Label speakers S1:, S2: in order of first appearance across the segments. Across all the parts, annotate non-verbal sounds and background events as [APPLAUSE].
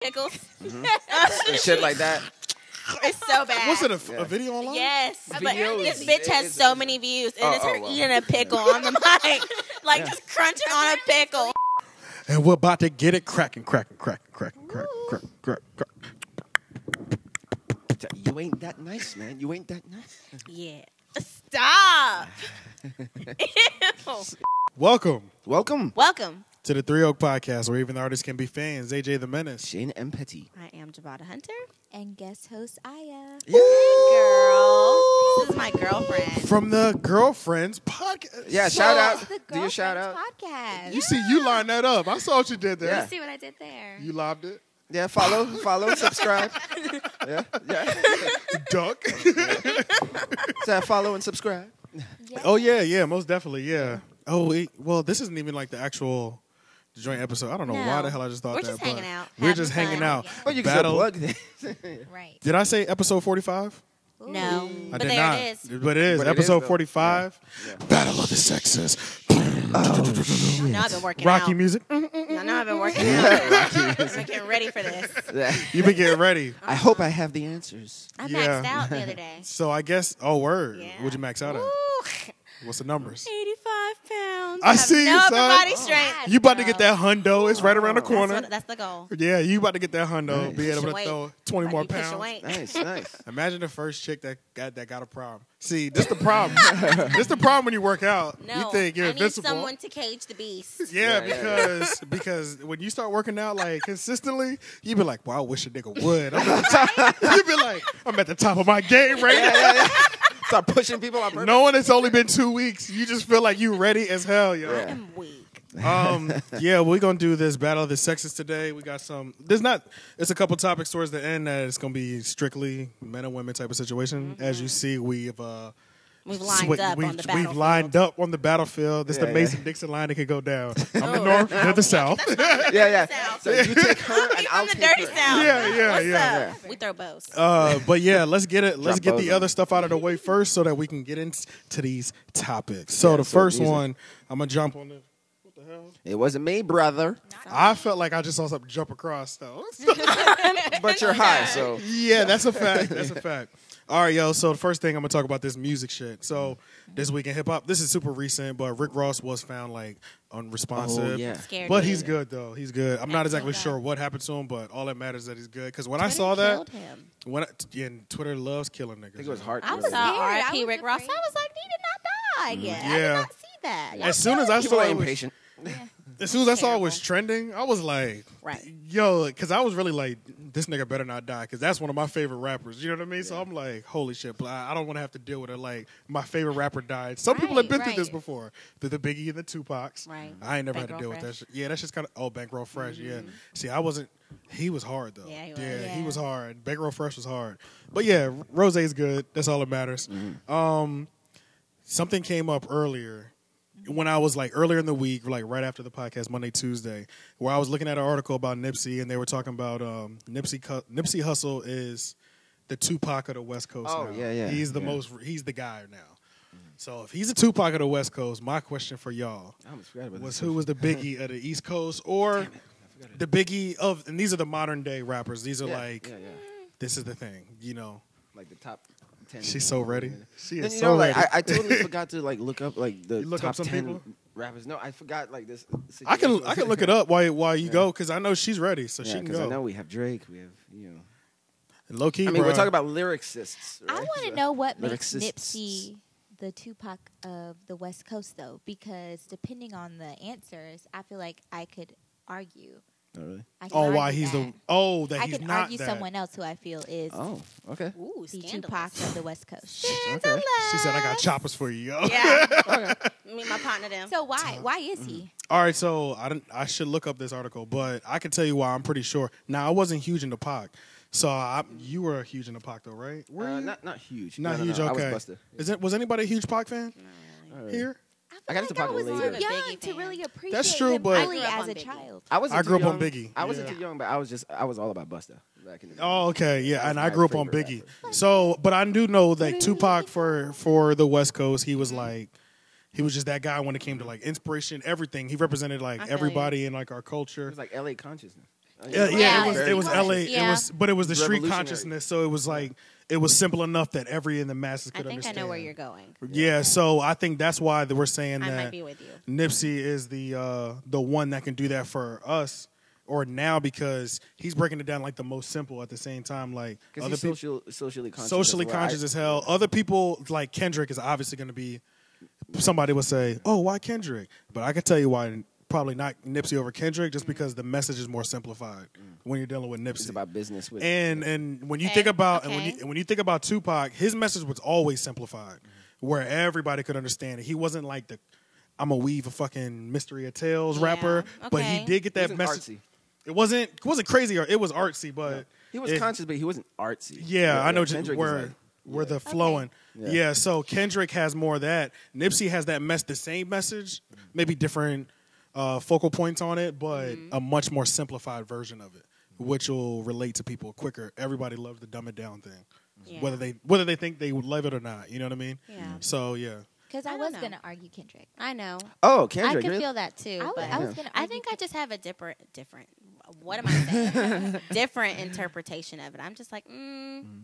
S1: pickles.
S2: and shit like that.
S1: [LAUGHS] it's so bad.
S3: Was it a,
S2: Yeah.
S3: a video online?
S1: Yes, but
S2: Videos.
S1: this bitch has so many views, and
S2: Oh,
S1: it's her
S2: oh, well.
S1: eating a pickle on
S3: [LAUGHS]
S1: the mic, like just crunching on a pickle.
S3: And we're about to get it cracking, cracking, cracking, cracking, cracking, cracking, cracking. cracking.
S2: You ain't that nice, man. You ain't that nice.
S1: Yeah, stop. Ew.
S3: Welcome
S2: Welcome,
S1: Welcome.
S3: to the Three Oak Podcast, where even the artists can be fans. AJ the Menace.
S2: Shane and Petty.
S1: I am Jabata Hunter.
S4: And guest host Aya.
S1: Girl, this is my girlfriend.
S3: From the Girlfriends Podcast.
S2: Yeah,
S3: So-
S2: shout out.
S4: It's the
S2: Do your shout out.
S4: Girlfriends Podcast.
S3: You see, you lined that up. I saw what you did
S2: Yeah.
S3: there.
S4: see what I did there.
S3: You lobbed it.
S2: Yeah, follow, follow, subscribe. Yeah, yeah.
S1: [LAUGHS]
S3: Duck. [LAUGHS]
S2: So follow and subscribe.
S4: Yeah.
S3: oh, yeah, yeah, most definitely, yeah. Oh, wait, well, this isn't even like the actual joint episode. I don't know why
S1: No.
S3: the hell I just thought
S1: We're
S3: that.
S1: just
S3: but
S1: hanging out,
S3: We're
S1: having
S3: just hanging
S1: fun.
S3: out.
S2: Oh, you can still
S3: Battle-
S2: plug [LAUGHS] this.
S4: Right.
S3: Did I say episode 45?
S4: Ooh.
S1: No,
S3: I
S1: but
S3: did
S1: there
S3: not.
S1: it is.
S3: But it is.
S2: But it is,
S3: episode
S2: though.
S3: 45 Battle of the Sexes.
S2: Oh,
S1: Y'all know I've been working
S3: Rocky
S1: out.
S3: music. Mm.
S1: Y'all know I've been working out. [LAUGHS] I'm getting ready for
S3: [LAUGHS]
S1: this.
S3: You've been getting ready.
S2: I hope I have the answers.
S1: I
S3: Yeah.
S1: maxed out the other
S3: [LAUGHS]
S1: day.
S3: So I guess, oh, word.
S1: Yeah.
S3: What'd you max out at?
S1: Ooh.
S3: What's the numbers?
S1: 85 pounds.
S3: I see
S1: no
S3: you,
S1: upper
S3: son.
S1: body strength.
S3: You about to get that hundo. It's right around the
S1: That's,
S3: corner.
S1: what- that's the goal.
S3: Yeah, you about to get that hundo.
S2: Nice.
S3: Be
S1: Push
S3: able to
S1: your weight.
S3: throw 20
S1: Like,
S3: more
S1: you push your
S3: pounds.
S1: weight.
S2: Nice, nice.
S3: Imagine the first chick that got that got a problem.
S1: [LAUGHS]
S3: See, this the problem. this the problem when you work out.
S1: No,
S3: you think you're
S1: I
S3: invincible.
S1: need someone to cage the beast.
S3: [LAUGHS] Yeah,
S2: Yeah, yeah,
S1: [LAUGHS]
S3: because because when you start working out like consistently, you be like, "Wow, I wish a nigga would." I'm at the
S1: [LAUGHS]
S3: top. you be like, "I'm at the top of my game right
S2: Yeah,
S3: now."
S2: yeah, yeah. Start pushing people on purpose.
S3: Knowing it's only been two weeks, you just feel like you ready as hell, yo.
S2: Yeah.
S1: I'm weak.
S3: Um, yeah, we're gonna do this battle of the sexes today. We got some. There's not. It's a couple topics towards the end that it's gonna be strictly men and women type of situation. As you see, we've uh,
S1: Mm-hmm. We've lined
S3: swi-
S1: up
S3: we've,
S1: on the
S3: we've
S1: battle.
S3: lined up on the battlefield. This is
S2: Yeah,
S3: the
S2: yeah.
S3: Mason Dixon line that could
S1: [LAUGHS]
S3: go down. I'm the
S1: Oh.
S3: north, you're the south.
S2: Yeah, yeah.
S1: South.
S2: So you take her and
S1: He's
S2: I'll
S1: from the
S2: take
S1: dirty south.
S2: her.
S3: [LAUGHS] Yeah, yeah,
S1: What's
S3: yeah.
S1: up? We throw [LAUGHS] bows.
S3: Uh,
S2: [LAUGHS]
S3: but yeah, let's get it. Let's
S2: Drop
S3: get
S2: those
S3: the
S2: on.
S3: other stuff out of the way first, so that we can get into these topics. So
S2: Yeah,
S3: the
S2: so
S3: first
S2: music.
S3: one, I'm gonna jump on the.
S2: It wasn't me, brother.
S3: I felt like I just saw something jump
S1: [LAUGHS]
S3: across though.
S2: But you're high, so
S3: yeah, that's a fact. That's a fact. All right, yo. So the first thing I'm gonna talk about this music shit. So this week in hip hop, this is super recent, but Rick Ross was found like unresponsive.
S2: Oh, yeah.
S1: Scared
S3: But
S1: me.
S3: he's good though. He's good. I'm not exactly
S1: God.
S3: sure what happened to him, but all that matters is that he's good. Because when I
S1: Twitter
S3: saw that,
S1: killed him.
S3: when I, yeah, and Twitter loves killing niggas.
S2: I think it was
S3: yo.
S2: hard.
S1: I
S2: to
S1: saw
S2: remember.
S4: scared. I
S1: R.I.P.
S4: was
S1: Rick Ross. I
S4: afraid.
S1: was like, he did not die yet. I
S3: Mm, Yeah.
S1: did not see that. Y'all
S3: As soon as I
S2: People
S3: saw
S2: are
S3: it was-
S2: impatient.
S3: [LAUGHS] As soon as I saw it was
S1: Terrible.
S3: trending, I was like,
S1: Right.
S3: yo, because I was really like, this nigga better not die, because that's one of my favorite rappers. You know what I mean? So I'm like, holy shit, but I I don't want to have to deal with it. Like, my favorite rapper died. Some people have
S1: Right,
S3: been through this
S1: right.
S3: before, through the Biggie and the Tupacs.
S1: Right.
S3: I ain't never had to
S1: Bankroll
S3: deal with that
S1: Fresh. Mm-hmm.
S3: shit. Yeah, that's just kind of, oh, Bankroll Fresh, yeah. See, I wasn't, he was hard, though.
S1: Yeah, he was.
S3: Yeah, he
S4: Yeah.
S3: was hard. Bankroll Fresh was hard. But yeah, Rose's good. That's all that matters.
S1: Mm-hmm.
S3: Um, something came up earlier when I was like earlier in the week, like right after the podcast, Monday, Tuesday, where I was looking at an article about Nipsey, and they were talking about um, Nipsey. Cu- Nipsey Hustle is the Tupac of the West Coast.
S2: Oh,
S3: now.
S2: yeah, yeah,
S3: He's the
S2: yeah.
S3: most. He's the guy now. So if he's the Tupac of the West Coast, my question for y'all
S2: I almost forgot about
S3: was
S2: this.
S3: who was the
S2: [LAUGHS]
S3: Biggie of the East Coast or the Biggie of? And these are the modern day rappers. These are
S2: Yeah,
S3: like
S2: yeah, yeah.
S3: this is the thing, you know.
S2: like the top ten.
S3: She's so ready. She
S2: And
S3: is
S2: you
S3: so
S2: know, like
S3: ready.
S2: I, I
S3: [LAUGHS]
S2: totally forgot to like look up like the
S3: You look
S2: top
S3: up some
S2: 10
S3: people?
S2: rappers. No, I forgot like this.
S3: I can
S2: situation.
S3: I can look it up while while you go because I know she's ready, so
S2: yeah,
S3: she can
S2: 'cause
S3: go.
S2: I know we have Drake. We have you know.
S3: And low key,
S2: I mean,
S3: bruh,
S2: we're talking about lyricists. Right?
S4: I want
S2: So-
S4: to know what makes
S2: Lyricist.
S4: Nipsey the Tupac of the West Coast, though, because depending on the answers, I feel like I could argue.
S2: Oh, really?
S4: I can
S3: oh why
S4: argue
S3: he's the
S4: that.
S3: oh that
S4: I
S3: he's
S4: can
S3: not
S4: argue
S3: that.
S4: someone else who I feel is
S2: Oh, okay.
S1: Ooh,
S4: the
S1: scandalous.
S4: Tupac of the West Coast.
S2: Okay. Uh,
S3: She said I got choppers for
S1: [LAUGHS]
S3: you. [LAUGHS] yo."
S1: Yeah. Me and my partner them.
S4: So why why is he?
S3: All right, so I didn't, I should look up this article, but I can tell you why I'm pretty sure. Now I wasn't huge into Pac, so I, you were huge into Pac though, right? Were
S2: Uh,
S3: you?
S2: not not huge.
S3: Not
S2: No, no,
S3: huge.
S2: no.
S3: Okay.
S2: I was busted.
S3: Is it was anybody a huge Pac fan
S2: All right.
S3: here?
S4: I,
S2: got
S4: feel
S2: into
S4: like I
S2: Pac
S4: was
S2: later.
S4: too
S1: Big
S4: young to
S1: fan.
S4: really appreciate
S3: true,
S4: him
S3: but-
S1: I grew
S4: really
S1: up
S4: as
S1: on
S4: a
S1: Biggie.
S4: child.
S2: I was.
S3: I grew up on Biggie.
S2: I wasn't
S3: Yeah.
S2: too young, but I was just I was all about Busta back in the day.
S3: Oh, okay, yeah,
S2: That
S3: and
S2: was
S3: I
S2: my
S3: grew up on
S2: favorite
S3: Biggie.
S2: rapper.
S3: So, but I do know that Tupac for for the West Coast, he was like, he was just that guy when it came to like inspiration, everything. He represented like
S1: I feel you.
S3: everybody in like our
S2: It
S3: culture.
S2: was like L.A. consciousness. I
S3: Yeah, yeah,
S4: Yeah,
S3: it was
S4: it's
S3: it was
S4: like-
S3: LA. It
S1: yeah.
S3: was but it was the street
S2: Revolutionary.
S3: consciousness, so it was like it was simple enough that every in the masses
S5: I
S3: could
S5: think
S3: understand.
S5: I know where you're going.
S3: Yeah, so I think that's why that we're saying
S5: I might
S3: that
S5: be with you.
S3: Nipsey is the uh, the one that can do that for us or now because he's breaking it down like the most simple at the same time like
S2: Because
S3: other
S2: he's
S3: people
S2: social, socially conscious.
S3: socially
S2: as well. I-
S3: conscious as hell. Other people like Kendrick is obviously going to be. Somebody would say, "Oh, why Kendrick?" But I can tell you why. Probably not Nipsey over Kendrick, just because the message is more simplified when you're dealing with Nipsey.
S2: Mm. It's about business. With
S3: and and when you
S5: Okay,
S3: think about and when
S5: Eh, okay.
S3: you, and when you think about Tupac, his message was always simplified,
S2: Mm-hmm.
S3: where everybody could understand it. He wasn't like the "I'm a weave a fucking mystery of tales"
S5: Yeah,
S3: rapper, but he
S5: okay.
S3: did get that
S2: He wasn't
S3: message.
S2: artsy.
S3: It wasn't it wasn't crazy. Or, it was artsy, but
S2: he was
S3: it-
S2: conscious, but he wasn't artsy.
S3: yeah, I know just
S2: Kendrick is
S3: where
S2: like-
S3: where the flowing.
S2: Yeah.
S3: Yeah. so Kendrick has more of that. Nipsey has that mess, the same message, maybe different uh, focal points on it, but
S5: Mm-hmm.
S3: a much more simplified version of it, which will relate to people quicker. Everybody loves the dumb it down thing,
S5: Yeah.
S3: whether they whether they think they would love it or not. You know what I mean?
S5: Yeah.
S3: So yeah,
S4: Because
S5: I
S4: I,
S5: don't
S4: was
S5: know.
S4: going to argue Kendrick.
S5: I know.
S2: Oh,
S5: I
S2: Kendrick.
S5: could
S2: really?
S5: feel that too.
S4: I, w-
S5: but
S4: I was going to.
S5: I think I just have a different, different. What am I
S4: [LAUGHS]
S5: saying? different interpretation of it. I'm just like, mm,
S3: Mm-hmm.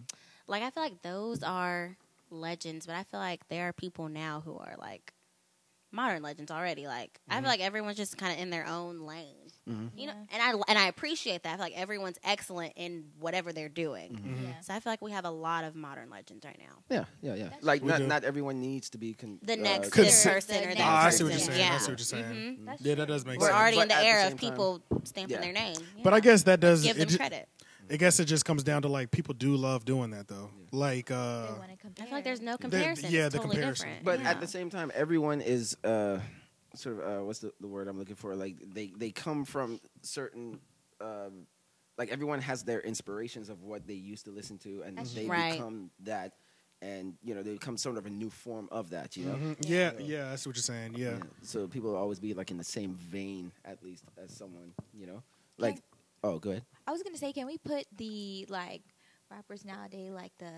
S5: like I feel like those are legends, but I feel like there are people now who are like modern legends already. Like I
S3: Mm-hmm.
S5: feel like everyone's just kind of in their own lane, you know. And I and I appreciate that. I feel like everyone's excellent in whatever they're doing.
S3: Mm-hmm.
S4: Yeah.
S5: So I feel like we have a lot of modern legends right now.
S2: Yeah, yeah, yeah. Like
S3: We
S2: not
S3: do.
S2: not everyone needs to be con-
S5: The
S2: uh,
S5: next
S2: con-
S3: Consi-
S5: person or
S4: The
S5: that
S4: next
S3: Ah, I see
S5: person.
S3: what you're saying.
S5: Yeah.
S3: I see what you're saying.
S5: Mhm.
S4: That's
S3: Yeah,
S4: true.
S3: that does make
S5: We're
S2: But-
S3: sense.
S5: already in
S2: but
S5: the
S2: at the
S5: era
S2: same
S5: of people stamping
S2: Yeah.
S5: their name.
S3: But I
S5: Yeah.
S3: guess that does.
S5: give
S3: It,
S5: them
S3: ju-
S5: credit.
S3: I guess it just comes down to like people do love doing that though. Like
S4: They
S3: uh,
S4: want to
S5: I
S4: compare.
S5: feel like there's no
S3: The-
S5: comparison.
S3: yeah,
S5: it's
S3: the
S5: totally
S3: comparison.
S5: Different.
S2: But
S5: yeah.
S2: at the same time, everyone is uh, sort of uh, what's the, the word I'm looking for? Like they they come from certain. Um, like everyone has their inspirations of what they used to listen to, and
S4: That's
S2: they
S5: true. Right.
S2: become that, and you know they become sort of a new form of that. You know,
S3: mhm. yeah, yeah, I see what you're saying. Yeah.
S2: So people will always be like in the same vein, at least as someone. You know, like oh, go ahead.
S4: I was going to say, can we put the like rappers nowadays like the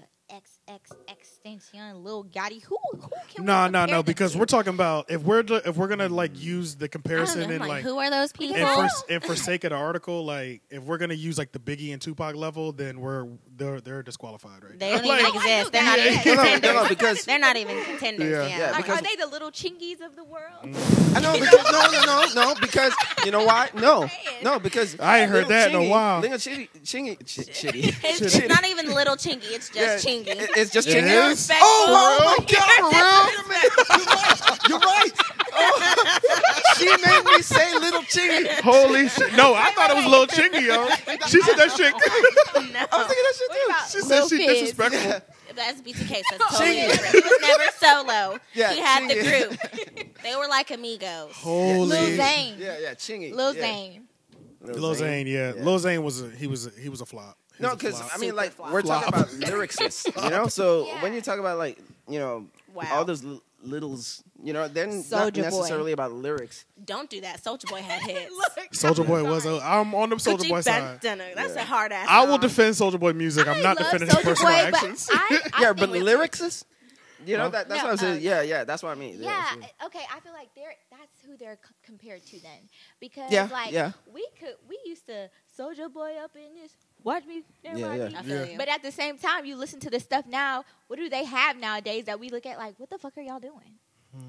S4: XXXTentacion, Lil Gotti? Who? Who
S3: No,
S4: can we
S3: no, no.
S4: compare them
S3: Because
S4: to?
S3: we're talking about if we're if we're
S2: Mm.
S3: gonna like use the
S5: I don't know,
S3: comparison
S5: I'm
S3: and
S5: like,
S3: like
S5: who are those people?
S3: and for
S5: [LAUGHS]
S3: and for sake of the article, like if we're gonna use like the Biggie and Tupac level, then we're they're they're disqualified, right?
S5: they don't
S3: Like,
S5: even exist. They're not
S4: Yeah,
S5: even
S2: No,
S4: yeah.
S2: no,
S5: contenders.
S2: no, because
S5: They're not even contenders.
S3: Yeah.
S5: Yeah,
S2: Yeah,
S4: Like,
S2: because-
S4: are they the little chingies of the world?
S3: Mm.
S2: I know because no, no, no, no, because you know why? No, no, because
S3: I ain't heard
S2: Lil
S3: that in a
S2: Chingy-
S3: while.
S2: Lil Chingy, Chingy, Ch- Chitty.
S5: it's, it's not even little chingy. It's just
S2: Yeah,
S5: chingy.
S2: it- It's just
S3: It
S2: Chingy.
S3: is?
S2: Oh, oh my God, for real? You're right. You're right. Oh, she made me say little Chingy.
S5: [LAUGHS]
S3: Holy shit! No, I thought it was Lil Chingy, yo. She said that shit.
S2: I was thinking that shit too.
S3: [LAUGHS] She said she
S4: Lil Fizz.
S3: disrespectful.
S5: That's BTK. So it's totally
S2: Chingy.
S5: different. He was never solo.
S2: Yeah,
S5: he had
S2: Chingy.
S5: the group. They were like amigos.
S4: Lil
S3: Holy.
S4: Zane.
S2: Yeah, yeah, Chingy.
S4: Lil
S2: yeah. [LAUGHS]
S4: Zane.
S3: Lil Zane, yeah. Lil Zane was a, he was a, he was a flop. He
S2: No,
S3: was a
S2: because
S3: flop.
S2: I mean, like
S5: flop.
S2: we're talking about lyricists, you
S4: [LAUGHS]
S2: know. So
S4: Yeah.
S2: when you talk about like you know
S5: Wow.
S2: all those li- littles, you know, they're
S4: Soulja
S2: not
S4: Boy.
S2: necessarily about lyrics.
S5: Don't do that. Soulja Boy had hits.
S3: Soldier Boy was. A, I'm on them Soldier
S5: Gucci
S3: Boy
S5: Bandana.
S3: side.
S5: That's a hard ass.
S3: I will defend Soldier Boy music. I'm not
S4: love
S3: defending his
S4: Soulja
S3: personal
S4: Boy, but
S3: actions.
S4: I, I
S2: yeah,
S4: think
S2: but
S4: it's-
S2: lyricists, you know, that, that's
S4: No,
S2: what I'm saying.
S4: oh,
S2: yeah, yeah, that's what I mean.
S4: Yeah.
S2: so-
S4: I- Okay. I feel like they're that's who they're c- compared to then, because
S2: Yeah,
S4: like
S2: yeah.
S4: we could we used to Soldier Boy up in this. Watch me, never
S2: Yeah,
S4: mind
S2: yeah.
S4: me.
S5: I feel
S3: Yeah.
S5: you.
S4: But at the same time, you listen to the stuff now. What do they have nowadays that we look at like, what the fuck are y'all doing?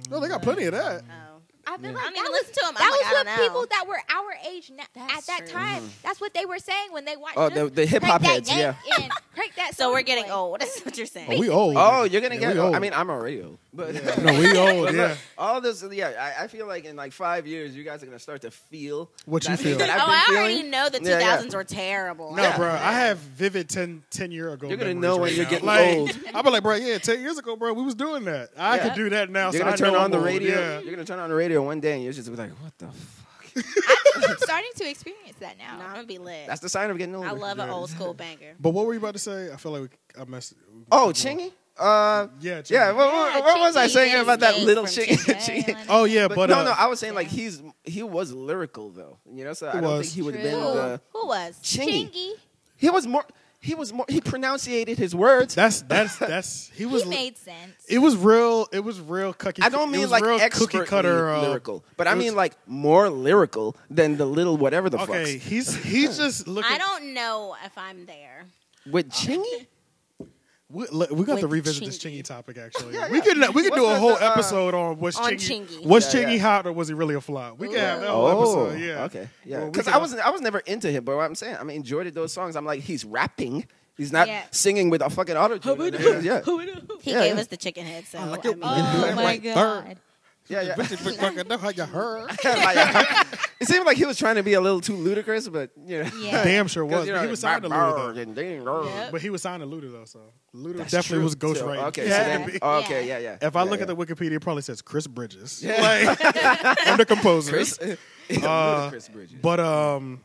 S3: No, they got plenty of that.
S5: Oh.
S4: I feel
S2: Yeah.
S4: like
S5: I don't even
S4: that
S5: listen to him. I'm
S4: That
S5: like, I
S4: was
S5: don't
S4: what
S5: know.
S4: people that were our age na- at
S5: That's
S4: that
S5: true.
S4: time. That's what they were saying when they watched.
S2: Oh,
S4: us
S2: the, the hip hop
S4: crank
S2: heads,
S4: that
S2: yeah.
S4: yank and crank
S5: [LAUGHS]
S4: that.
S5: So we're
S4: Soulja
S5: getting
S4: Boy.
S5: old. [LAUGHS] That's what you're saying.
S3: Oh, we old.
S2: Oh, you're gonna
S3: Yeah,
S2: get.
S3: we
S2: oh,
S3: old.
S2: I mean, I'm already old, but [LAUGHS]
S3: [LAUGHS] no, we old.
S2: But look,
S3: Yeah.
S2: all this, yeah. I, I feel like in like five years, you guys are gonna start to feel
S3: What you
S2: that thing
S3: feel.
S2: that I've
S5: oh,
S2: been
S5: I
S2: feeling.
S5: already know the 2000s
S2: Yeah, yeah.
S5: were terrible.
S3: No,
S2: Yeah.
S3: bro, I have vivid 10, 10 year ago.
S2: You're gonna
S3: memories
S2: know
S3: right
S2: when you're
S3: now.
S2: getting
S3: like,
S2: old.
S3: [LAUGHS] I'll be like, bro, yeah, ten years ago, bro, we was doing that. I
S2: Yeah.
S3: could do that now.
S2: You're
S3: so I
S2: gonna turn
S3: know
S2: on
S3: I'm
S2: the
S3: old.
S2: radio.
S3: Yeah.
S2: You're gonna turn on the radio one day, and you're just gonna be like, "What the fuck?"
S4: [LAUGHS] I'm starting to experience that
S5: No,
S4: now.
S5: I'm
S4: [LAUGHS]
S5: gonna be lit.
S2: That's the sign of getting older.
S5: I love an
S3: Yeah.
S5: old school banger.
S3: But what were you about to say? I feel like we, I messed.
S2: [LAUGHS] Oh, Chingy? Uh,
S3: Yeah, Chingy.
S2: yeah. What,
S5: Yeah,
S2: what, what was I
S5: Chingy
S2: saying
S5: is
S2: about that
S5: made
S2: little
S5: from
S2: Chingy? [LAUGHS]
S4: Chingy
S2: Chingy.
S3: [LAUGHS]
S4: Island.
S3: Oh yeah,
S2: But,
S3: but,
S2: no,
S3: uh,
S2: no. I was saying like
S4: yeah.
S2: he's he was lyrical though. You know, so I
S3: He
S2: don't
S3: was.
S2: think he would have
S4: True.
S2: been
S5: Who,
S2: the
S5: who was?
S2: Chingy.
S4: Chingy.
S2: He was more. He was more, he pronunciated his words.
S3: [LAUGHS] That's that's that's he was.
S4: he made sense.
S3: it was real. It was real cookie.
S2: I don't
S3: it
S2: mean
S3: was
S2: like
S3: real
S2: expertly
S3: cookie cutter uh,
S2: lyrical, but
S3: it
S2: I
S3: was-
S2: mean like more lyrical than the little whatever the
S3: Okay,
S2: fucks
S3: he's he's
S4: [LAUGHS]
S3: just looking.
S5: I don't know if I'm there.
S2: with
S3: Uh,
S2: Chingy.
S3: We, le- we got to
S5: With
S3: revisit this
S5: Chingy.
S3: Chingy topic. Actually, we can we can
S2: What's
S3: do a
S2: the-
S3: whole
S2: the, uh,
S3: episode on what's
S5: on
S3: Chingy,
S5: Chingy.
S3: was
S2: Yeah,
S3: Chingy
S2: yeah.
S3: hot or was he really a flop? We can have that whole
S2: Oh,
S3: episode. Yeah.
S2: okay, yeah.
S3: Well, we
S2: Because
S3: can-
S2: I was I was never into him, but what I'm saying, I mean, enjoyed those songs. I'm like, he's rapping. He's not
S4: Yeah.
S2: singing with a fucking auto tune. Yeah, yeah,
S5: He
S2: Yeah,
S5: gave
S2: yeah.
S5: us the chicken head, so I
S3: like it.
S5: mean,
S4: oh
S3: I'm
S4: my
S3: like,
S4: god. [LAUGHS]
S2: yeah. [LAUGHS] yeah.
S3: know how you heard.
S2: Like, [LAUGHS] it seemed like he was trying to be a little too ludicrous, but you know.
S4: Yeah.
S3: Damn sure
S2: 'Cause,
S3: was.
S2: you
S3: but
S2: know,
S3: he was signed to
S2: "Bar-
S3: Luda
S2: and ding- rrr."
S5: Yep.
S3: though. But he was signed to Luda though, so Luda
S2: That's
S3: definitely
S2: true,
S3: was
S2: too.
S3: ghostwriting.
S2: Okay,
S3: It
S2: so
S3: had
S2: then-
S3: to be.
S2: [LAUGHS] okay, yeah,
S4: Yeah.
S2: yeah.
S3: If I
S2: Yeah,
S3: look at
S2: yeah.
S3: the Wikipedia, it probably says Chris Bridges.
S2: Yeah.
S3: Like [LAUGHS] I'm the composer.
S2: Chris, [LAUGHS]
S3: Uh,
S2: Ludacris Bridges.
S3: But um,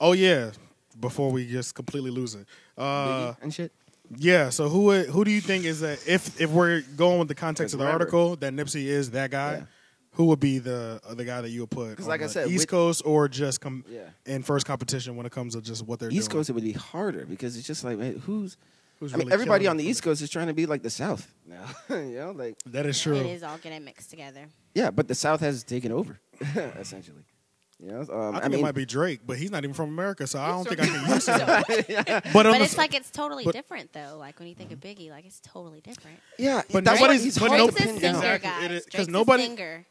S3: oh yeah. Before we just completely lose it, uh,
S2: and shit.
S3: yeah. So who who do you think is that? If if we're going with the context
S2: 'Cause
S3: of the
S2: remember-
S3: article that Nipsey is that guy,
S2: Yeah.
S3: who would be the uh, the guy that you would put?
S2: 'Cause
S3: on
S2: like I
S3: the
S2: said,
S3: East
S2: with-
S3: Coast or just come
S2: Yeah.
S3: in first competition when it comes to just what they're
S2: East
S3: doing.
S2: Coast, it would be harder because it's just like, man, who's.
S3: Who's
S2: I mean,
S3: really
S2: everybody
S3: killing
S2: on the
S3: it.
S2: East Coast is trying to be like the South now. [LAUGHS] you know, like,
S3: That is true.
S5: It is all getting mixed together.
S3: [LAUGHS]
S2: yeah, but the South has taken over, essentially. You know, um, I,
S3: I think it
S2: mean,
S3: might be Drake, but he's not even from America, so I don't think I
S5: from-
S3: can use
S5: So-
S3: him.
S2: yeah,
S3: [LAUGHS] But, on
S5: But
S3: the-
S5: it's like it's totally
S3: but-
S5: different though. Like when you think of Biggie, like it's totally different.
S2: [LAUGHS] yeah,
S3: But
S2: that's why
S3: nobody's-
S2: he's
S3: but
S2: hard to
S3: nobody's-
S5: Drake's a
S2: pin
S5: singer,
S2: down.
S3: Exactly, it
S5: guys.
S3: is- 'cause
S5: Drake's
S3: nobody-
S5: a singer,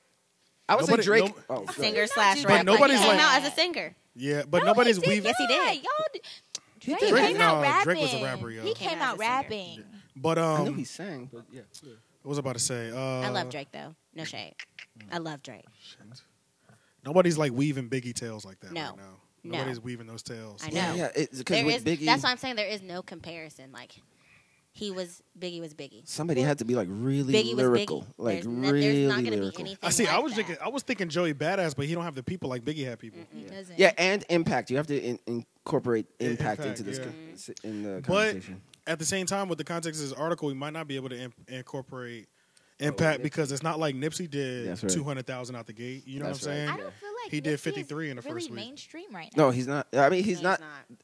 S2: I would
S3: Nobody-
S2: say Drake.
S3: no-
S2: oh, go ahead.
S5: singer slash
S4: do
S5: rapper.
S4: that.
S5: Like,
S3: nobody's
S5: he came
S3: like-
S5: out as a singer.
S3: yeah, but nobody's
S4: he did
S3: weaving.
S5: Yes, he
S4: not.
S5: did.
S4: Y'all did. Drake,
S2: did.
S4: came out
S3: No,
S4: rapping.
S3: Drake was a rapper, yo.
S4: He
S5: Came
S4: came
S5: out
S4: out
S5: as a singer.
S4: rapping.
S3: But
S2: I knew
S3: um,
S2: he sang, but yeah.
S3: I was about to say, uh,
S5: I love Drake though. No shade. I
S2: Mm.
S5: love Drake.
S3: Nobody's like weaving Biggie tails like that
S5: No.
S3: right now.
S5: No.
S3: Nobody's weaving those tails.
S5: I know.
S2: Yeah, yeah. It's because
S5: There is.
S2: with Biggie,
S5: That's why I'm saying there is no comparison. Like he was Biggie was Biggie.
S2: somebody had to be like really
S5: Biggie was
S2: lyrical,
S5: Biggie.
S2: like
S5: there's, no-
S2: really
S5: there's not gonna
S2: lyrical.
S5: be anything.
S3: I see.
S5: Like
S3: I was
S5: that.
S3: thinking, uh, I was thinking Joey Badass, but he don't have the people like Biggie had people.
S4: He doesn't.
S2: Yeah, and impact. You have to in- incorporate
S3: Yeah,
S2: impact,
S3: impact,
S2: into this
S3: yeah.
S5: Mm-hmm.
S2: con- s- in the
S3: But
S2: conversation.
S3: at the same time, with the context of this article, we might not be able to imp- incorporate impact because it's not like Nipsey did
S2: Oh, That's right.
S3: two hundred thousand out the gate. You know
S2: That's
S3: what I'm
S2: right.
S3: saying?
S4: I don't feel like
S3: He did
S4: Nipsey is
S3: 53 in the first
S4: really
S3: week.
S4: mainstream right now.
S2: no, he's not. I mean, he's,
S5: No,
S2: not,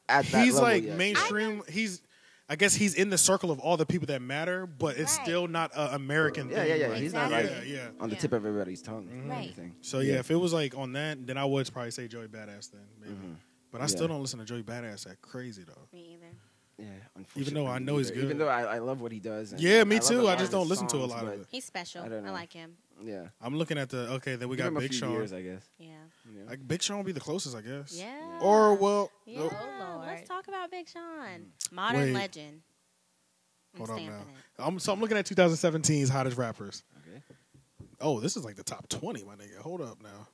S2: at that
S3: he's
S2: level
S3: like
S2: yet.
S3: mainstream. He's, I guess, he's in the circle of all the people that matter, but it's
S4: Right.
S3: still not an American
S2: Yeah,
S3: thing.
S2: yeah, yeah.
S3: Like,
S2: He's not
S3: yeah,
S2: like
S4: Exactly.
S3: yeah. Mm-hmm.
S2: on the
S5: Yeah.
S2: tip of everybody's tongue. and
S4: Right.
S2: everything.
S3: So yeah,
S2: Yeah.
S3: if it was like on that, then I would probably say Joey Badass then, maybe.
S2: Mm-hmm.
S3: But I still
S2: Yeah.
S3: don't listen to Joey Badass that crazy though.
S5: Me either.
S2: Yeah, unfortunately.
S3: Even though I know he's
S2: Even
S3: good.
S2: though I, I love what he does. and-
S3: Yeah,
S2: and
S3: me
S2: love a
S3: too.
S2: lot
S3: I
S2: of
S3: just don't
S2: his
S3: listen to a
S2: songs,
S3: lot of
S2: but
S3: it.
S5: He's special.
S2: I
S5: I,
S2: don't know.
S5: like him.
S2: Yeah.
S3: I'm looking at the okay. Then we
S2: Give
S3: got
S2: him a
S3: Big
S2: few
S3: Sean.
S2: years, I guess.
S5: Yeah.
S2: you know?
S3: like Big Sean would be the closest, I guess.
S5: Yeah.
S3: Or well,
S5: Yeah.
S2: oh.
S5: Oh,
S3: nope.
S4: Lord.
S5: Let's talk about Big Sean,
S2: Mm.
S5: modern
S3: Wait.
S5: legend. I'm
S3: Hold on
S5: stamping
S3: now. I'm, so I'm looking at 2017's hottest rappers.
S2: Okay.
S3: Oh, this is like the top 20, my nigga. Hold up now.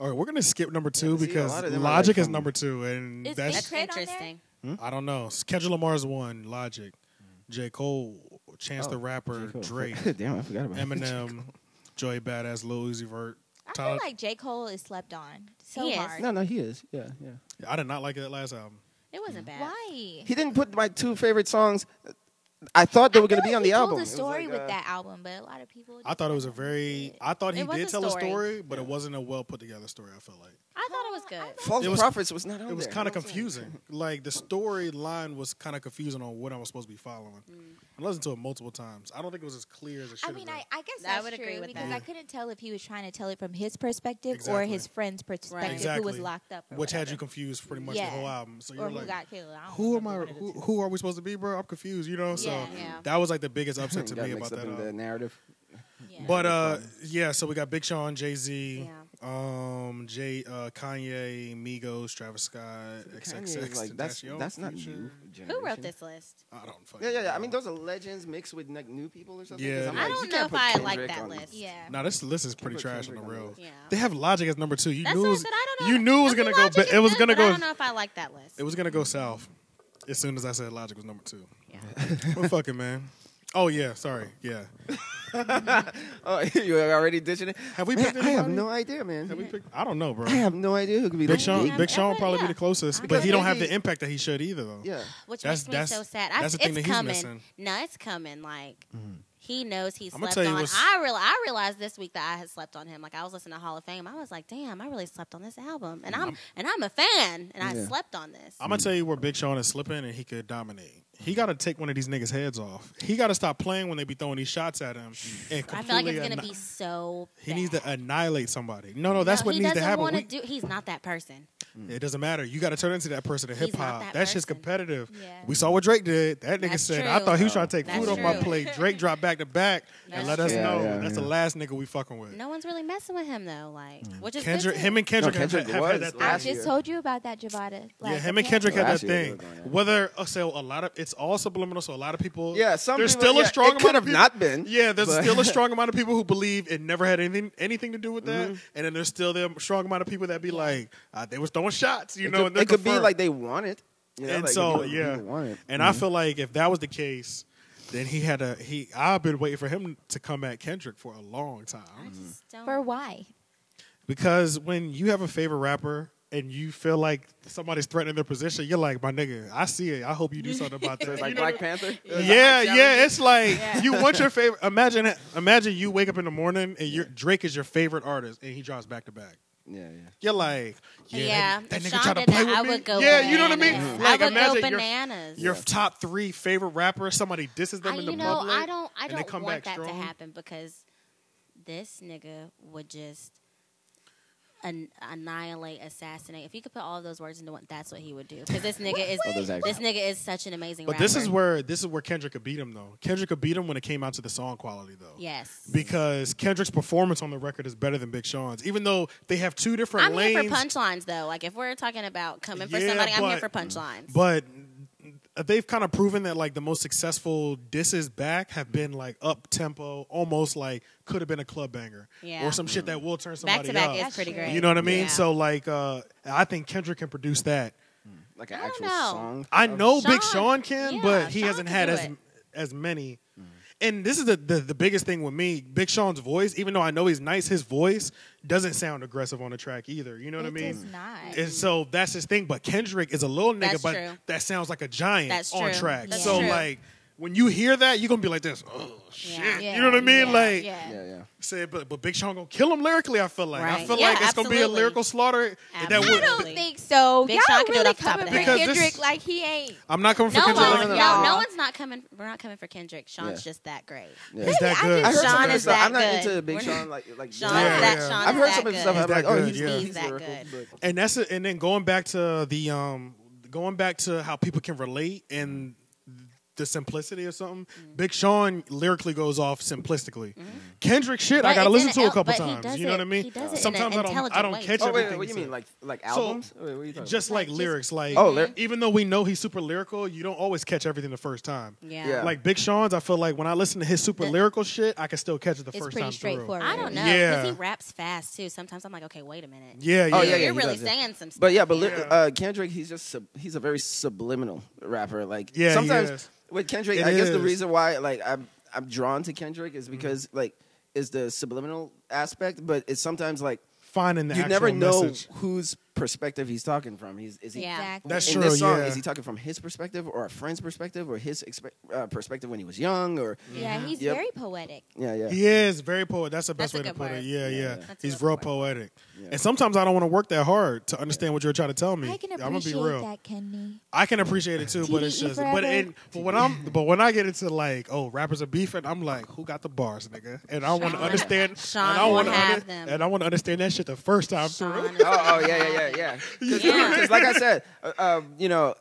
S3: All right, we're gonna skip number two
S2: but see, a
S3: because
S2: lot of them are, like,
S3: Logic is
S2: from-
S3: number two, and
S4: Is
S5: it.
S4: Big
S3: that's
S5: That's
S4: Crit on there?
S5: interesting.
S3: I don't know. Kendrick Lamar's one, Logic, J Cole, Chance
S2: Mm. Oh,
S3: the Rapper,
S2: J. [LAUGHS] Cole.
S3: Drake,
S2: Damn, I forgot about him. [LAUGHS]
S3: Eminem, Joey Badass, Lil Uzi Vert.
S4: I
S3: Tyler.
S4: feel like J. Cole is slept on so
S5: He is.
S4: hard.
S2: No, no, he is. Yeah, yeah.
S3: I did not like that last album.
S5: It wasn't bad.
S4: Why?
S2: He didn't put my two favorite songs. I thought they were going to be on the album.
S4: Told
S2: It
S4: a
S2: was
S4: story
S2: like,
S4: with
S2: uh,
S4: that album, but a lot of people.
S3: I thought it was a very. I thought he
S5: It was
S3: did
S5: a
S3: tell
S5: story.
S3: a story, but it wasn't a well put together story. Oh, I felt like
S5: I thought it was good.
S2: False
S3: It was-
S2: Prophets was not on
S3: it was
S2: there. [LAUGHS]
S3: kind of confusing. Like the storyline was kind of confusing on what I was supposed to be following.
S2: Mm.
S3: I listened to it multiple times. I don't think it was as clear as it should
S4: I
S3: have
S4: mean,
S3: been.
S4: I, I guess
S5: I
S4: that's
S5: would
S4: true
S5: agree with
S4: because
S5: that.
S4: I couldn't tell if he was trying to tell it from his perspective or
S3: Exactly.
S4: his friend's perspective, who
S3: Exactly.
S4: was locked up, or
S3: which had
S4: whatever.
S3: you confused pretty much
S4: Yeah.
S3: the whole album. So
S4: or
S3: you're
S4: who
S3: like,
S4: got killed. I don't
S3: who am
S4: remember
S3: I?
S4: one of the
S3: Who,
S4: two.
S3: who are we supposed to be, bro? I'm confused. You know. So
S4: Yeah.
S5: Yeah.
S3: that was like
S2: [LAUGHS]
S3: the biggest upset to
S2: Gotta
S3: me
S2: mix
S3: about
S2: up
S3: uh, that.
S2: in the
S3: album.
S2: narrative.
S4: Yeah.
S3: But uh, yeah. So we got Big Sean, Jay Z,
S5: Yeah.
S3: um, Jay, uh, Kanye, Migos, Travis Scott,
S2: Kanye
S3: XXX.
S2: is like that's
S3: Tentacion,
S2: that's not
S3: Future.
S2: new.
S5: Who
S2: generation.
S5: wrote this list?
S3: I don't. fucking
S2: Yeah, yeah, yeah. I
S3: know.
S2: mean, those are legends mixed with like new people or something.
S3: Yeah.
S2: 'Cause I'm
S3: I
S2: like,
S5: don't
S2: you
S5: know
S2: can't
S5: if
S2: put
S5: I like
S2: Kendrick
S5: that
S2: on-
S5: list.
S4: yeah.
S3: No, this list is pretty
S2: put
S3: trash on the
S2: Kendrick on
S3: real.
S2: the
S5: Yeah.
S3: They have Logic as number two. You
S5: That's
S3: knew it
S5: what I
S3: was,
S5: said. I don't know.
S3: you knew it was
S5: I think
S3: gonna go.
S5: Logic
S3: ba-
S5: is
S3: It was
S5: good,
S3: gonna
S5: but I
S3: go.
S5: don't know if I like that list.
S3: It was gonna go south. As soon as I said Logic was
S2: [LAUGHS]
S3: number two.
S5: Yeah.
S3: [SIGHS] Well, fuck it, man. Oh yeah, sorry. Yeah.
S2: Oh, [LAUGHS] you already ditching it.
S3: Have we
S2: Man,
S3: picked
S2: I have
S3: anybody?
S2: no idea, man.
S3: Have we picked? I don't know, bro.
S2: I have no idea who could be
S3: Big
S2: the
S3: Sean.
S2: big-
S3: Big
S5: everybody-
S3: Sean would probably be
S5: yeah.
S3: the closest,
S5: I
S3: but he
S2: guess
S3: don't have
S2: maybe-
S3: the impact that he should either, though.
S2: Yeah,
S5: Which
S3: That's-
S5: makes me
S3: that's-
S5: so sad. I,
S3: that's the
S5: it's
S3: thing that he's
S5: coming.
S3: missing.
S5: No, it's coming. Like He knows he
S3: Mm-hmm. I'm gonna
S5: slept
S3: tell you
S5: on.
S3: what's-
S5: I real I realized this week that I had slept on him. Like I was listening to Hall of Fame. I was like, damn, I really slept on this album, and I'm and I'm a fan, and I
S2: Yeah.
S5: slept on this.
S3: Mm-hmm. I'm gonna tell you where Big Sean is slipping, and he could dominate. He got to take one of these niggas' heads off. He got to stop playing when they be throwing these shots at him. And
S5: I feel like it's
S3: completely
S5: gonna
S3: anni-
S5: be so.
S3: He needs
S5: bad.
S3: to annihilate somebody. No, no, that's
S5: No,
S3: what
S5: he
S3: needs to
S5: doesn't
S3: happen.
S5: wanna
S3: We-
S5: do- he's not that person.
S3: It doesn't matter. You got to turn into that person in
S5: He's
S3: hip
S5: not
S3: hop.
S5: that
S3: That shit's
S5: person.
S3: competitive.
S4: Yeah.
S3: We saw what Drake did. That nigga
S5: That's
S3: said, "I
S5: true.
S3: thought he was trying to take
S5: That's
S3: food on my
S5: true.
S3: plate." Drake dropped back to back and
S5: That's
S3: let us
S5: true.
S3: know
S2: Yeah, yeah,
S3: that's the
S2: yeah.
S3: last nigga we fucking with.
S5: No one's really messing with him though. Like, which is
S3: Mm. Kendrick,
S5: good
S3: him and Kendrick,
S2: No,
S3: have-
S2: Kendrick
S3: have, had
S2: was
S3: that
S4: I
S2: last
S3: thing.
S4: just
S2: year.
S4: told you about that Javada.
S3: Yeah,
S4: Like,
S3: him
S4: I
S3: and
S4: can't-
S3: Kendrick had that
S2: Last year they
S3: thing.
S2: were going at it.
S3: Whether uh, so, a lot of it's all subliminal. So a lot of people,
S2: Yeah, some
S3: there's
S2: people-
S3: still a
S2: yeah,
S3: strong
S2: it
S3: amount
S2: could have
S3: of people,
S2: not been,
S3: Yeah, there's
S2: but-
S3: still
S2: [LAUGHS]
S3: a strong amount of people who believe it never had anything anything to do with that,
S2: Mm-hmm.
S3: and then there's still the strong amount of people that be like, uh, they was throwing shots, you
S2: it
S3: know.
S2: could,
S3: and they're
S2: it could be
S3: confirmed.
S2: like they want it. You know,
S3: and
S2: like,
S3: so
S2: people-
S3: yeah,
S2: people want it.
S3: and I feel like if that was the case, then he had a he. I've been waiting for him to come at Kendrick for a long
S5: I
S3: time
S5: just don't.
S4: For why?
S3: because when you have a favorite rapper and you feel like somebody's threatening their position, you're like, my nigga, I see it. I hope you do something about that.
S2: So it's
S3: You
S2: like
S3: know
S2: Black
S3: what
S2: Panther.
S3: I mean? yeah, yeah. It's like you want your favorite. Imagine, imagine you wake up in the morning and your Drake is your favorite artist and he drops back to back.
S2: yeah, yeah.
S3: You're like, yeah,
S5: Yeah,
S3: that
S5: if
S3: nigga
S5: Sean
S3: tried to
S5: did
S3: play
S5: that,
S3: with
S5: I
S3: me.
S5: would go
S3: yeah, you know what I mean.
S5: bananas.
S3: Like,
S5: I would go
S3: imagine your-
S5: bananas.
S3: your top three favorite rappers, somebody disses them
S5: I,
S3: in the
S5: you know,
S3: public.
S5: I don't, I
S3: and they
S5: don't
S3: come
S5: want that
S3: back
S5: to
S3: strong.
S5: happen because this nigga would just an- annihilate, assassinate. If you could put all of those words into one, that's what he would do. Because this nigga is,
S2: All those
S5: this
S2: actions.
S5: nigga is such an amazing.
S3: But
S5: rapper.
S3: this is where this is where Kendrick could beat him though. Kendrick could beat him when it came out to the song quality though.
S5: yes.
S3: Because Kendrick's performance on the record is better than Big Sean's, even though they have two different
S5: I'm
S3: lanes.
S5: here for punchlines though. Like if we're talking about coming for
S3: Yeah,
S5: somebody, I'm here
S3: but-
S5: for punchlines.
S3: but they've kind of proven that like the most successful disses back have been like up tempo, almost like could have been a club banger
S5: Yeah.
S3: or some shit that will turn
S5: back
S3: somebody
S5: to back
S3: up.
S5: is pretty great.
S3: you know what I mean?
S5: Yeah.
S3: So like, uh, I think Kendrick can produce that.
S2: Like an
S5: I don't
S2: actual
S5: know.
S2: song.
S3: I
S2: of-
S3: know Big
S5: Sean-
S3: Sean can,
S5: yeah,
S3: but he
S5: Sean
S3: hasn't
S5: can
S3: had
S5: do
S3: as
S5: it.
S3: as many. And this is the, the the biggest thing with me. Big Sean's voice, even though I know he's nice, his voice doesn't sound aggressive on the track either. You know what I
S4: it
S3: mean?
S4: does not.
S3: And so that's his thing. But Kendrick is a little nigga,
S5: That's
S3: but
S5: true.
S3: that sounds like a giant
S5: That's
S3: on
S5: true.
S3: track.
S5: That's
S3: so
S5: true.
S3: like when you hear that, you're gonna be like this. Oh shit!
S5: Yeah.
S3: You know what I mean?
S4: Yeah,
S3: like
S4: yeah.
S2: Yeah, yeah.
S3: said, but but Big Sean gonna kill him lyrically. I feel like I
S5: Right.
S3: feel
S5: Yeah,
S3: like it's gonna be a
S5: absolutely.
S3: lyrical slaughter.
S5: Absolutely.
S4: I
S3: That
S4: don't
S5: Really?
S4: think so.
S5: Big
S4: Y'all
S5: Sean can do it
S4: really
S5: off the top of
S4: coming
S5: their
S4: for
S3: head. Because
S4: Kendrick
S3: this-
S4: like he ain't.
S3: I'm not coming for
S5: No, uh,
S3: Kendrick.
S2: no,
S5: one, no,
S2: no, no.
S5: no one's not coming. We're not coming for Kendrick. Sean's
S2: Yeah.
S5: just that great.
S2: yeah.
S3: He's that good.
S2: I heard
S5: Sean
S2: some of
S5: is
S2: his stuff.
S5: that
S2: I'm not
S5: good.
S2: into Big
S5: We're not-
S2: Sean. Like, like
S5: Sean's
S3: Yeah,
S5: that.
S3: yeah.
S5: Sean's
S2: I've heard
S5: that
S2: some of
S5: good.
S2: his stuff. I'm
S3: He's
S2: like,
S3: that
S2: oh,
S3: good,
S2: he's,
S3: yeah.
S2: he's,
S5: He's that
S2: lyrical,
S5: good.
S2: but-
S3: and that's it. and then going back to the um going back to how people can relate and the simplicity or something.
S5: Mm-hmm.
S3: Big Sean lyrically goes off simplistically. Kendrick shit, I
S5: But
S3: gotta
S5: it's
S3: listen
S5: in
S3: to
S5: an
S3: a couple
S5: el- but he
S3: times.
S5: does
S3: You know
S5: it-
S3: what I mean?
S5: he does it in
S3: Sometimes
S5: an
S3: I don't I
S5: intelligent
S3: don't
S5: way.
S3: catch
S2: Oh
S3: everything.
S2: wait, what do you
S3: he
S2: mean? Like like
S3: So-
S2: albums? Wait, what are you talking
S3: just like,
S5: Like, just-
S3: lyrics, like
S2: Oh, lyric-
S3: even though we know he's super lyrical, you don't always catch everything the first time.
S5: Yeah.
S2: Yeah.
S3: Like Big Sean's, I feel like when I listen to his super
S5: The-
S3: lyrical shit, I can still catch it the
S4: It's
S3: first
S4: pretty
S3: time
S4: straightforward.
S3: through.
S5: I don't know because
S3: Yeah.
S5: he raps fast too. Sometimes I'm like, okay, wait a minute.
S3: Yeah, yeah,
S2: Oh,
S5: You're
S2: yeah, he
S5: really
S2: does it.
S5: saying some stuff.
S2: But yeah, but li-
S5: here.
S3: Yeah.
S2: uh, Kendrick, he's just sub- he's a very subliminal rapper. Like
S3: Yeah, he
S2: sometimes
S3: is.
S2: with Kendrick,
S3: It
S2: I guess the
S3: is. Mm-hmm.
S2: reason why like I'm I'm drawn to Kendrick is because like is the subliminal aspect, but it's sometimes like
S3: Finding the
S2: you
S3: actual
S2: never know
S3: message.
S2: whose perspective he's talking from. He's is he
S5: Yeah.
S4: Exactly.
S3: That's
S2: in
S3: true.
S2: this song
S3: yeah.
S2: is he talking from his perspective or a friend's perspective or his expe- uh, perspective when he was young or
S4: Yeah, he's
S2: Yep.
S4: very poetic.
S2: yeah yeah
S3: He is very poet. That's the best
S5: That's a
S3: way to
S5: good
S3: put
S5: word.
S3: it. Yeah,
S2: Yeah,
S3: yeah.
S2: yeah.
S5: That's a
S3: He's
S5: good
S3: real
S5: word.
S3: poetic.
S2: Yeah.
S3: And sometimes I don't want to work that hard to understand what you're trying to tell me.
S4: I can
S3: I'm gonna be
S4: appreciate
S3: real.
S4: that, Kenny.
S3: I can appreciate it too, but it's
S4: TDE
S3: just but
S4: forever.
S3: it, but when I'm but when I get into like oh rappers are beefing, I'm like who got the bars, nigga? And I want to
S5: Sean.
S3: understand.
S5: Sean
S3: and I want
S5: won't have
S3: to
S5: them.
S3: and I want to understand that shit the first time through.
S5: Sean is
S2: oh, oh yeah, yeah, yeah, yeah.
S5: [LAUGHS]
S2: Because,
S5: Yeah.
S2: like I said, uh, um, you know,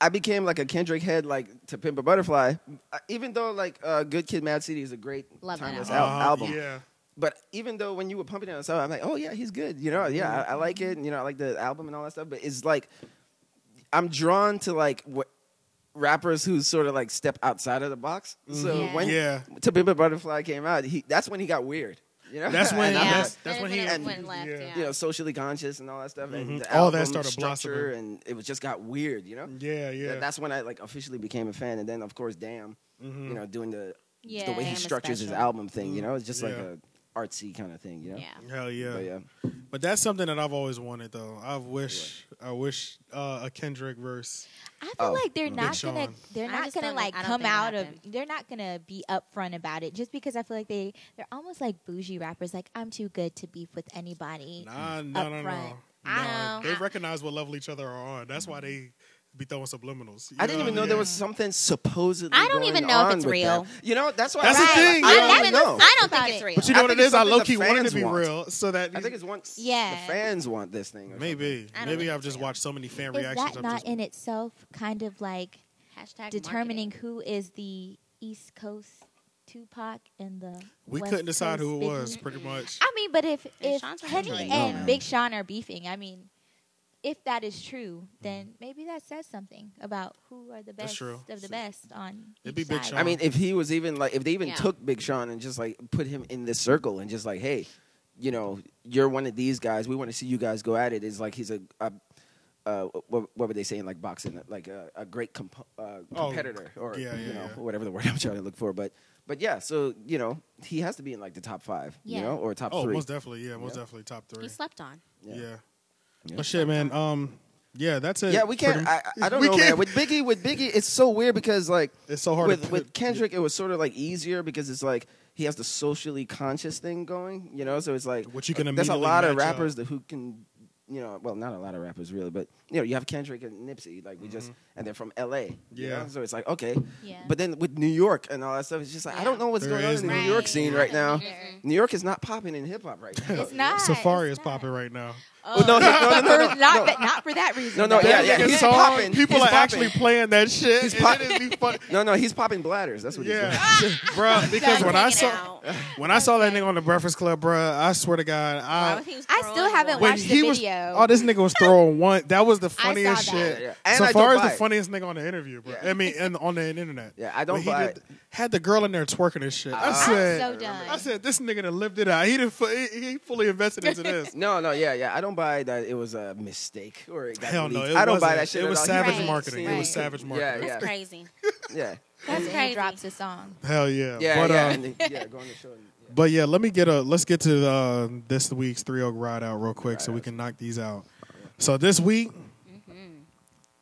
S2: I became like a Kendrick head, like to Pimp a Butterfly. Uh, even though like uh, Good Kid, Mad City is a great
S5: Love that
S2: timeless
S3: Uh,
S2: al- album,
S3: Yeah.
S2: but even though when you were pumping it on the side, I'm like, oh yeah, he's good. You know, yeah, I, I like
S5: Mm-hmm.
S2: it. And, you know, I like the album and all that stuff. But it's like, I'm drawn to like what rappers who sort of like step outside of the box. So
S5: Mm-hmm.
S4: Yeah.
S2: when
S3: Yeah.
S2: To Pimp a Butterfly came out, he that's when he got weird. You know, [LAUGHS]
S3: That's when-
S2: And I'm
S5: Yeah.
S2: like,
S3: that's- that's when he-
S5: it
S2: and-
S5: went left.
S3: yeah.
S5: Yeah.
S2: you know, socially conscious and all that stuff,
S3: Mhm.
S2: and the
S3: All that
S2: album
S3: started
S2: structure,
S3: blossoming.
S2: and it was just got weird, you know.
S3: Yeah, yeah.
S2: That's when I like officially became a fan, and then of course, damn,
S3: Mhm.
S2: you know, doing the
S4: Yeah,
S2: the way
S5: Damn
S2: he
S5: is
S2: structures his
S5: special.
S2: album thing, you know, it's just like
S3: Mm-hmm. Yeah.
S2: a artsy kind of thing, you know?
S5: Yeah.
S3: Hell yeah.
S2: But yeah.
S3: But that's something that I've always wanted though. I wish I wish uh, a Kendrick verse.
S4: I feel
S2: Oh,
S4: like they're
S2: Big
S4: not gonna
S3: Sean.
S4: they're
S5: I
S4: not
S5: just
S4: gonna
S5: don't know.
S4: like
S5: I don't
S4: come
S5: think it'll
S4: out of
S5: happen.
S4: they're not gonna be upfront about it just because I feel like they they're almost like bougie rappers like I'm too good to beef with anybody.
S3: Nah, no, no, no.
S4: front.
S5: I
S3: Nah,
S5: know.
S3: They recognize what level each other are on. That's why they be throwing subliminals. You
S2: I didn't even know
S3: what I
S2: there
S3: mean?
S2: was something supposedly.
S5: I don't
S2: going
S5: even know if
S2: on
S5: it's
S2: with
S5: real.
S2: them. You know, that's why
S3: That's the
S2: I,
S3: thing,
S2: I,
S5: I
S3: yo.
S5: don't,
S2: don't
S5: even
S2: know.
S5: I don't
S4: About
S5: think it's
S4: it.
S5: real.
S3: But you know
S2: I
S3: what it
S2: think
S3: is? I
S2: something
S3: low
S2: the
S3: key wanted to
S2: fans
S3: be
S2: want.
S3: real so that
S2: I think it's once
S4: Yeah.
S2: the fans want this thing. Or
S3: maybe
S5: I don't
S3: maybe
S5: think
S3: I've
S5: it's
S3: just
S5: real.
S3: watched so many fan
S4: Is
S3: reactions.
S4: that
S3: I'm
S4: not
S3: just-
S4: in itself kind of like
S5: Hashtag
S4: determining
S5: marketing.
S4: who is the East Coast Tupac and the
S3: we
S4: West
S3: couldn't decide
S4: Coast
S3: who it
S4: Big
S3: was,
S4: Meat?
S3: pretty much.
S4: I mean, but if if
S5: Sean's from
S4: Henny
S5: Detroit.
S4: and
S2: No, man.
S4: Big Sean are beefing, I mean, if that is true, then maybe that says something about who are the
S3: Mm-hmm. That's
S4: best
S3: true.
S4: of the best on.
S3: It'd
S4: each
S3: be Big
S4: side.
S3: Sean.
S2: I mean, if he was even like, if they even
S5: Yeah.
S2: took Big Sean and just like put him in this circle and just like, hey, you know, you're one of these guys. We want to see you guys go at it. Is like he's a, a uh, what, what were they saying? Like boxing, like a, a great comp- uh,
S3: Oh,
S2: competitor, or
S3: yeah, yeah,
S2: you know,
S3: yeah.
S2: whatever the word [LAUGHS] I'm trying to look for. But but yeah, so you know, he has to be in like the top five,
S4: Yeah.
S2: you know, or top
S3: oh,
S2: three.
S3: most definitely, yeah, most
S2: Yeah.
S3: definitely top three.
S5: He slept on.
S3: Yeah.
S2: Yeah.
S3: But shit, man. Um, yeah, that's it.
S2: Yeah, we
S3: pretty
S2: can't.
S3: much.
S2: I, I I don't
S3: We
S2: know, man.
S3: can't-
S2: With Biggie, with Biggie, it's so weird because like
S3: It's so hard to
S2: with
S3: put-
S2: with Kendrick, it was sort of like easier because it's like he has the socially conscious thing going, you know. So it's like
S3: What you can
S2: There's a
S3: immediately
S2: lot of
S3: match up.
S2: rappers that who can, you know, well, not a lot of rappers really, but you know, you have Kendrick and Nipsey, like we just, and they're from L.A. you
S3: Mm-hmm. Yeah.
S2: know? So it's like okay,
S4: Yeah.
S2: but then with New York and all that stuff, it's just like I
S5: Yeah.
S2: don't know what's
S3: There
S2: going on
S3: is
S2: in the
S3: no-
S2: New York
S4: Right.
S2: scene
S4: I
S2: right now.
S4: don't either.
S2: New York is not popping in hip hop right now.
S4: It's not.
S3: Safari
S4: it's
S3: is
S4: not.
S3: popping right now.
S2: Well, no, no, no, no, no,
S4: For- not,
S2: no.
S4: but not for that reason.
S2: No, no,
S4: though.
S2: yeah,
S3: That
S2: yeah,
S3: nigga
S2: he's
S3: song,
S2: popping.
S3: People
S2: He's
S3: are actually
S2: popping.
S3: playing that shit.
S2: He's
S3: and
S2: pop-
S3: it is be fun-
S2: No, no, he's popping bladders. [LAUGHS] That's what he's doing.
S3: Yeah, [LAUGHS]
S4: [LAUGHS]
S3: bro. Because
S5: Done
S3: when I
S5: taking
S3: saw
S5: out.
S3: when I saw that nigga on the Breakfast Club, bro, I swear to God,
S5: Why
S3: I
S4: Oh,
S5: was he was
S4: I still
S5: throwing
S4: haven't
S5: one?
S3: when
S4: watched the
S3: he was
S4: video.
S3: oh this nigga
S4: [LAUGHS]
S3: was throwing one. That was the funniest
S4: saw that.
S3: shit.
S2: Yeah, yeah. And I
S3: Safari
S2: don't
S3: is the
S2: buy it.
S3: funniest nigga on the interview, bro.
S2: Yeah.
S3: I mean, and on the internet.
S2: Yeah, I don't
S3: When he
S2: buy
S3: did-
S2: it.
S3: Had the girl in there twerking and shit. I
S2: Ah.
S3: said,
S4: I'm so done.
S3: I said this nigga done lived it out. He didn't. He, he fully invested into
S2: [LAUGHS]
S3: this.
S2: No, no, yeah, yeah. I don't buy that it was a mistake or it got
S3: Hell no,
S2: leaked.
S3: it
S2: I don't buy
S3: wasn't.
S2: that shit.
S3: It
S2: at
S3: was
S2: all.
S3: savage
S2: He-
S3: marketing.
S4: It was
S3: savage marketing.
S2: Yeah,
S5: That's
S2: yeah,
S5: crazy.
S2: yeah,
S4: And
S5: That's
S4: then he
S5: crazy.
S4: drops a song.
S3: Hell yeah.
S2: yeah,
S3: but,
S2: yeah.
S3: uh,
S2: and then- yeah, go on the show. and- yeah.
S3: But yeah, let me get a let's get to uh, this week's three oak ride out real quick so we can knock these out. So this week,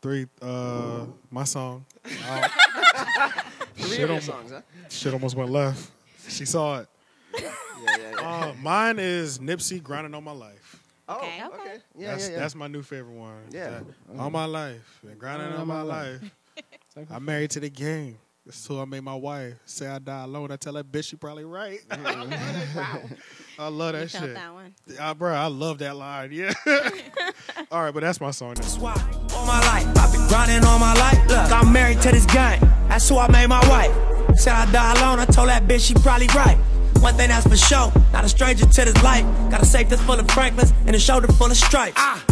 S3: three uh, my song Oh, [LAUGHS]
S2: Three of
S3: Shit
S2: your
S3: on-
S2: songs, huh?
S3: shit almost went left. She saw it.
S2: Yeah, yeah, yeah.
S3: Uh, mine is Nipsey grinding on my life.
S2: Oh,
S5: Okay.
S2: okay,
S5: Okay.
S2: yeah,
S3: that's,
S2: yeah, yeah.
S3: that's my new favorite one.
S2: Yeah.
S3: That- all my life and grinding on my life. I'm married to the game. That's who I made my wife. Say I die alone. I tell that bitch she probably right. [LAUGHS] I love
S5: You
S3: that
S5: felt
S3: shit.
S5: that one.
S3: Uh, bro, I love that
S5: [LAUGHS]
S3: line. Yeah. [LAUGHS] All right, but that's my song.
S6: That's why all my life I've been grinding all my life. Look, I'm married to this gang. That's who I made my wife. Said I die alone. I told that bitch she probably right. One thing that's for sure, not a stranger to this life. Got a safe that's full of Franklins and a shoulder full of stripes. I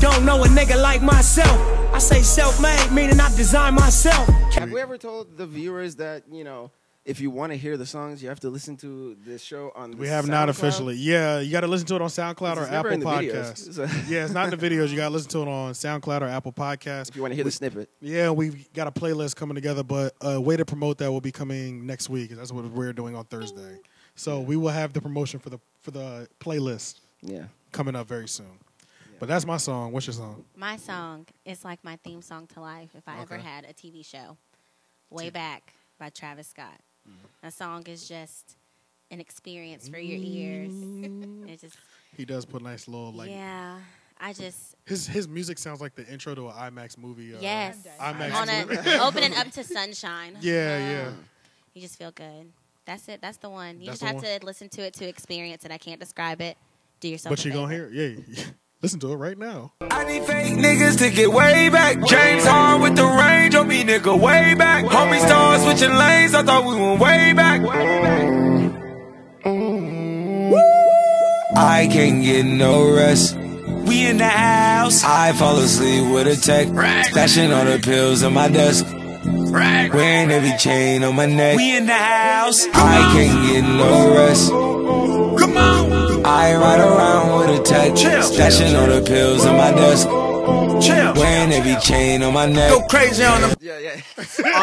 S6: don't know a nigga like myself. I say self-made, meaning I design myself.
S2: Have we ever told the viewers that you know if you want to hear the songs, you have to listen to this show on?
S3: We
S2: the
S3: have not
S2: SoundCloud?
S3: officially. Yeah, you got to listen to it on SoundCloud or
S2: It's never
S3: Apple
S2: in the videos.
S3: Podcasts.
S2: So-
S3: yeah, it's not
S2: [LAUGHS]
S3: in the videos. You got to listen to it on SoundCloud or Apple Podcasts.
S2: If you want to hear the snippet,
S3: Yeah, we've got a playlist coming together, but a way to promote that will be coming next week. That's what we're doing on Thursday. So we will have the promotion for the for the playlist
S2: yeah.
S3: coming up very soon. But that's my song. What's your song?
S5: My song is like my theme song to life if I ever
S3: Okay.
S5: had a TV show. Way Back by Travis Scott.
S3: Mm-hmm.
S5: That song is just an experience for your ears. [LAUGHS] It just
S3: He does put nice little Mm. like
S5: yeah. I just
S3: his his music sounds like the intro to an IMAX movie. Uh,
S5: yes.
S3: IMAX
S5: On a [LAUGHS] opening up to sunshine.
S3: [LAUGHS] Yeah, yeah.
S5: You just feel good. That's it. That's the one. You just
S3: That's the
S5: have
S3: one.
S5: to listen to it to experience it. I can't describe it. Do yourself.
S3: But
S5: a
S3: you gonna
S5: favor.
S3: hear? it. Yeah, [LAUGHS] listen to it right now.
S2: [LAUGHS]
S6: I need fake niggas to get way back. James Harden with the range on me, nigga, way back. Homie stars switching lanes, I thought we went way back. I can't get no rest. We in the house. I fall asleep with a tech. Stashing all the pills on my desk. Wearing every chain on my neck. We in the house. I can't get no rest. Come on. I ride around with a tech. Stashing all the pills on my desk. Wearing every chain on my neck. Go crazy on them.
S2: Yeah, yeah. [LAUGHS]
S3: [LAUGHS]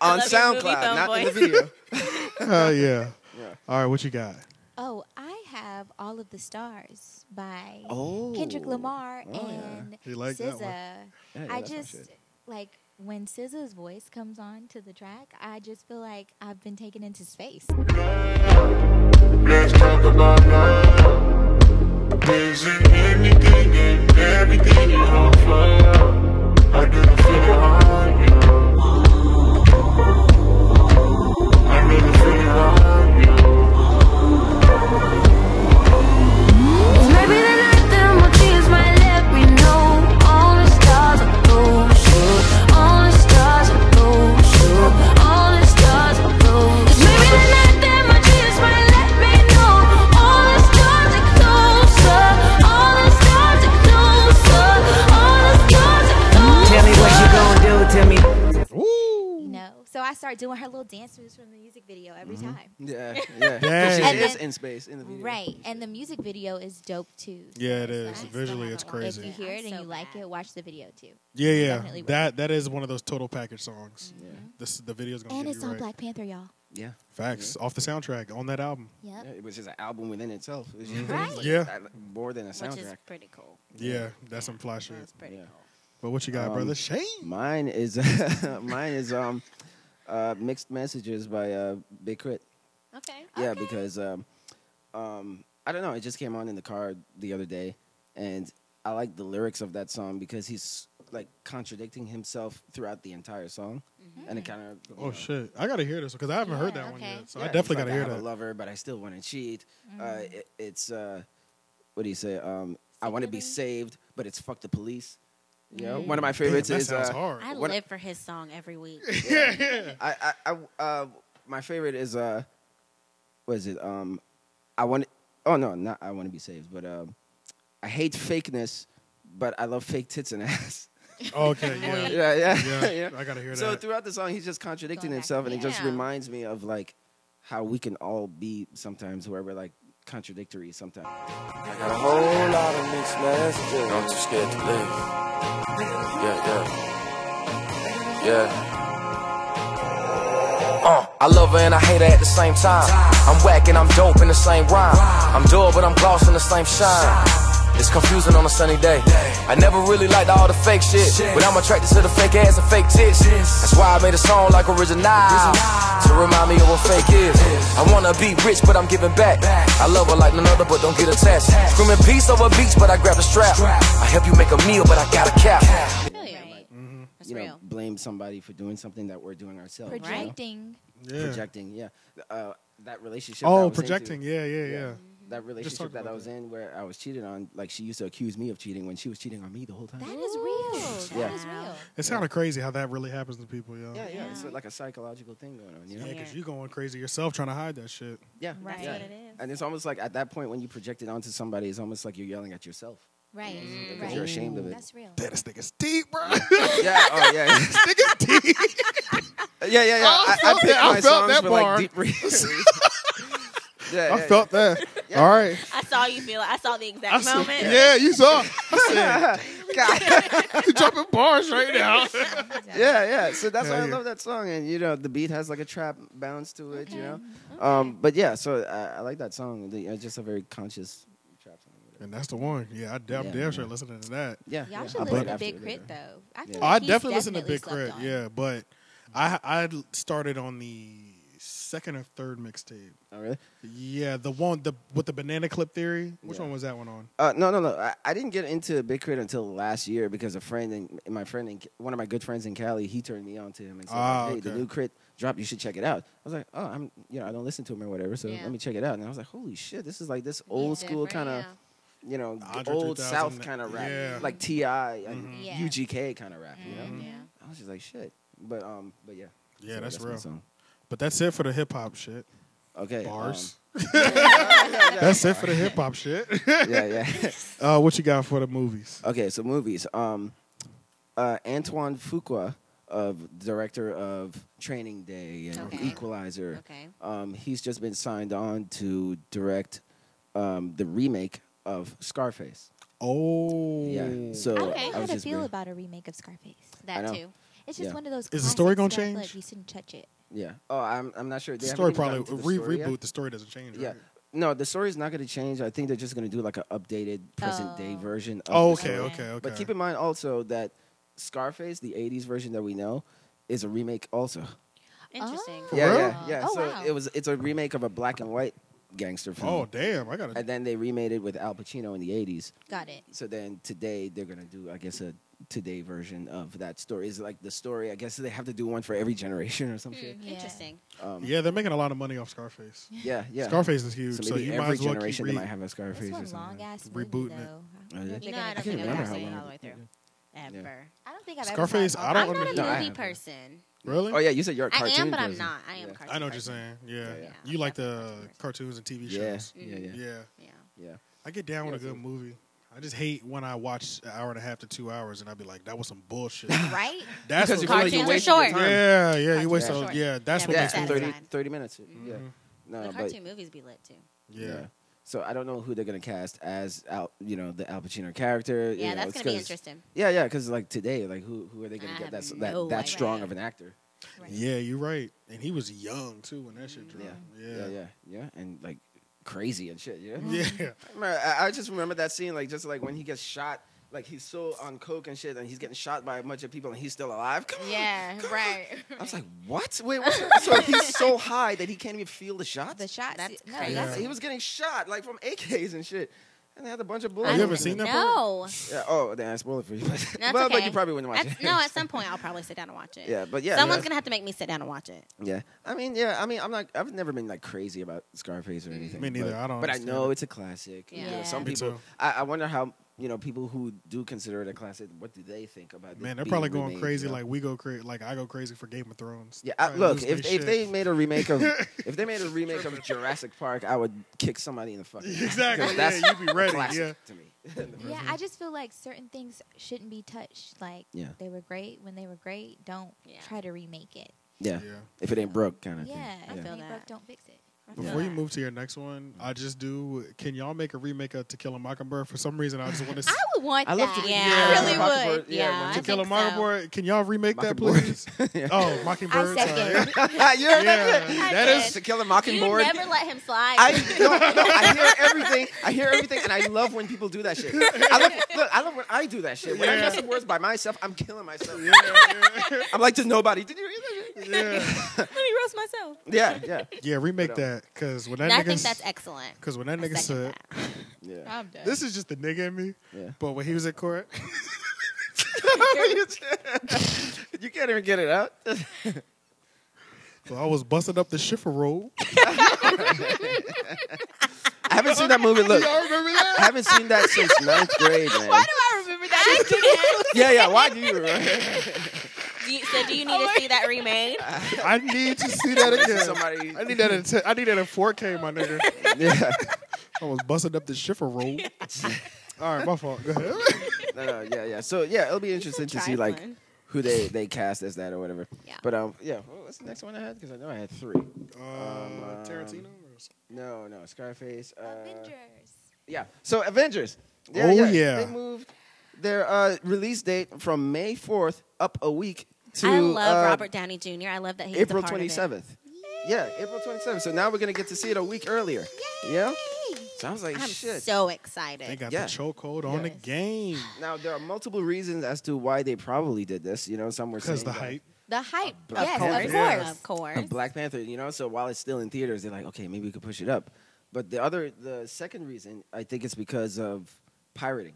S2: on on
S5: love your movie
S2: SoundCloud,
S5: thumb
S2: not in the
S5: [LAUGHS] voice.
S2: video.
S3: Hell yeah.
S2: Yeah.
S3: All right, what you got?
S4: Oh, I have All of the Stars by
S2: Oh.
S4: Kendrick Lamar
S2: Oh, yeah.
S4: and
S3: You like that
S4: SZA.
S3: one?
S2: Oh,
S3: [LAUGHS]
S2: Yeah, yeah,
S4: I
S2: that's my
S4: just
S2: shit.
S4: like when SZA's voice comes on to the track, I just feel like I've been taken into space.
S7: Let's talk about love. Isn't anything and everything you on fire? I didn't feel it hard, you know. I didn't feel it hard, you know.
S8: Maybe the night that my tears might let me know All the stars are blue, sure All the stars are blue, sure All the stars are blue Maybe the night that my tears might let me know All the stars are closer All the stars are closer All the stars are closer
S9: Tell me what you gonna do to me.
S4: You know, so I start doing her little dance moves from the music video every
S3: Mm-hmm.
S4: time. [LAUGHS]
S2: Yeah, yeah.
S3: Dang.
S2: But
S4: And
S2: She is
S4: then-
S2: in space in the video.
S4: Right, and the music video is dope too.
S3: Yeah, it
S4: So
S3: is.
S4: I-
S3: Visually, it's
S4: If
S3: crazy.
S4: you hear
S5: I'm
S4: it and
S5: so
S4: you like
S5: bad.
S4: it, watch the video too.
S3: Yeah, yeah.
S4: Definitely worth
S3: That that is one of those total package songs. This the video's gonna
S4: And
S3: get
S4: it's
S3: you
S4: on
S3: Oh, right.
S4: Black Panther, y'all.
S2: Yeah.
S3: Facts off the soundtrack on that album.
S4: Yep.
S2: Yeah, It was just an album within itself. It was just
S4: Right.
S2: like,
S3: Yeah.
S2: uh, more than a
S5: which is
S2: soundtrack.
S5: pretty cool.
S3: Yeah, that's some fly shit.
S5: That's pretty
S2: Yeah.
S5: cool.
S3: But what you got,
S2: Um,
S3: brother? Shane.
S2: Mine is [LAUGHS] mine is um uh mixed messages by uh Big Crit.
S5: Okay.
S2: Yeah, because um um I don't know, it just came on in the car the other day and I like the lyrics of that song because he's like contradicting himself throughout the entire song
S4: Mm-hmm.
S2: and it kind of you
S3: Oh
S2: know,
S3: shit! I gotta hear this because I haven't heard that one
S5: okay.
S3: yet. So
S2: Yeah,
S3: I
S2: it's
S3: definitely
S2: like
S3: gotta
S2: I
S3: hear
S2: have
S3: that.
S2: a lover, but I still want to cheat. Uh, it, it's uh, what do you say? Um, I want to be saved, but it's fuck the police. You know, one of my
S3: Damn,
S2: favorites
S3: that
S2: is
S3: sounds
S2: uh,
S3: hard. [LAUGHS]
S5: I
S2: What-
S5: live for his song every week.
S3: yeah, yeah.
S2: I, I, I uh, my favorite is uh, what is it? Um, I want. Oh no, not I want to be saved, but um, I hate fakeness, but I love fake tits and [LAUGHS] ass.
S3: Okay, yeah. yeah.
S2: yeah, yeah, [LAUGHS] yeah.
S3: I gotta hear
S2: So
S3: that.
S2: throughout the song, he's just contradicting
S4: Going back.
S2: himself, and it just
S5: Yeah.
S2: reminds me of like how we can all be sometimes where we're like contradictory sometimes.
S6: I got a whole lot of mixed messages. I'm too scared to live. Yeah, yeah. Yeah. Uh, I love her and I hate her at the same time. I'm whack and I'm dope in the same rhyme. I'm dull but I'm gloss in the same shine. It's confusing on a sunny day. I never really liked all the fake shit, but I'm attracted to the fake ass and fake tits. That's why I made a song like original to remind me of what fake is. I wanna be rich, but I'm giving back. I love her like none other, but don't get attached. Screaming peace over beats, but I grab the strap. I help you make a meal, but I got a cap.
S5: I feel you.
S4: Right.
S3: Mm-hmm.
S5: That's
S2: you
S5: real.
S2: know, blame somebody for doing something that we're doing ourselves. you know?
S4: Projecting.
S3: yeah.
S2: Projecting, yeah. Uh, that relationship. that I
S3: oh,
S2: was into-
S3: projecting. Yeah, yeah, yeah.
S2: That relationship
S3: talked
S2: that I
S3: about
S2: was
S3: that.
S2: in, where I was cheated on, like she used to accuse me of cheating when she was cheating on me the whole time.
S4: That
S3: Oh,
S4: is real. That
S2: Yeah.
S4: is real.
S3: It's kind of crazy how that really happens to people, yo.
S2: yeah, yeah, It's
S5: Yeah.
S2: like a psychological thing going on, you know?
S5: Yeah.
S3: because you're going crazy yourself trying to hide that shit.
S2: Yeah,
S5: That's
S2: yeah.
S5: what it is.
S2: And it's almost like at that point when you project it onto somebody, it's almost like you're yelling at yourself
S4: Right.
S2: because
S4: Right.
S2: you're ashamed of it.
S4: That's real.
S3: Damn, this nigga's deep, [LAUGHS] bro.
S2: yeah, oh yeah,
S3: [LAUGHS]
S2: yeah,
S3: Nigga's deep.
S2: yeah, yeah. yeah. I, I,
S3: felt
S2: picked
S3: that- Oh, I
S2: my
S3: felt
S2: songs
S3: that
S2: for
S3: bar.
S2: like deep
S3: [LAUGHS]
S2: reasons. yeah,
S3: I
S2: yeah,
S3: felt that. All right.
S5: I saw you feel. it. I saw the
S3: I
S5: exact
S3: said-
S5: moment.
S3: [LAUGHS] yeah, you saw.
S2: yeah. [LAUGHS] God.
S3: You dropping bars right now.
S2: yeah, yeah. So that's
S3: Yeah,
S2: why I
S3: yeah.
S2: love that song, and you know the beat has like a trap bounce to it, you know. Um, but yeah, so I, I like that song. The, it's just a very conscious trap song.
S3: [LAUGHS] and that's the one. Yeah, I damn,
S2: Yeah,
S3: damn sure
S2: man.
S3: listening to that.
S2: Yeah,
S4: Y'all
S2: yeah.
S4: should
S2: I'll play
S4: listen
S2: it
S4: to
S2: after
S4: Big
S2: later.
S4: Crit though. I, feel
S2: Yeah.
S4: like
S3: I
S4: he's
S3: definitely listen to Big
S4: slept
S3: Crit.
S4: on.
S3: Yeah, but I I started on the second or third mixtape.
S2: Oh, really?
S3: Yeah, the one the with the banana clip theory. Which
S2: Yeah.
S3: one was that one on?
S2: Uh, no, no, no. I, I didn't get into Big Crit until last year because a friend and my friend and one of my good friends in Cali, he turned me on to him and said,
S3: Ah,
S2: "Hey, the
S3: okay.
S2: new Crit dropped. You should check it out." I was like, "Oh, I'm, you know, I don't listen to him or whatever, so
S5: Yeah.
S2: let me check it out." And I was like, "Holy shit, this is like this old school kind of." you know, the
S3: Andre
S2: old
S3: 3000,
S2: South kind of rap,
S3: yeah. Mm-hmm.
S2: like Ti and
S4: Yeah.
S2: UGK kind of rap. You know,
S5: Yeah.
S2: I was just like, shit. But um, but yeah,
S3: Yeah,
S2: So
S3: that's
S2: my
S3: real.
S2: song.
S3: But that's it for the hip hop shit.
S2: Okay, [LAUGHS]
S3: Bars.
S2: um, yeah, yeah,
S3: That's it for the hip hop shit.
S2: um, yeah,
S3: [LAUGHS]
S2: yeah.
S3: Uh, what you got for the movies?
S2: okay, so movies. Um, uh, Antoine Fuqua, of director of Training Day and
S5: Okay.
S2: Equalizer.
S5: Okay.
S2: Um, he's just been signed on to direct um, the remake of Scarface.
S3: Oh,
S2: Yeah.
S5: Okay.
S2: So
S4: I don't
S2: I
S4: know how
S2: was
S4: to
S2: just
S4: feel
S2: bring-
S4: about a remake of Scarface.
S2: I
S5: That
S2: know.
S5: too.
S4: It's just
S2: Yeah.
S4: one of those.
S3: Is the story
S4: classics
S3: gonna
S4: that I feel like
S3: change?
S4: you shouldn't touch it.
S2: Yeah. Oh, I'm I'm not sure.
S3: the
S2: They haven't
S3: story
S2: even gotten
S3: probably
S2: to the
S3: re
S2: story yet.
S3: reboot. The story doesn't change.
S2: Yeah.
S3: right?
S2: no, the story's not going to change. I think they're just going to do like an updated present day
S4: Oh.
S2: version. Of
S3: Oh,
S2: the
S3: okay,
S2: story.
S3: okay, okay.
S2: But keep in mind also that Scarface, the '80s version that we know, is a remake also.
S5: Interesting.
S2: Yeah,
S3: real?
S2: yeah, yeah.
S4: Oh,
S2: so
S4: wow.
S2: it was it's a remake of a black and white gangster film.
S3: Oh damn! I gotta.
S2: and then they remade it with Al Pacino in the '80s.
S4: Got it.
S2: So then today they're gonna do, I guess, a today version of that story. Is like the story. I guess they have to do one for every [LAUGHS] generation or some
S5: Hmm.
S2: shit.
S4: Yeah.
S5: Interesting.
S2: Um,
S3: Yeah, they're making a lot of money off Scarface.
S2: yeah, yeah.
S3: Scarface is huge, so,
S2: So maybe
S3: you might
S2: every
S3: as well
S2: generation
S3: keep re-
S2: they might have a Scarface
S4: It's
S2: or
S4: one
S2: something.
S4: long ass movie
S3: Rebooting it.
S2: Oh,
S4: though. I don't
S2: yeah?
S4: think
S5: You
S4: they're
S5: know, I
S4: gonna
S5: don't
S4: keep
S5: think I've
S4: it
S2: remember
S5: ever
S4: up.
S2: how
S5: seen it
S2: long
S5: all the way through. Ever.
S4: I don't think I've
S3: Scarface,
S4: ever.
S3: I
S4: got
S3: don't
S5: I'm
S4: all-
S5: not a
S3: understand.
S2: No, I
S5: movie
S2: haven't.
S5: person.
S3: Really?
S2: Oh yeah, you said you're a
S5: I
S2: cartoon.
S5: am, but I'm
S2: person.
S5: not. I am
S2: Yeah.
S5: a cartoon.
S3: I know what you're
S5: person.
S3: saying. Yeah,
S2: Yeah, yeah.
S3: you like the
S5: Definitely
S3: cartoons and TV
S2: Yeah,
S3: shows.
S2: yeah, yeah,
S3: Yeah,
S2: yeah,
S5: Yeah.
S3: I get down with a
S2: Yeah,
S3: good
S2: so-
S3: movie. I just hate when I watch an hour and a half to two hours and I be like, that was some
S2: [LAUGHS]
S3: bullshit.
S4: Right?
S3: That's
S2: Because
S3: what
S2: you
S5: feel like Cartoons
S2: you're
S5: are
S2: wasting your
S5: short.
S2: time.
S3: Yeah, yeah, you
S5: Cartoons
S3: waste
S2: are
S3: all.
S5: short.
S3: Yeah, that's
S5: Yeah,
S3: what
S5: but
S3: makes me.
S5: that's-
S2: 30,
S5: fine.
S2: 30 minutes. Yeah.
S3: Mhm.
S2: No,
S5: Mm-hmm. the
S2: but
S5: cartoon movies be lit too.
S3: Yeah.
S2: So I don't know who they're gonna cast as Al, you know, the Al Pacino character. you
S5: Yeah,
S2: know,
S5: that's
S2: it's
S5: gonna be
S2: 'cause-
S5: interesting.
S2: Yeah, yeah, because like today, like who who are they gonna
S5: I
S2: get
S5: have
S2: that that
S5: no
S2: that
S5: idea.
S2: strong of an actor?
S3: yeah, you're right. And he was young too when that
S5: Mm-hmm.
S3: shit dropped.
S2: Yeah.
S3: Um, Yeah,
S2: Yeah, yeah, yeah, and like crazy and shit. Yeah.
S3: [LAUGHS] yeah.
S2: I remember- I, I just remember that scene, like just like when he gets shot, like he's so on coke and shit, and he's getting shot by a bunch of people, and he's still alive. Come on.
S5: Yeah, right.
S2: I was like,
S5: [LAUGHS]
S2: what? Wait, what? so he's so high that he can't even feel the shots.
S4: The shots.
S5: That's
S4: no,
S5: crazy.
S3: Yeah.
S2: He was getting shot like from AKs and shit, and they had a bunch of bullets.
S3: Have you ever
S2: in
S3: seen
S2: them.
S3: that?
S5: No.
S2: Yeah. Oh, then I spoiled it for you. [LAUGHS] But,
S5: That's
S2: well, but
S5: okay.
S2: you probably wouldn't watch
S5: At-
S2: it.
S5: no, at some point I'll probably sit down and watch it.
S2: [LAUGHS] yeah, but yeah,
S5: Someone's
S2: yeah.
S5: gonna have to make me sit down and watch it.
S2: Yeah, I mean, yeah, I mean, I'm not. I've never been like crazy about Scarface or anything.
S3: Me neither.
S2: But,
S3: I don't
S2: But I
S3: understand
S2: know
S3: it.
S2: it's a classic. You know,
S5: Mm. Yeah.
S2: some
S3: Me
S2: people.
S3: too.
S2: I, I wonder how you know people who do consider it a classic. What do they think about? it
S3: Man, they're
S2: being
S3: probably going
S2: remade,
S3: crazy
S2: you know?
S3: like we go crazy, like I go crazy for Game of Thrones.
S2: Yeah, I,
S3: Probably
S2: look,
S3: lose
S2: if
S3: their
S2: if they
S3: shit.
S2: made a remake of if they made a remake of Jurassic Park, I would kick somebody in the fucking ass, 'cause [LAUGHS]
S3: [LAUGHS] exactly,
S2: That's
S3: yeah, you'd be
S2: a
S3: ready.
S2: classic
S3: Yeah,
S2: to me.
S4: Yeah, I just feel like certain things shouldn't be touched. Like
S2: Yeah.
S4: they were great when they were great. Don't
S5: Yeah.
S4: try to remake it.
S2: yeah.
S3: yeah.
S2: If it ain't broke, kind of
S4: Yeah,
S2: thing.
S4: if it
S5: feel
S4: ain't
S5: that.
S4: broke, don't fix it.
S3: Before you
S5: Yeah.
S3: move to your next one, I just do. Can y'all make a remake of To Kill a Mockingbird? For some reason, I
S5: [LAUGHS]
S3: just want to.
S4: I would want
S2: I love
S4: that.
S2: to-
S5: Yeah,
S2: Yeah.
S5: I really
S2: Mockingbird,
S5: would.
S2: yeah,
S5: Yeah,
S2: when
S5: I
S3: To
S5: think
S3: Kill a
S5: so.
S3: Mockingbird. Can y'all remake that,
S2: Mockingbird.
S3: please?
S2: [LAUGHS] Yeah.
S3: Oh,
S4: I
S3: Mockingbird. sorry. [LAUGHS]
S4: second.
S2: [LAUGHS] You're
S3: Yeah, that
S5: [LAUGHS] I
S3: is
S5: did.
S2: to kill a
S5: You
S2: mockingbird.
S5: never let him slide.
S2: I no, no, I hear everything. I hear everything, and I love when people do that shit. I love, look, I love when I do that shit. When I
S3: Yeah.
S2: mess up words by myself, I'm killing myself.
S3: yeah,
S2: I'm like to nobody. Did you hear that?
S3: yeah.
S5: [LAUGHS] Let me roast myself.
S2: Shit? Yeah, yeah,
S3: Yeah, remake that because when that
S5: And I think
S3: [LAUGHS] nigga,
S5: that's excellent.
S3: because when that
S5: I
S3: nigga
S5: second
S3: said,
S5: that.
S2: yeah.
S4: I'm done.
S3: "This is just the nigga in me,"
S2: Yeah.
S3: but when he was in court, [LAUGHS]
S2: you can't even get it out.
S3: well, I was busting up the shiffer roll.
S2: I haven't seen that movie. Look,
S3: [LAUGHS] Y'all remember that?
S2: I haven't seen that since ninth grade, man.
S4: Why do
S5: Oh,
S4: I remember that?
S2: yeah, yeah. Why do you? Remember?
S5: Do you, so
S2: [LAUGHS]
S5: do you
S2: Oh
S5: need to see that remade?
S3: I need to see that again.
S2: Somebody.
S3: I need that. In t- I need that in 4K, my nigga.
S2: Yeah.
S3: I was busting up the shiffer [LAUGHS] roll. All right, my fault. Go ahead. [LAUGHS]
S2: No, no, yeah, yeah. So yeah, it'll be interesting to see
S5: Try
S2: like
S5: one.
S2: who they they cast as that or whatever.
S5: Yeah.
S2: But um, yeah. Well, what's the next one I had? Because I know I had three.
S3: Uh,
S2: Um,
S3: Tarantino.
S2: No, no, Scarface. Uh,
S4: Avengers.
S2: Yeah. So Avengers. Yeah,
S3: Oh,
S2: yeah.
S3: yeah.
S2: They moved their uh, release date from May fourth up a week to
S5: I love
S2: uh,
S5: Robert Downey Jr. I love that he's
S2: April
S5: a part
S2: twenty seventh. Yeah, April twenty seventh. So now we're gonna get to see it a week earlier. Yeah. So I was
S5: Of
S2: like,
S5: it. I'm
S2: shit.
S5: so
S3: They
S5: excited.
S3: got
S2: Yeah.
S3: the chokehold on the
S2: Yes.
S3: game
S2: now there are multiple reasons as to why they probably did this. You know, some were
S3: because
S2: saying
S3: the
S2: that-
S3: hype.
S5: The hype.
S2: Of
S5: yes,
S2: course.
S5: of
S3: Yeah.
S5: course. Of course.
S2: Black Panther, you know, so while it's still in theaters, they're like, okay, maybe we could push it up. But the other, the second reason, I think it's because of pirating.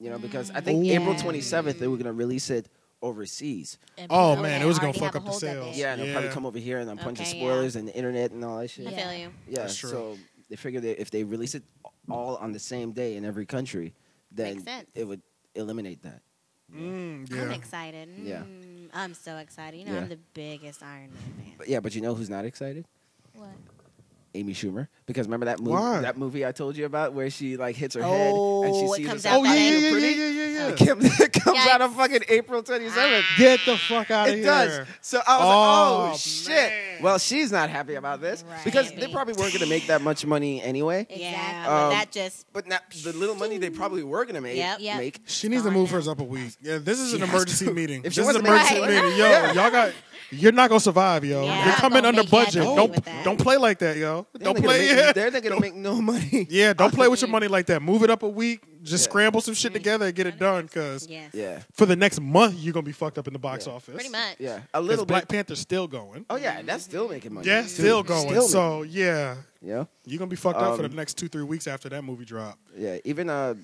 S2: You know, because I think
S3: Mm.
S2: April
S4: Yeah.
S2: 27th, they were going to release it overseas.
S4: And
S3: Oh
S4: people
S3: man,
S4: that
S3: it was gonna
S4: already
S3: fuck
S4: have a
S3: up the
S4: hold of
S3: sales.
S4: it.
S2: Yeah, and they'll probably come over here and a bunch of
S5: Okay,
S2: spoilers and the internet and all that shit.
S5: I
S4: Yeah.
S5: feel you.
S2: Yeah,
S3: That's true.
S2: so they figured that if they release it all on the same day in every country, then
S5: Makes sense.
S2: it would eliminate that.
S3: Mm,
S5: I'm
S3: yeah.
S5: excited.
S2: Yeah.
S5: Mm, I'm so excited. You know,
S2: Yeah.
S5: I'm the biggest Iron Man fan.
S2: But yeah, but you know who's not excited?
S4: What?
S2: Amy Schumer, because remember that movie
S3: Why?
S2: that movie I told you about where she like hits her head and she
S5: Oh, it
S2: sees
S5: comes
S2: herself
S5: out
S3: Oh yeah,
S5: that
S2: being
S3: yeah, yeah,
S2: pretty?
S3: yeah, yeah, yeah.
S2: Kim, it comes [LAUGHS]
S5: Yikes.
S2: out on fucking April 27th.
S3: Get the fuck out of
S2: It
S3: here.
S2: does. So I was like,
S3: Oh,
S2: oh, shit.
S3: man.
S2: Well, she's not happy about this
S4: Right.
S2: because they
S5: Maybe.
S2: probably weren't going to make that much money anyway.
S5: Yeah,
S2: Um,
S5: but that just
S2: But not, the little money they probably were going to make.
S5: Yep.
S4: Yep.
S2: make
S3: She needs to
S5: Gone
S3: move
S5: now.
S3: hers up a week. Yeah, this is
S2: She
S3: an
S2: has
S3: emergency
S2: to.
S3: meeting.
S2: If she
S3: this is
S2: wants
S3: an
S2: to make- [LAUGHS]
S3: emergency
S4: Right.
S3: meeting. Yo, y'all got You're not gonna survive, yo.
S5: Yeah.
S3: You're
S5: Not
S3: coming
S5: gonna
S3: under
S5: make it
S3: budget.
S5: happy
S3: Don't
S5: with that.
S3: don't play like that, yo.
S2: They're
S3: Don't
S2: not gonna
S3: play.
S2: make-
S3: Yeah. [LAUGHS]
S2: They're not gonna make no money.
S3: yeah, don't play
S2: [LAUGHS]
S3: with your money like that. Move it up a week. Just scramble some shit together and get it done. Cause
S5: Yes.
S2: Yeah,
S3: for the next month, you're gonna be fucked up in the box
S2: Yeah.
S3: office.
S5: Pretty much.
S2: yeah, a
S3: 'Cause
S2: little
S3: Black
S2: bit.
S3: Panther's still going.
S2: Oh yeah, that's still making money.
S3: yeah,
S2: too.
S3: still going.
S2: Still
S3: so yeah,
S2: making- yeah,
S3: you're gonna be fucked up for the
S2: Um,
S3: next two three weeks after that movie drop.
S2: yeah. Even uh,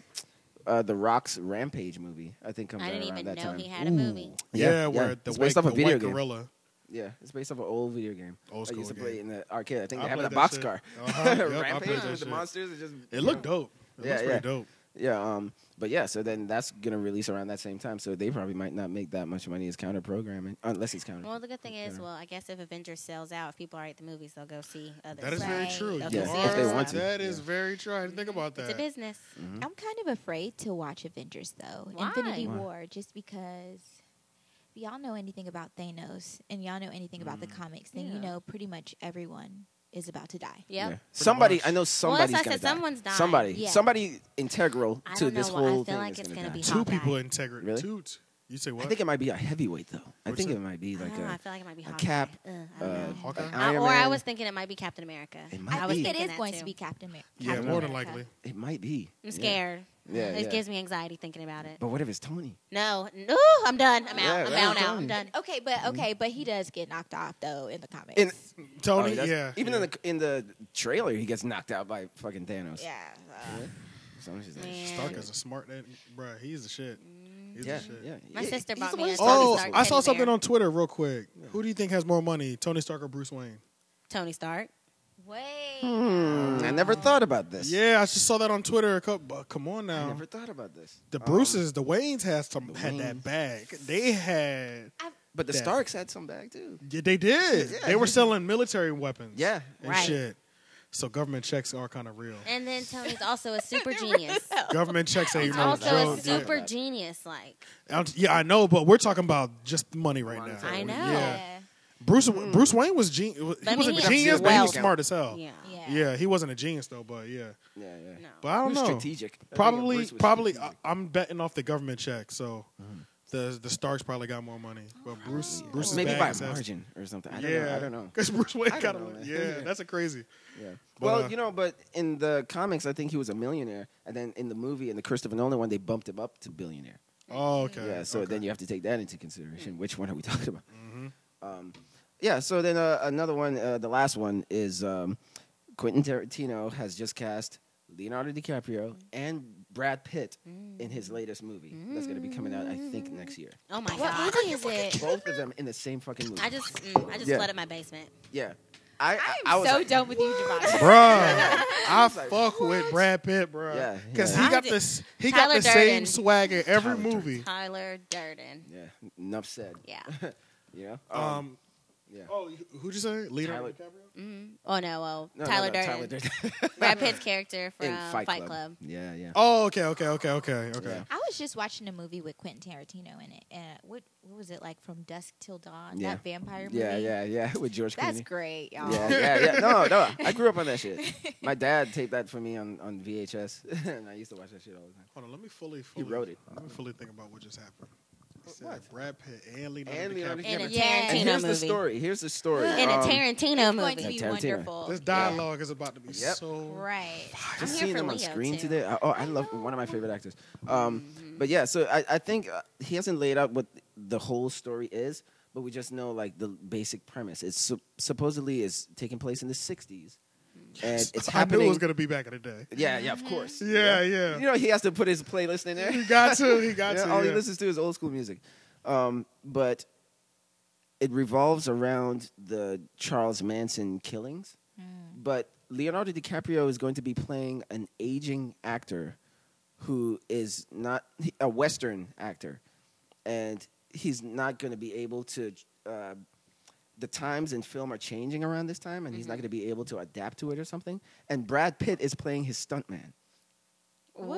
S2: uh, the Rock's Rampage movie, I think comes
S5: I
S2: out
S5: didn't
S2: around
S5: even know
S2: that time.
S5: he had a movie.
S3: Yeah,
S2: Yeah,
S3: where
S2: yeah.
S3: the
S2: It's
S3: white,
S2: based off a
S3: the
S2: video
S3: white
S2: game.
S3: gorilla.
S2: Yeah, it's based off an old video game.
S3: Old
S2: I used to
S3: school
S2: play
S3: game.
S2: in the arcade. I think
S3: I
S2: they have it in a
S3: played that
S2: box
S3: shit.
S2: car.
S3: Uh-huh,
S2: [LAUGHS]
S3: yep, I played
S2: Rampage
S3: that
S2: with the
S3: shit.
S2: monsters. It just
S3: It looked dope. It
S2: Yeah,
S3: looks pretty
S2: yeah.
S3: dope.
S2: [LAUGHS] yeah. Um, but yeah, so then that's gonna release around that same time. So they probably might not make that much money as counter programming, unless it's counter.
S5: Well, the good thing is,
S2: Yeah.
S5: well, I guess if Avengers sells out, if people are at the movies, they'll go see others.
S3: That is very
S4: Right.
S3: true.
S5: Yeah,
S3: You
S5: if they
S3: are-
S5: want to.
S3: That
S2: Yeah.
S3: is very true. I didn't think about
S5: It's a
S3: that.
S5: business.
S2: Mm,
S4: I'm kind of afraid to watch Avengers though.
S5: Why?
S4: Infinity
S2: Why?
S4: War, just because if y'all know anything about Thanos and y'all know anything about the comics, then you
S5: Yeah.
S4: know pretty much everyone is about to die.
S5: Yep.
S2: Yeah. Somebody,
S3: much.
S2: I know somebody's
S5: I
S2: gonna
S5: said
S2: die.
S5: someone's dying.
S2: Somebody,
S4: Yeah.
S2: somebody integral
S5: I
S2: to
S5: don't know
S2: this
S5: what- I
S2: whole
S5: feel
S2: thing
S5: like
S2: is
S5: it's
S2: gonna,
S5: gonna
S2: die.
S5: be
S3: Two
S5: Hawkeye.
S3: people integrity.
S2: Really?
S3: Two. t- You say what?
S2: I think it might be a heavyweight though. I
S3: What's
S2: think
S3: that?
S2: it might be like
S5: I don't know. I
S2: a,
S5: feel like it might be
S2: a
S5: Hawkeye.
S2: cap.
S5: Ugh, I
S2: Uh,
S5: don't know.
S3: Hawkeye?
S2: like
S5: I-
S2: Iron
S5: or I
S2: Man.
S5: was thinking it might be Captain America.
S2: It might
S5: I
S4: I,
S5: was
S4: think
S2: be.
S4: it
S5: thinking
S4: is
S5: that
S4: going
S5: too.
S4: to be Captain America.
S3: yeah, more than likely.
S2: It might be.
S5: I'm
S2: Yeah.
S5: scared.
S2: Yeah,
S5: it
S2: yeah.
S5: gives me anxiety thinking about it.
S2: But what if it's Tony?
S5: No, no, I'm done. I'm out.
S2: Yeah,
S5: I'm
S2: that
S5: out
S2: was
S5: now. I'm
S2: Tony.
S5: done.
S4: Okay, but okay, but he does get knocked off though in the comics.
S2: Mm. In-
S3: Tony,
S2: that's-
S3: yeah.
S2: Even
S3: yeah.
S2: in the in the trailer, he gets knocked out by fucking Thanos.
S4: yeah. uh,
S2: So I'm just like,
S5: Man.
S3: Stark is a smart, that- bruh. He's the shit. He's
S2: yeah,
S3: the shit.
S2: yeah.
S5: My
S2: yeah.
S5: sister
S2: He's
S5: bought
S2: the
S5: me
S2: one
S5: a
S2: who started
S3: Oh,
S2: this
S5: Stark
S2: whole
S3: I saw
S5: teddy
S3: something
S5: bear.
S3: on Twitter real quick. Who do you think has more money, Tony Stark or Bruce Wayne?
S5: Tony Stark.
S4: Wait.
S2: Mm, thing. I never thought about this.
S3: Yeah, I just saw that on Twitter. A couple, but come on
S2: I
S3: now.
S2: never thought about this.
S3: The
S2: Um,
S3: Bruces, the Waynes had some had that
S2: Waynes.
S3: bag. They had,
S2: but the
S3: that-
S2: Starks had some back too.
S3: yeah, they did.
S2: Yeah.
S3: They were selling military weapons.
S2: Yeah.
S3: and
S5: Right.
S3: shit. So government checks are kind of real.
S5: And then Tony's also a super genius.
S3: Government checks ain't no
S5: also a
S3: joke. yeah.
S5: super genius. Like
S3: I'm- Yeah, I know, but we're talking about just money right now.
S5: I know. Mm.
S3: Yeah. Bruce Bruce Wayne was gen- he
S5: I
S3: was
S5: mean,
S3: a
S5: he-
S3: genius, but he was
S5: well-
S3: smart as hell.
S5: yeah.
S4: Yeah.
S3: Oh. Yeah, he wasn't a genius though, but yeah.
S2: Yeah, yeah.
S5: No.
S3: But I don't
S2: He was
S3: know.
S2: strategic. I think
S3: Probably,
S2: Bruce was
S3: probably. uh, I,
S2: strategic. Mm-hmm.
S3: I'm betting off the government check, so the the Starks probably got more money.
S5: Oh,
S3: But Bruce, Bruce
S2: maybe
S3: bag
S2: by
S3: is-
S2: margin or something. I don't
S3: yeah,
S2: know. I don't
S3: [LAUGHS]
S2: know.
S3: Because Bruce Wayne
S2: I
S3: got
S2: don't
S3: a
S2: know,
S5: [LAUGHS]
S2: man.
S3: yeah. That's a crazy.
S2: Yeah.
S3: But,
S2: well,
S3: uh,
S2: you know, but in the comics, I think he was a millionaire, and then in the movie, in the Christopher Nolan one, they bumped him up to billionaire.
S3: Oh, okay.
S2: Yeah. So
S3: okay.
S2: then you have to take that into consideration. Which one are we [LAUGHS] talking about? Um, yeah. So then uh, another one, uh, the last one is um, Quentin Tarantino has just cast Leonardo
S5: Mm.
S2: DiCaprio and Brad Pitt in his latest movie that's going to be coming out, I think, next year.
S5: Oh my
S4: What
S5: god.
S4: movie is it?
S2: Both of them in the same fucking movie.
S5: Mm. I just mm, I just
S2: Yeah.
S5: flooded my basement.
S2: yeah. I, I,
S4: I
S2: I
S4: am
S2: was
S4: so
S2: like,
S4: done with you, Javon.
S3: Bruh,
S5: [LAUGHS]
S3: I
S2: like,
S3: fuck with Brad Pitt, bruh.
S2: Yeah,
S3: because
S2: yeah.
S3: he got
S5: Tyler
S3: this. He got
S5: Durden.
S3: the same swag in every
S2: Tyler Durden.
S3: movie.
S5: Tyler Durden.
S2: Yeah. Enough said. [LAUGHS]
S5: Yeah.
S2: You know.
S3: Um.
S2: yeah.
S3: Oh, who'd you say? Leader
S2: Tyler-
S5: Mm. Oh no, well
S2: No, no,
S5: Tyler
S2: no,
S5: Durden.
S2: Tyler Durden. [LAUGHS]
S5: Brad Pitt's character from
S2: in
S5: Fight, Club.
S2: Yeah, yeah.
S3: Oh, okay, okay, okay, okay, okay.
S4: I was just watching a movie with Quentin Tarantino in it. Uh, what what was it like from dusk till dawn?
S2: Yeah.
S4: That vampire movie.
S2: Yeah, yeah, yeah. [LAUGHS] With George
S4: That's
S2: Clooney.
S4: great,
S3: [LAUGHS]
S4: y'all. [LAUGHS]
S2: Yeah, yeah, yeah. No, no. I grew up on that shit. My dad taped that for me on, on VHS, [LAUGHS] and I used to watch that shit all the time.
S3: Hold on, let me fully.
S2: He
S3: fully
S2: wrote it.
S3: Let me fully think about what just happened. He said
S2: What?
S3: Brad Pitt and Leonardo
S2: And Leonardo
S3: DiCaprio.
S5: In a
S2: DiCaprio.
S4: Yeah.
S5: Tarantino
S2: And here's the
S5: movie.
S2: story. Here's the story.
S5: In a
S2: Um,
S5: Tarantino
S4: It's going to
S5: movie.
S4: be
S2: Tarantino.
S4: wonderful.
S3: This dialogue is about to be
S2: Yep.
S3: so.
S4: Right.
S5: I'm
S2: just
S5: here
S2: seeing
S5: for
S2: him on
S5: Leo,
S2: screen
S5: too. Mm-hmm.
S2: today. I- Oh, I love one of my favorite actors. Um, But yeah, so I, I think uh, he hasn't laid out what the whole story is, but we just know like the basic premise. It's sup- supposedly is taking place in the '60s, and it's
S3: I
S2: happening.
S3: knew it was gonna be back in
S2: [LAUGHS]
S3: the day.
S2: yeah, yeah, of course.
S3: Yeah, yeah.
S2: You know, he has to put his playlist in there.
S3: He got to. He got
S2: Yeah,
S3: to.
S2: all
S3: yeah.
S2: he listens to is old school music. Um, but it revolves around the Charles Manson killings. But Leonardo DiCaprio is going to be playing an aging actor who is not a Western actor. And he's not going to be able to. Uh, the times in film are changing around this time, and he's not going to be able to adapt to it or something. And Brad Pitt is playing his stuntman.
S5: What?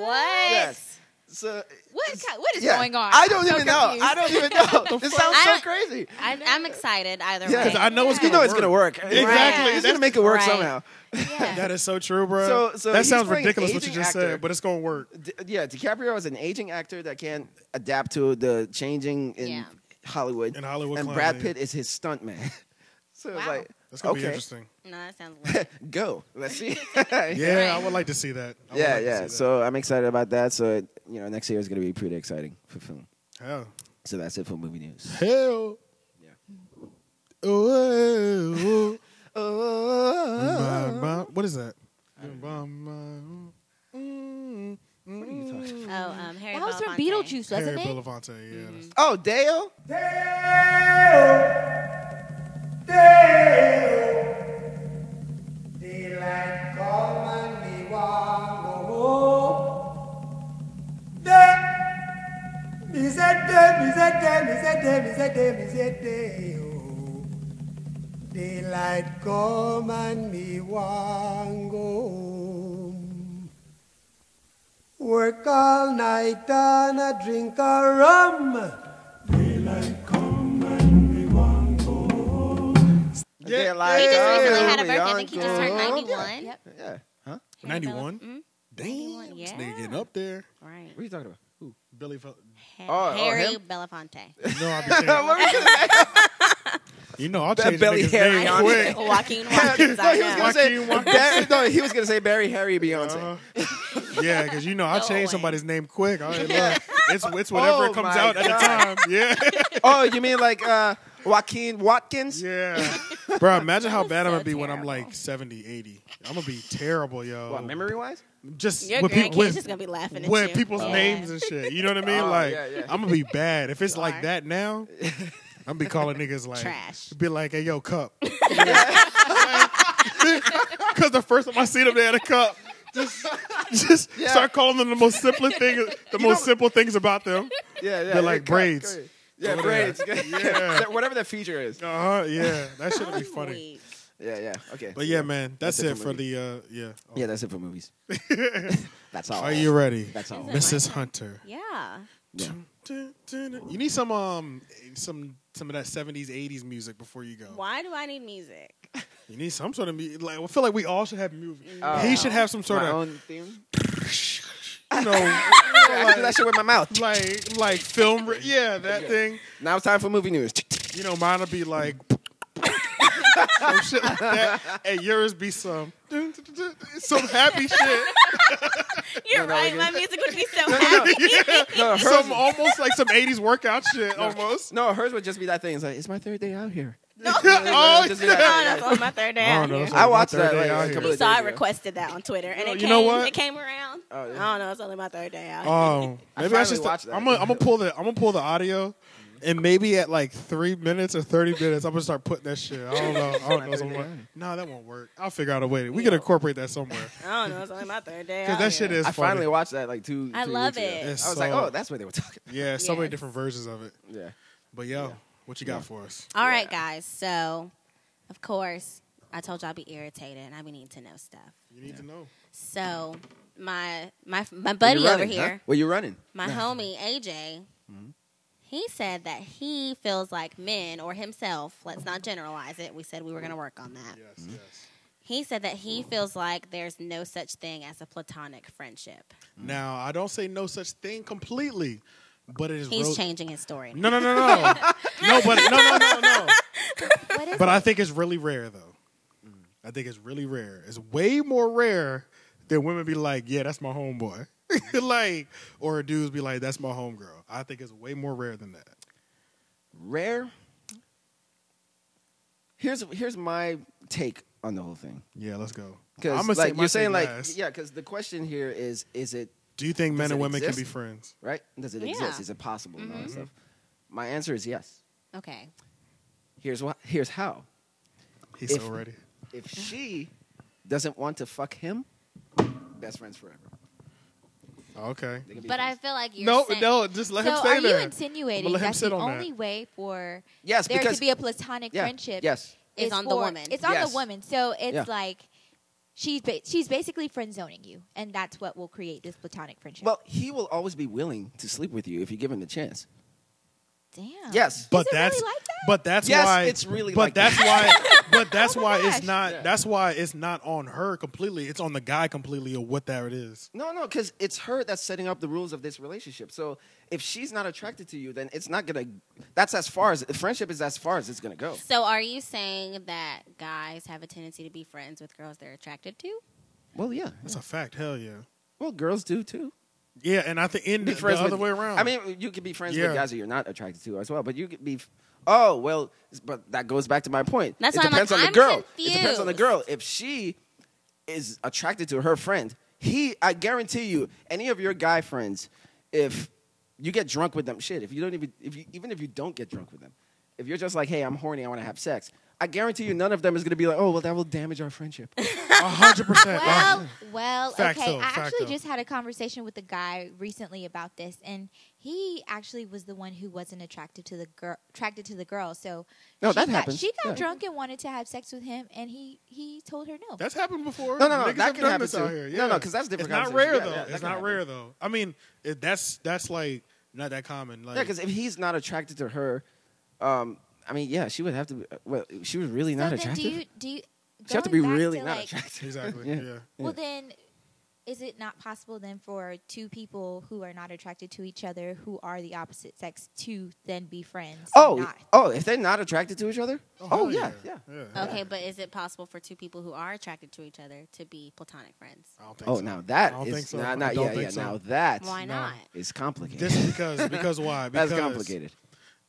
S2: Yes. So
S4: What ki- what is
S2: yeah.
S4: going on?
S2: I don't
S4: I'm so
S2: even know. I
S4: confused.
S2: don't even
S4: [LAUGHS]
S2: know. this sounds
S5: I
S2: so
S5: don't-
S2: crazy.
S5: I, I'm excited either
S2: Yeah.
S5: way.
S3: Because I know it's
S2: You
S3: gonna
S2: know
S3: work.
S2: it's gonna work.
S3: Exactly.
S2: It's gonna make it work
S5: Right.
S2: somehow.
S4: Yeah.
S3: That is so true, bro.
S2: So- so
S3: that
S2: he's
S3: sounds
S2: playing
S3: ridiculous what you
S2: aging
S3: just
S2: actor.
S3: said, but it's gonna work.
S2: D- yeah, DiCaprio is an aging actor that can't adapt to the changing in
S5: Yeah.
S2: Hollywood,
S3: In Hollywood
S2: and
S3: Clown,
S2: Brad
S3: yeah.
S2: Pitt is his stunt man. [LAUGHS] so it's
S5: Wow.
S2: like,
S3: That's gonna be
S2: okay, [LAUGHS]
S3: interesting.
S5: No, that sounds lit.
S2: go. Let's
S4: [LAUGHS]
S2: see. [LAUGHS]
S3: Yeah, I would like to see that. I would
S2: yeah,
S3: like to see
S2: yeah.
S3: that.
S2: So I'm excited about that. So it, you know, next year is going to be pretty exciting for film.
S3: hell,
S2: So that's it for movie news.
S3: hell.
S2: Yeah.
S3: Oh, what is that? Mm, mm.
S5: Oh, um, Harry
S4: That was from
S5: Belafonte.
S4: Beetlejuice,
S3: Harry
S4: wasn't it?
S3: Belafonte, yeah.
S5: Mm-hmm.
S3: that's-
S2: [LAUGHS] Oh, Dale.
S10: oh. Daylight come and me want go home. Work all night and a drink a rum.
S2: Yeah,
S5: He just
S2: Dale,
S5: recently had a
S2: we
S5: birthday. I
S2: on
S5: think he
S2: go.
S5: just turned 91.
S4: Yep.
S2: Yeah. Huh?
S5: Harry Bela-
S3: 91?
S5: Mm,
S3: Damn, this
S5: yeah.
S3: nigga getting up there.
S5: Right.
S2: What are you talking about?
S5: [LAUGHS]
S3: Billy. Fel-
S5: Ha-
S2: Oh, oh,
S5: Harry
S2: him?
S5: Belafonte.
S3: no, I've been saying,
S2: [LAUGHS]
S3: you know, I'll
S2: That
S3: change
S2: belly
S3: nigga's
S2: hair
S3: name
S2: on [LAUGHS]
S3: quick.
S5: [LAUGHS] Joaquin
S2: no,
S5: Watkins. I
S2: he was
S5: know.
S2: gonna say
S3: Joaquin Wa-
S2: Barry, no, he was gonna say Barry Harry Beyonce.
S3: Uh, yeah, because you
S5: [LAUGHS]
S3: know, I'll
S5: Go
S3: change
S5: away.
S3: somebody's name quick. I ain't lying.
S2: [LAUGHS]
S3: It's it's whatever
S2: Oh
S3: it comes
S2: my
S3: out at the time.
S2: [LAUGHS]
S3: Yeah,
S2: oh, you mean like uh, Joaquin Watkins?
S5: [LAUGHS]
S3: yeah. Bro, imagine how bad I'm
S5: so
S3: gonna be when I'm
S5: terrible.
S3: like 70, 80. I'm gonna be terrible, yo.
S2: What memory wise?
S3: Just
S5: Your
S3: with,
S5: grandkids
S3: people, with,
S5: just gonna be laughing at
S3: with
S5: you.
S3: people's
S5: Yeah.
S3: names and shit. You know what I mean?
S2: Oh,
S3: like,
S2: yeah, yeah.
S3: I'm gonna be bad if it's
S5: You
S3: like
S5: are. [LAUGHS]
S3: that now. I'm be calling niggas like [LAUGHS]
S5: Trash.
S3: Be like, hey,
S5: [LAUGHS]
S3: yo, cup. [LAUGHS] Because the first time I see them, they had a cup. Just, just
S2: Yeah.
S3: start calling them the most
S5: [LAUGHS]
S3: simple thing, the most simple things about them.
S2: Yeah, yeah.
S3: They're like
S2: go ahead,
S3: braids.
S2: go ahead. Yeah,
S3: Go there.
S2: braids. [LAUGHS]
S3: Yeah.
S2: That- Whatever the feature is.
S3: Uh huh.
S5: [LAUGHS]
S3: Yeah, that should be funny.
S5: Weak.
S2: Yeah, yeah. Okay.
S3: But yeah, man, that's,
S2: That's it
S3: it
S2: for
S3: for the uh, yeah. Oh,
S2: yeah, that's it for
S3: [LAUGHS]
S2: movies. that's all.
S3: Are you ready,
S2: That's all.
S5: Is it?
S3: Mrs. Hunter?
S5: Yeah.
S2: Yeah.
S3: You need some um some some of that seventies eighties music before you go.
S5: Why do I need music? [LAUGHS]
S3: You need some sort of music. Like I feel like we all should have music.
S2: Uh,
S3: he should have some sort
S2: My
S3: of
S2: own theme.
S3: you know
S2: I can do that shit with my mouth.
S3: like like film. Re- yeah, that thing.
S2: Now it's time for movie [LAUGHS] news.
S3: You know, mine'll be like. some shit like that, and yours be some some happy shit,
S5: You're
S2: no,
S5: right.
S2: we
S5: my
S2: can-
S5: music would be so happy.
S2: no, hers,
S3: some almost like some '80s workout shit, almost.
S2: no, hers would just be that thing. It's like it's my third day out here.
S5: No,
S3: Oh,
S2: Just be
S5: no,
S2: that thing,
S5: that's
S2: like-
S5: on my third day.
S3: I
S5: out
S3: don't know,
S5: here.
S3: it's
S2: I
S3: My
S2: watched
S3: third
S2: that
S3: day
S2: like,
S3: out
S2: a
S3: here.
S2: couple
S5: You
S2: of
S5: saw I
S2: days ago.
S5: requested that on Twitter, and it
S3: you
S5: came.
S3: know what?
S5: It came around.
S2: Oh, yeah.
S5: I don't know. It's only my third day out.
S3: Oh, maybe I,
S2: finally
S3: should. St-
S2: watched that.
S3: I'm gonna I'm gonna pull the I'm gonna pull the audio, and maybe at like three minutes or thirty minutes, I'm gonna start putting that shit. I don't know. I don't know. Somewhere. No, that won't work. I'll figure out a way. We can incorporate that somewhere
S5: I don't know. It's only my third
S3: [LAUGHS]
S5: day out.
S3: because that
S5: here.
S3: shit is
S2: I
S3: funny.
S2: finally watched that like two.
S5: I
S2: two
S5: love
S2: weeks ago.
S5: it.
S3: It's
S2: I was like,
S3: so-
S2: oh, that's what they were talking. about.
S3: Yeah, so many
S5: Yes.
S3: different versions of it.
S2: Yeah.
S3: But yo, what you got for us?
S5: All right, guys. So, of course, I told y'all I'd be irritated, and I be needing to know stuff.
S3: You need to know.
S5: So, my my my [LAUGHS]
S2: Where
S5: buddy
S2: you
S5: over
S2: running,
S5: here.
S2: Huh? Where you running?
S5: my homie AJ,
S3: Mm-hmm.
S5: he said that he feels like men or himself, let's not generalize it. We said we were going to work on that.
S3: Yes, yes.
S5: He said that he feels like there's no such thing as a platonic friendship.
S3: Now I don't say no such thing completely, but it is.
S5: He's
S3: real-
S5: changing his story.
S3: No, no,
S2: [LAUGHS]
S3: no, no, no. But no, no, no, no.
S4: What is
S3: But I think it's really rare, though. I think it's really rare. It's way more rare than women be like, "Yeah, that's my homeboy," [LAUGHS] like, or dudes be like, "That's my homegirl." I think it's way more rare than that.
S2: Rare. Here's here's my take on the whole thing.
S3: Yeah, let's go.
S2: Because
S3: I'ma
S2: like
S3: say my
S2: you're saying,
S3: take
S2: like
S3: last.
S2: yeah, because the question here is, is it
S3: do you think men
S2: Does
S3: and
S2: it
S3: women can be
S2: exist?
S3: friends?
S2: right? Does it
S5: Yeah. Mm-hmm.
S2: exist? Is it possible? And all that stuff. My answer is yes.
S5: Okay.
S2: Here's what. Here's how.
S3: He's
S2: If-
S3: so ready.
S2: If she doesn't want to fuck him, best friends forever.
S3: Okay.
S2: They can be
S4: But I
S2: friends.
S4: feel like you're
S3: No,
S4: saying-
S3: no, just let him
S4: So
S3: say
S4: are you
S3: that.
S4: insinuating
S3: I'ma let him
S4: that's
S3: sit
S4: the
S3: on that.
S4: only way for
S2: yes,
S4: there
S2: because
S4: to be a platonic
S2: yeah,
S4: friendship?
S2: Yes,
S5: It's on the
S4: for-
S5: woman.
S4: It's on
S2: Yes.
S4: the woman. So it's
S2: Yeah.
S4: like she's ba- she's basically friend zoning you, and that's what will create this platonic friendship.
S2: Well, he will always be willing to sleep with you if you give him the chance.
S4: Damn.
S2: Yes.
S3: But
S4: it really
S3: that's
S4: like that? Oh
S3: but that's
S2: Yes,
S3: why
S2: it's really
S3: but
S2: like
S3: that's
S2: [LAUGHS]
S3: why but that's why
S4: gosh.
S3: it's not that's why it's not on her completely. It's on the guy completely of what that is.
S2: No, no, because it's her that's setting up the rules of this relationship. So if she's not attracted to you, then it's not gonna. That's as far as friendship is as far as it's gonna go.
S5: So are you saying that guys have a tendency to be friends with girls they're attracted to?
S2: Well, yeah.
S3: That's a fact. Hell yeah.
S2: Well, girls do too.
S3: Yeah, and I think in the,
S2: Be
S3: the
S2: friends
S3: other
S2: with-
S3: way around.
S2: I mean, you could be friends
S3: Yeah.
S2: with guys that you're not attracted to as well, but you could be. Oh well, but that goes back to my point.
S5: That's
S2: it
S5: why I'm
S2: depends
S5: like,
S2: on the
S5: I'm
S2: girl. It depends on the
S5: confused.
S2: girl. If she is attracted to her friend, he, I guarantee you, any of your guy friends, if you get drunk with them, shit. If you don't even, if you, even if you don't get drunk with them, if you're just like, hey, I'm horny, I want to have sex. I guarantee you, none of them is going to be like, oh well, that will damage our friendship.
S3: a hundred percent.
S4: Well, well,
S3: Fact
S4: okay.
S3: though,
S4: I
S3: fact
S4: actually
S3: though.
S4: just had a conversation with a guy recently about this, and he actually was the one who wasn't attracted to the girl, attracted to the girl. So
S2: No,
S4: she
S2: that
S4: got,
S2: happens.
S4: She got
S2: Yeah.
S4: drunk and wanted to have sex with him, and he he told her no.
S3: That's happened before.
S2: No, no, no,
S3: Niggas
S2: that
S3: have
S2: can
S3: done
S2: happen
S3: this out
S2: too.
S3: here.
S2: No,
S3: Yeah.
S2: no, 'cause that's different
S3: It's not
S2: conversation.
S3: rare
S2: Yeah,
S3: though.
S2: yeah, that
S3: it's
S2: can
S3: not
S2: happen.
S3: rare though. I mean, it, that's that's like not that common. Like,
S2: yeah, because if he's not attracted to her, um, I mean, yeah, she would have to. Be, uh, well, she was really not
S4: so then
S2: attractive.
S4: do you do you?
S2: she have to be
S4: going back
S2: really
S4: to,
S2: not
S4: like,
S2: attractive.
S4: [LAUGHS]
S3: exactly.
S2: Yeah.
S3: yeah.
S4: Well, then, is it not possible then for two people who are not attracted to each other, who are the opposite sex, to then be friends? and
S2: Oh,
S4: not?
S2: oh, if they're not attracted to each other, oh,
S3: hell
S2: yeah, yeah.
S3: yeah.
S5: Okay, but is it possible for two people who are attracted to each other to be platonic
S3: [LAUGHS]
S5: friends?
S3: I don't think
S2: Oh,
S3: so.
S2: now
S3: I
S2: that
S3: don't think
S2: is
S3: so.
S2: not,
S3: I
S2: not
S3: don't
S2: yeah,
S3: think
S2: yeah.
S3: so.
S2: Now that
S5: Why
S3: no.
S5: not?
S2: is complicated.
S3: This is because because why?
S2: [LAUGHS]
S3: Because
S2: That's complicated.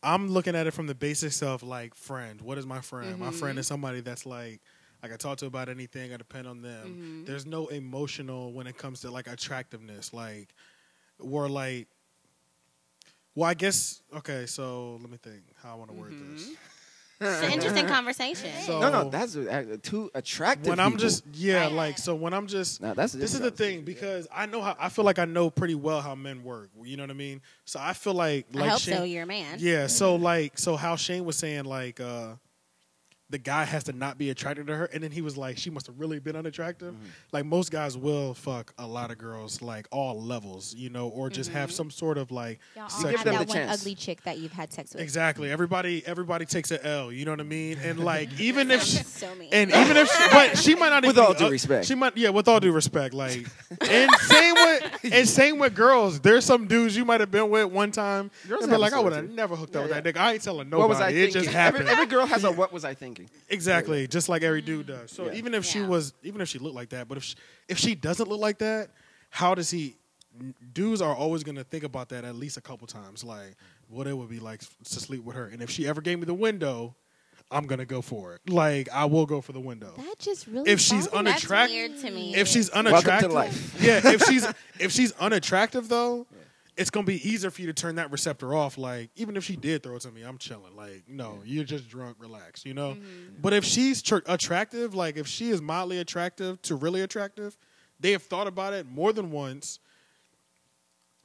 S3: I'm looking at it from the basics of like friend. What is my friend? My
S5: Mm-hmm.
S3: friend is somebody that's like I can talk to about anything. I depend on them.
S5: Mm-hmm.
S3: There's no emotional when it comes to like attractiveness. Like we're like, well, I guess okay. So let me think how I want to
S5: Mm-hmm.
S3: word this.
S5: It's an interesting conversation.
S3: So
S2: No, no, that's uh, too attractive.
S3: when I'm
S2: people.
S3: just yeah,
S5: Right.
S3: like so when I'm just
S2: Now, that's a
S3: this is the
S2: different
S3: thing
S2: conversation,
S3: because I know how I feel like I know pretty well how men work. You know what I mean? So I feel like like
S5: I hope
S3: Shane-
S5: so. You're a man.
S3: yeah, so like so how Shane was saying like uh the guy has to not be attracted to her and then he was like she must have really been unattractive. Like most guys will fuck a lot of girls like all levels, you know, or just have some sort of like
S4: Y'all all
S2: give
S4: have
S3: sexual
S2: them
S4: that
S2: the
S4: one
S2: chance.
S4: ugly chick that you've had sex with.
S3: Exactly. Everybody everybody takes a L, you know what I mean? And like even
S5: [LAUGHS]
S3: if she,
S5: So mean.
S3: and even if she, but she might not
S2: With
S3: even
S2: all
S3: be
S2: due
S3: u-
S2: respect.
S3: she might yeah with all due respect like and same with and same with girls there's some dudes you might have been with one time
S2: Girls have
S3: and be
S2: a
S3: like I
S2: story
S3: would
S2: too.
S3: have never hooked up
S2: Yeah,
S3: with that nigga I ain't telling nobody
S2: What was I
S3: it
S2: thinking?
S3: just happened
S2: Every, every girl has a what was I
S3: [LAUGHS]
S2: thinking?
S3: exactly just like every dude does so
S2: Yeah.
S3: even if she
S5: Yeah.
S3: was even if she looked like that but if she, if she doesn't look like that how does he dudes are always gonna think about that at least a couple times like what it would be like to sleep with her and if she ever gave me the window. I'm gonna go for it. Like I will go for the window
S4: That just really.
S3: if she's
S4: bothers me.
S5: That's
S3: unattractive
S5: weird to me.
S3: if she's
S2: to
S3: unattractive
S2: life.
S3: yeah
S2: [LAUGHS]
S3: if she's if she's unattractive though it's gonna be easier for you to turn that receptor off like even if she did throw it to me i'm chilling like no you're just drunk relax you know but if she's tr- attractive like if she is mildly attractive to really attractive they have thought about it more than once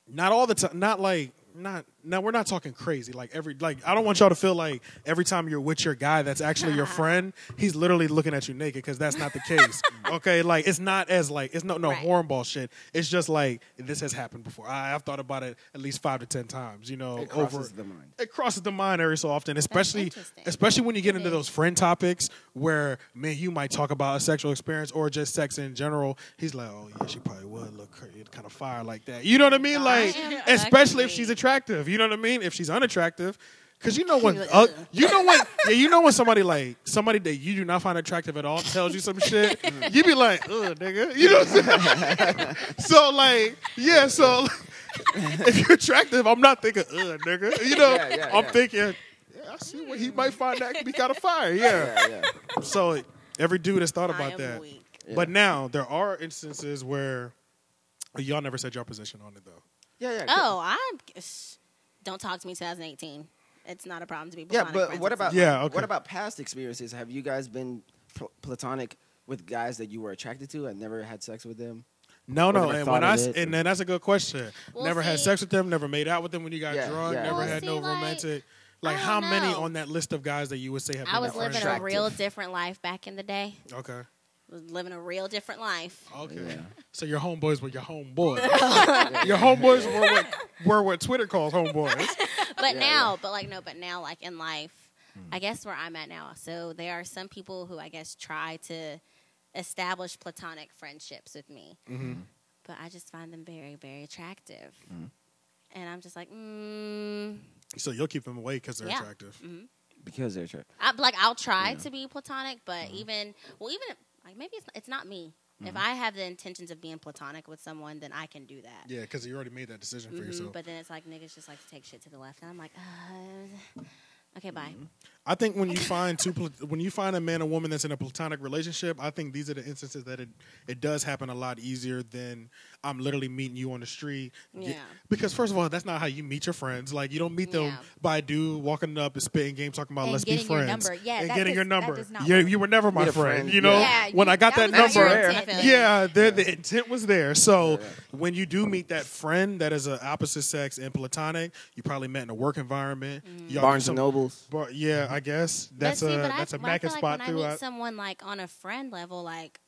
S3: not all the time not like not now we're not talking crazy like every like i don't want y'all to feel like every time you're with your guy that's actually your friend he's literally looking at you naked because that's not the case okay like it's not as like it's no no
S5: Right.
S3: hornball shit it's just like this has happened before I, i've thought about it at least five to ten times you know
S2: It
S3: over
S2: crosses the
S3: [LAUGHS]
S2: mind.
S3: it crosses the mind every so often, especially
S5: interesting.
S3: especially when you get into those friend topics where man, you might talk about a sexual experience or just sex in general. He's like, oh yeah, she probably would look kind of fire like that. You know what I mean? Like,
S5: am
S3: especially if
S5: ugly.
S3: she's attractive. You know what I mean? If she's unattractive. Cause you know when
S5: You're like,
S3: uh,
S5: ugh.
S3: you know when yeah, you know when somebody like somebody that you do not find attractive at all tells you some shit, you be like, ugh, nigga. You know what I'm saying? So like, yeah, so [LAUGHS] if you're attractive, I'm not thinking, ugh, nigga. You know,
S2: Yeah, yeah,
S3: I'm
S2: yeah.
S3: thinking, yeah, I see what he might find that could be kind of fire. Yeah.
S2: Yeah, yeah.
S3: So every dude has thought about
S5: I am
S3: that.
S5: weak.
S3: But now there are instances where y'all never said your position on it though.
S2: Yeah,
S4: [LAUGHS]
S2: yeah.
S5: Oh, I'm. Don't talk to me. 2018. It's not a problem to be.
S2: Yeah,
S5: platonic
S2: but
S5: friends
S2: what
S5: with
S2: about
S5: someone.
S3: Yeah, okay.
S2: what about past experiences? Have you guys been pl- platonic with guys that you were attracted to and never had sex with them?
S3: No,
S2: Or
S3: no,
S2: never
S3: and
S2: thought
S3: when
S2: of
S3: I s-
S2: it, or-
S3: and then that's a good question.
S5: Well,
S3: never had
S5: see-
S3: sex with them, never made out with them when you got
S2: Yeah,
S3: drunk,
S2: yeah.
S3: never
S2: Well,
S3: had
S5: see,
S3: no
S5: like,
S3: romantic. Like
S5: I
S3: how
S5: don't
S3: many
S5: know.
S3: on that list of guys that you would say have?
S5: I
S3: been
S5: was
S3: that
S5: living a
S3: friendship?
S5: real different life back in the day.
S3: Okay.
S5: Was living a real different life.
S3: Okay.
S2: Yeah.
S3: So your homeboys were your homeboys. your homeboys were what, were what Twitter calls homeboys.
S5: but now, but like no, but now, like in life,
S3: Hmm.
S5: I guess where I'm at now. So there are some people who I guess try to establish platonic friendships with me,
S3: Mm-hmm.
S5: but I just find them very, very attractive,
S3: Hmm.
S5: and I'm just like, mm,
S3: So you'll keep them away because they're
S5: Yeah.
S3: attractive.
S2: because they're attractive.
S5: I, like I'll try to be platonic, but
S3: Mm-hmm.
S5: even well, even like maybe it's it's not me. If I have the intentions of being platonic with someone, then I can do that.
S3: Yeah, because you already made that decision for
S5: Mhm,
S3: yourself.
S5: But then it's like niggas just like to take shit to the left, and I'm like, uh, okay, bye.
S3: Mm-hmm. I think when you find two, pla- when you find a man and woman that's in a platonic relationship, I think these are the instances that it it does happen a lot easier than I'm literally meeting you on the street. Get-
S5: Yeah.
S3: Because first of all, that's not how you meet your friends. Like you don't meet them
S5: Yeah.
S3: by a dude walking up and spitting game talking about
S4: And
S3: let's be
S4: getting your
S3: friends
S4: number. Yeah,
S3: and
S4: that
S3: getting
S4: does-
S3: your
S4: that
S3: number.
S4: does not
S3: You,
S4: work.
S3: you were never my
S2: Yeah,
S3: friend.
S2: friend.
S3: You know
S4: Yeah,
S3: when
S4: you-
S3: I got that,
S4: that was not
S5: your
S3: number,
S5: intent. I feel you.
S3: yeah, the, the intent was there. So when you do meet that friend that is an opposite sex and platonic, you probably met in a work environment.
S5: Mm.
S3: Y'all do
S2: Barnes
S3: some-
S2: and Nobles.
S3: Bar- yeah, I guess that's
S5: but see,
S3: a
S5: but I-
S3: that's a
S5: but I
S3: Mac
S5: feel like
S3: spot
S5: when
S3: through
S5: I
S3: a,
S5: meet someone like on a friend level, like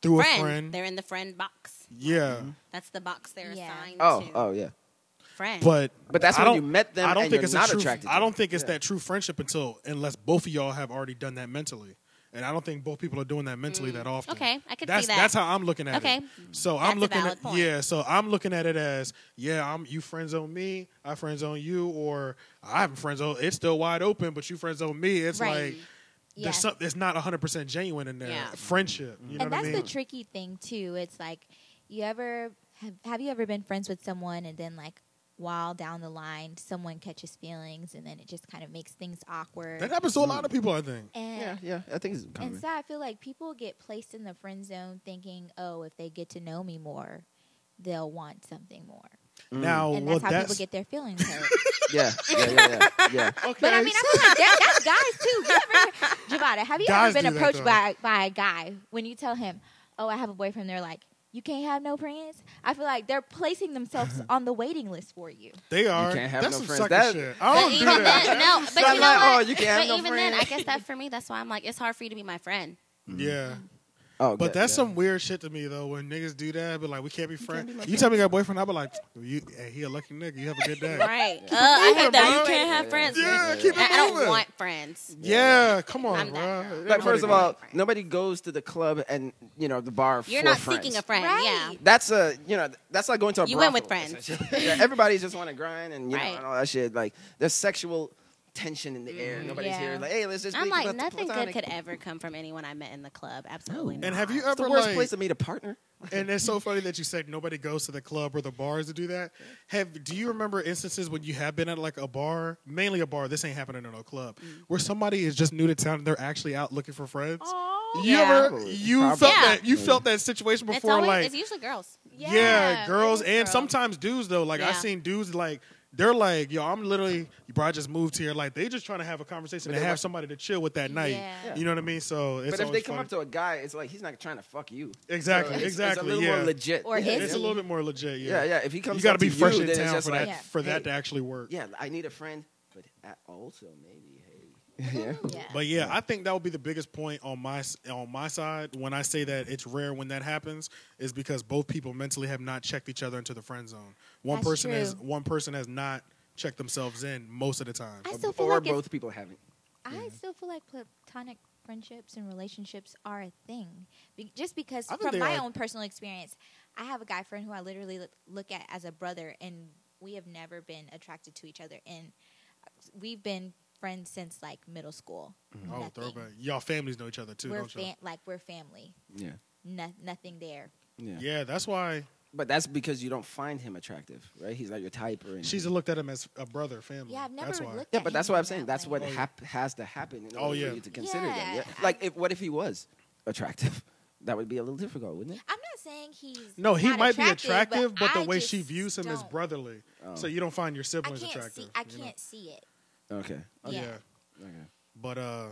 S3: through
S5: friend,
S3: a friend.
S5: they're in the friend box.
S3: Yeah,
S5: That's the box they're
S4: Yeah.
S5: assigned
S2: Oh,
S5: to.
S2: oh yeah.
S5: friend.
S3: but
S2: But that's
S3: I
S2: when
S3: don't-
S2: you met them
S3: I don't
S2: and
S3: think
S2: you're
S3: it's
S2: not
S3: a true,
S2: attracted to
S3: I don't
S2: them.
S3: think it's
S2: Yeah.
S3: that true friendship until unless both of y'all have already done that mentally. And I don't think both people are doing that mentally that often.
S5: Mm, Okay, I could see
S3: that's,
S5: that.
S3: That's how I'm looking at it.
S5: Okay.
S3: so
S5: That's
S3: I'm
S5: a
S3: looking
S5: valid
S3: at
S5: point.
S3: yeah. So I'm looking at it as yeah, I'm you friends on me, I friends on you, or I'm friends on. It's still wide open, but you friends on me. It's like
S4: Right. Yeah.
S3: there's some, it's not 100 percent genuine in there.
S5: Yeah.
S3: Friendship,
S2: Mm-hmm.
S3: you know
S4: and
S3: what
S4: that's
S3: I mean?
S4: the tricky thing too. It's like you ever have, have you ever been friends with someone and then like while down the line someone catches feelings and then it just kind of makes things awkward.
S3: That happens to a lot of people, I think.
S4: and
S2: Yeah, yeah. I think it's common.
S4: and so I feel like people get placed in the friend zone thinking, "Oh, if they get to know me more, they'll want something more."
S2: Mm.
S3: Now,
S4: and
S3: Oh, well,
S4: that's how
S3: that's
S4: people get
S3: [LAUGHS]
S4: their feelings hurt.
S2: Yeah, yeah, yeah, yeah.
S5: [LAUGHS]
S2: yeah.
S3: okay.
S4: but I mean, I feel like that, that's guys too. You ever, Javada, have you
S3: Guys
S4: ever been
S3: do that,
S4: approached
S3: though.
S4: by by a guy when you tell him, "Oh, I have a boyfriend"? They're like, "You can't have no friends." I feel like they're placing
S3: [LAUGHS]
S4: themselves on the waiting list for you.
S3: they are.
S2: can't have no
S3: that's some
S2: friends.
S3: sucker
S2: That-
S3: shit. I
S5: But
S3: don't do
S5: even
S3: that.
S5: then, no. But
S2: I'm
S5: you know
S2: like, oh,
S5: what?
S2: you can't have
S5: but
S2: no
S5: even then, I
S2: friend.
S5: guess that for me, that's why I'm like, it's hard for you to be my
S3: [LAUGHS]
S5: friend.
S3: Yeah.
S2: Oh,
S3: But
S2: good,
S3: that's
S2: yeah.
S3: some weird shit to me though. When niggas do that, but like we can't be friends. You, tell me you got a boyfriend, I'll be like, you, hey, he a lucky nigga. You have a good day.
S5: Right. Uh, I hate that. You can't have friends.
S3: Yeah, keep it
S5: I, I don't
S3: moving.
S5: want friends.
S3: Yeah, come on,
S5: I'm that
S3: bro.
S5: girl.
S2: Like first of all,
S5: Right.
S2: nobody goes to the club and you know the bar.
S5: You're
S2: for
S5: not
S2: friends.
S5: seeking a friend.
S4: Right.
S5: Yeah.
S2: That's a you know that's like going to a
S5: You went with
S2: brothel,
S5: friends.
S2: essentially. yeah, everybody just want to grind and you know
S5: Right.
S2: and all that shit. Like there's sexual tension in the air. Nobody's
S4: Yeah.
S2: here. Like hey, let's just.
S5: Mm-hmm. I'm
S2: be
S5: like,
S2: plat-
S5: nothing good
S2: platonic.
S5: could ever come from anyone I met in the club. Absolutely not.
S3: And have you
S2: It's
S3: ever
S2: the worst
S3: like,
S2: place to meet a partner.
S3: And it's so funny that you said nobody goes to the club or the bars to do that. Have do you remember instances when you have been at like a bar, mainly a bar? This ain't happening in no club, where somebody is just new to town and they're actually out looking for friends. You
S5: Yeah.
S3: ever
S2: Probably.
S3: you
S2: Probably.
S3: felt
S5: Yeah.
S3: that you felt that situation
S5: It's
S3: before,
S5: always
S3: like
S5: it's usually girls.
S3: yeah,
S4: Yeah,
S3: girls
S4: it
S3: and
S4: is girls.
S3: sometimes dudes though. Like I've
S5: Yeah.
S3: seen dudes like they're like, yo, I'm literally, bro, I just moved here. Like they just trying to have a conversation
S2: But
S3: and
S2: they
S3: have
S2: like-
S3: somebody to chill with that night.
S4: Yeah.
S3: You know what I mean? So it's
S2: But if they
S3: always
S2: come
S3: fun.
S2: up to a guy, it's like he's not trying to fuck you.
S3: exactly,
S2: So it's-
S3: exactly,
S2: It's a little
S3: yeah.
S2: more legit.
S4: Or
S2: yeah,
S4: is
S3: It's a
S4: he?
S3: little bit more legit,
S2: Yeah, yeah. If he comes,
S3: you got to
S2: up to
S3: be fresh
S2: you,
S3: in
S2: then it's
S3: town
S2: just
S3: for that
S2: like,
S3: for that
S2: hey,
S3: to actually work.
S2: Yeah, I need a friend, but I also maybe hey. yeah.
S4: Yeah.
S3: But yeah, I think that would be the biggest point on my s- on my side when I say that it's rare when that happens is because both people mentally have not checked each other into the friend zone. One
S4: That's
S3: person has
S4: true.
S3: one person has not checked themselves in most of the time.
S4: I still feel
S2: or
S4: like it's-
S2: both people haven't.
S4: I still feel like platonic friendships and relationships are a thing. Be- just because,
S3: I think
S4: from
S3: they
S4: my
S3: are.
S4: own personal experience, I have a guy friend who I literally look, look at as a brother, and we have never been attracted to each other. And we've been friends since like middle school.
S3: Oh,
S4: Nothing.
S3: throwback! Y'all families know each other too,
S4: we're
S3: don't you?
S4: fam- like we're family.
S2: Yeah.
S4: No- nothing there.
S2: Yeah.
S3: yeah, that's why
S2: But that's because you don't find him attractive, right? He's not your type or anything.
S3: she's looked at him as a brother family.
S4: Yeah, I've never
S3: that's why.
S4: looked.
S2: yeah,
S4: at
S2: but that's
S4: him
S2: what I'm
S4: that
S2: saying. That's
S4: way.
S2: what hap- has to happen in order
S3: Oh, yeah.
S2: for you to consider
S4: Yeah,
S2: them.
S4: I-
S2: Yeah. Like, if, what if he was attractive? [LAUGHS] That would be a little difficult, wouldn't it?
S4: I'm not saying he's
S3: No, he
S4: not
S3: might be attractive, but, the
S4: I
S3: way she
S4: just
S3: views him is
S4: don't-
S3: brotherly.
S2: Oh.
S3: So you don't find your
S4: I
S3: siblings
S4: can't
S3: attractive.
S4: see. I
S3: you know?
S4: can't see it.
S2: Okay.
S4: Yeah.
S3: Oh, yeah.
S2: Okay.
S3: But uh,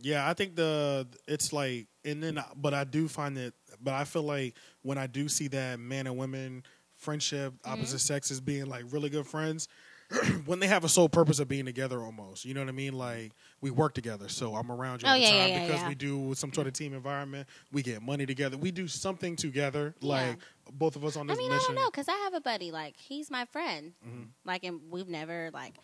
S3: yeah, I think the it's like, and then but I do find that, but I feel like when I do see that man and women friendship,
S5: Mm-hmm.
S3: opposite sexes being like really good friends, [CLEARS THROAT] when they have a sole purpose of being together, almost, you know what I mean? Like we work together, so I'm around you
S5: Oh,
S3: all the
S5: yeah,
S3: time
S5: yeah, yeah,
S3: because
S5: yeah.
S3: we do some sort of team environment. We get money together. We do something together. Like both of us on
S5: I
S3: this
S5: mean, I
S3: mission. Mm-hmm.
S5: don't know because I have a buddy. Like he's my friend. Like, and we've never like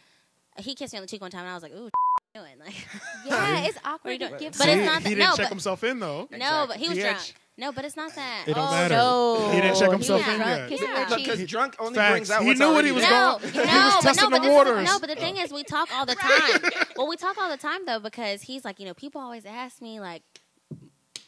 S5: He kissed me on the cheek one time, and I was like, "Ooh, [LAUGHS] doing
S3: [LAUGHS]
S5: like."
S4: Yeah, it's awkward
S5: you
S4: to
S5: doing?
S4: give.
S5: But
S3: See,
S5: it's
S4: birth.
S5: not
S3: He
S5: that-
S3: didn't
S5: no,
S3: check
S5: but-
S3: himself in though.
S5: No, but he was
S3: He had-
S5: drunk. No, but it's not that.
S3: It don't
S5: oh,
S3: matter.
S5: no.
S3: He didn't check himself
S5: was
S3: in
S5: drunk.
S3: yet.
S4: Yeah.
S5: Yeah.
S4: But-
S2: Because drunk only
S3: Facts.
S2: brings out
S3: He
S2: what's
S3: knew what he
S2: already
S3: was
S2: there.
S3: [LAUGHS]
S5: No,
S3: going-
S5: no,
S3: He was
S5: but
S3: testing
S5: no,
S3: the
S5: but this is,
S3: waters.
S5: no, but the thing is, we talk all
S3: [LAUGHS]
S5: the time. well, we talk all the time though because he's like, you know, people always ask me like,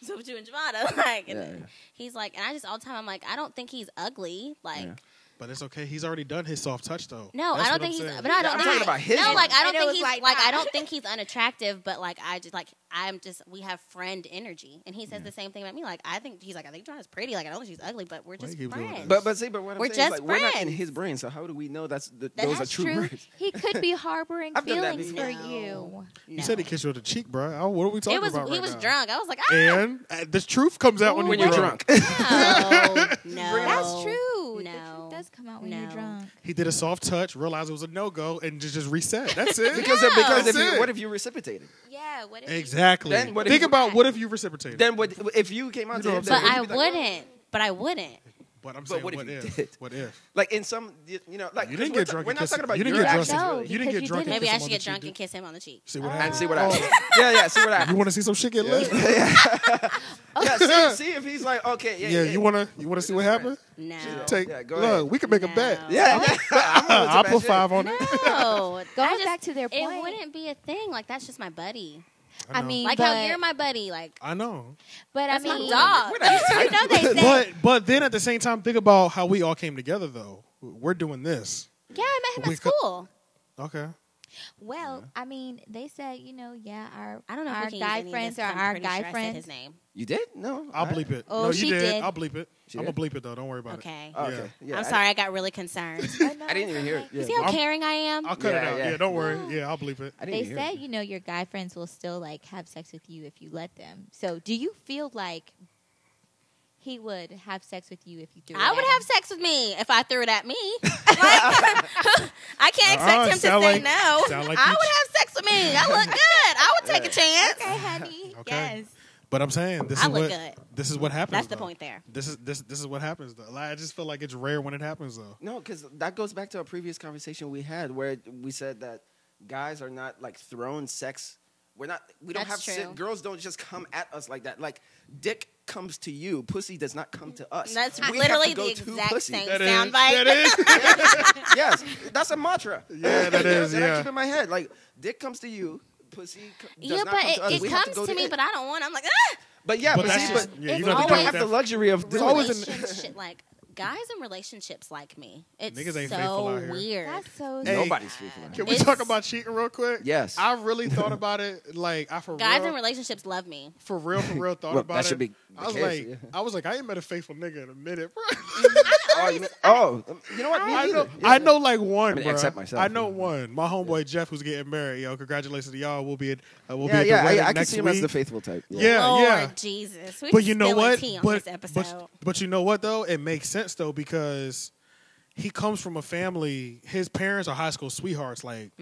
S5: "So what you and Javada?" [LAUGHS] Like, and
S2: Yeah,
S5: then
S2: yeah.
S5: he's like, and I just all the time I'm like, I don't think he's ugly. Like,
S2: Yeah.
S3: But it's okay. He's already done his soft touch though.
S5: no,
S3: That's
S5: I don't think
S3: what I'm
S5: he's.
S3: saying.
S5: But I don't.
S2: I'm
S5: think-
S2: talking about his
S5: No,
S2: one.
S5: like I don't
S1: And it
S5: think
S1: was
S5: he's like,
S1: like
S5: I
S1: that.
S4: [LAUGHS]
S5: don't think he's unattractive, but like I just like I'm just we have friend energy, and he says the same thing about me. Like I think he's like I think Javada's pretty. Like I don't think she's ugly, but we're
S3: Why
S5: just
S3: you keep doing
S5: friends.
S3: this?
S2: But but see, but what I'm
S5: We're
S2: saying
S5: just
S2: is like we're not in
S5: friends.
S2: his brain, so how do we know that's the,
S5: That's
S2: those are true,
S3: [LAUGHS]
S2: words?
S4: [LAUGHS] He could be harboring
S2: I've done that
S4: feelings for
S2: before.
S4: you.
S5: no.
S3: You said he kissed you on the cheek, bro. Oh, What are we talking
S5: It was
S3: about?
S5: he
S3: right
S5: was
S3: now?
S5: drunk. I was like, ah,
S3: And uh, the truth comes out when,
S2: When
S3: you're
S2: you're drunk, [LAUGHS]
S3: [LAUGHS]
S5: no, no.
S4: [LAUGHS] That's true. The
S5: No.
S4: truth does come out when you're
S5: No.
S4: drunk.
S3: He did a soft touch, realized it was a no go, and just, just reset.
S2: [LAUGHS]
S3: That's it.
S2: because because if
S3: That's
S2: you,
S3: it.
S2: what if you reciprocated?
S4: Yeah. What?
S3: exactly.
S2: Then what if
S3: Think
S2: you-
S3: about what if you reciprocated.
S2: Then what if you came out
S3: You
S2: to
S3: know
S2: him?
S3: what
S2: then
S5: But
S3: I'm
S5: I
S2: would you be like,
S5: wouldn't. But I wouldn't.
S3: but I'm saying,
S2: what if
S3: what
S2: you
S3: if?
S2: did? [LAUGHS]
S3: What if?
S2: Like in some, you you know, like
S3: You didn't
S2: we're
S3: get
S2: ta-
S3: drunk
S2: We're
S3: and
S2: not
S3: kiss-
S2: talking about
S3: you didn't
S2: your
S3: get drunk.
S2: actions,
S4: No,
S2: really.
S3: you didn't
S4: because
S3: get
S4: you
S3: drunk.
S4: didn't.
S3: and
S5: Maybe
S3: kiss
S5: I
S3: him on
S5: should
S3: the
S5: get
S3: cheek,
S5: drunk
S3: did
S5: and kiss him on the cheek.
S3: See
S2: [LAUGHS]
S3: what
S2: and
S3: happens.
S2: see what happens.
S3: Oh.
S2: Yeah, yeah. See what
S3: You
S2: happens.
S3: want to see some shit get lit?
S2: Yeah, see,
S3: [LAUGHS]
S2: see if he's like okay. Yeah,
S3: Yeah, you wanna you wanna see what happens?
S5: No.
S3: Take
S2: Yeah, go ahead.
S3: look. We can make a bet.
S5: No.
S2: Yeah, [LAUGHS] yeah. I'm willing to
S3: [LAUGHS] I'll
S2: bet
S3: put
S2: you.
S3: five on it.
S5: No.
S4: Going
S5: [LAUGHS] I just-
S4: back to their point.
S5: It wouldn't be a thing. Like that's just my buddy.
S4: I
S3: know.
S4: mean,
S5: Like
S4: but,
S5: how you're my buddy. Like
S3: I know.
S4: But I
S5: that's my
S4: mean,
S5: dog. [LAUGHS]
S4: You know they say.
S3: But but then at the same time, think about how we all came together though. We're doing this.
S5: yeah, I met him
S3: We
S5: at
S3: co-
S5: school.
S3: Okay.
S4: Well, I mean, they said you know, yeah, our
S5: I don't know
S4: our
S5: if we can
S4: guy
S5: use any of
S4: friends
S5: this,
S4: are
S5: but I'm
S4: our
S5: pretty
S4: guy
S5: sure I said
S4: friends.
S5: his name.
S2: You did? No,
S3: I'll bleep it.
S4: Oh,
S3: no, you
S4: she did.
S3: I'll bleep it.
S2: She
S3: I'm gonna
S2: did?
S3: bleep it though. Don't worry about
S5: Okay.
S3: it.
S2: Oh, okay.
S3: Uh, Yeah.
S2: Yeah,
S5: I'm
S2: I-
S5: sorry. I got really
S3: [LAUGHS]
S5: concerned.
S4: Oh, no,
S2: I didn't even hear it.
S4: okay.
S2: Yeah.
S5: See how
S3: I'm-
S5: caring I am.
S3: I'll cut it
S2: Yeah,
S3: out. Yeah.
S2: yeah.
S3: Don't worry. Yeah, I'll bleep it.
S2: I didn't
S4: They
S2: even
S4: said
S2: hear
S4: you know your guy friends will still like have sex with you if you let them. So, do you feel like he would have sex with you if you do?
S5: I would have sex with me if I threw it at
S3: [LAUGHS]
S5: me. Like, [LAUGHS] I can't expect
S3: Uh-uh,
S5: him to say
S3: sound like-
S5: no.
S3: sound like
S5: I
S3: you-
S5: would have sex with me. I
S3: [LAUGHS]
S5: look good. I would take a chance.
S4: Okay, honey.
S3: Okay.
S4: Yes.
S3: But I'm saying this
S5: I
S3: is
S5: look
S3: what
S5: good.
S3: this is what happens.
S5: That's the
S3: though.
S5: point there.
S3: This is this this is what happens though. Like, I just feel like it's rare when it happens though.
S2: No, because that goes back to a previous conversation we had where we said that guys are not like thrown sex. We're not. We don't
S5: That's
S2: have.
S5: true.
S2: si- girls don't just come at us like that. Like dick comes to you, pussy does not come to us.
S5: That's
S2: We have
S5: literally
S2: to go
S5: the
S2: to
S5: exact
S2: pussy.
S5: same
S3: That is-
S5: soundbite. [LAUGHS]
S3: that
S2: [LAUGHS]
S3: is.
S2: yes, that's a
S3: [LAUGHS]
S2: mantra.
S3: Yeah, that
S2: You know,
S3: is,
S2: I
S3: yeah.
S2: keep in my head like dick comes to you, pussy. Co- does
S5: Yeah,
S2: not
S5: but
S2: come to us.
S5: it,
S2: We
S5: it
S2: have
S5: comes to,
S2: go
S5: me,
S2: it.
S5: but I don't want. I'm like, ah!
S2: But yeah,
S3: But
S2: but,
S3: that's
S2: see,
S3: just-
S5: [LAUGHS]
S2: but
S3: yeah, you
S2: we
S3: gotta
S2: don't
S3: think
S2: have
S3: that-
S2: the luxury of doing
S3: always
S2: it.
S3: an-
S5: relationship, like guys in relationships like me. It's
S3: Niggas ain't faithful
S5: so
S3: out here.
S5: weird.
S4: That's so.
S3: Hey,
S2: Nobody's
S5: [LAUGHS]
S2: free from
S3: Can
S2: that.
S3: we
S5: It's-
S3: talk about cheating real quick?
S2: Yes.
S3: I really thought about it. Like I for
S5: guys
S3: real,
S5: in relationships love me.
S3: for real, for real thought
S2: Well,
S3: about
S2: that
S3: it.
S2: should be the
S3: I was
S2: case,
S3: like,
S2: yeah.
S3: I was like, I ain't met a faithful nigga in a minute,
S2: [LAUGHS]
S3: bro.
S2: Oh, you, mean- oh, um, you know what? Me
S3: I
S2: neither.
S3: know,
S2: Yeah.
S3: I know, like one.
S2: I mean,
S3: bruh.
S2: except myself,
S3: I know
S2: yeah.
S3: one. My homeboy Jeff, who's getting married. Yo, congratulations to y'all. We'll be at, uh, we'll
S2: yeah,
S3: be at
S2: yeah,
S3: the wedding
S2: I, I can
S3: next
S2: see him
S3: week.
S2: as the faithful type.
S3: Yeah,
S5: Lord
S3: yeah.
S5: Jesus. We
S3: but you know what?
S5: Tea on
S3: But,
S5: this episode.
S3: but but you know what though? It makes sense though because he comes from a family. His parents are high school sweethearts. Like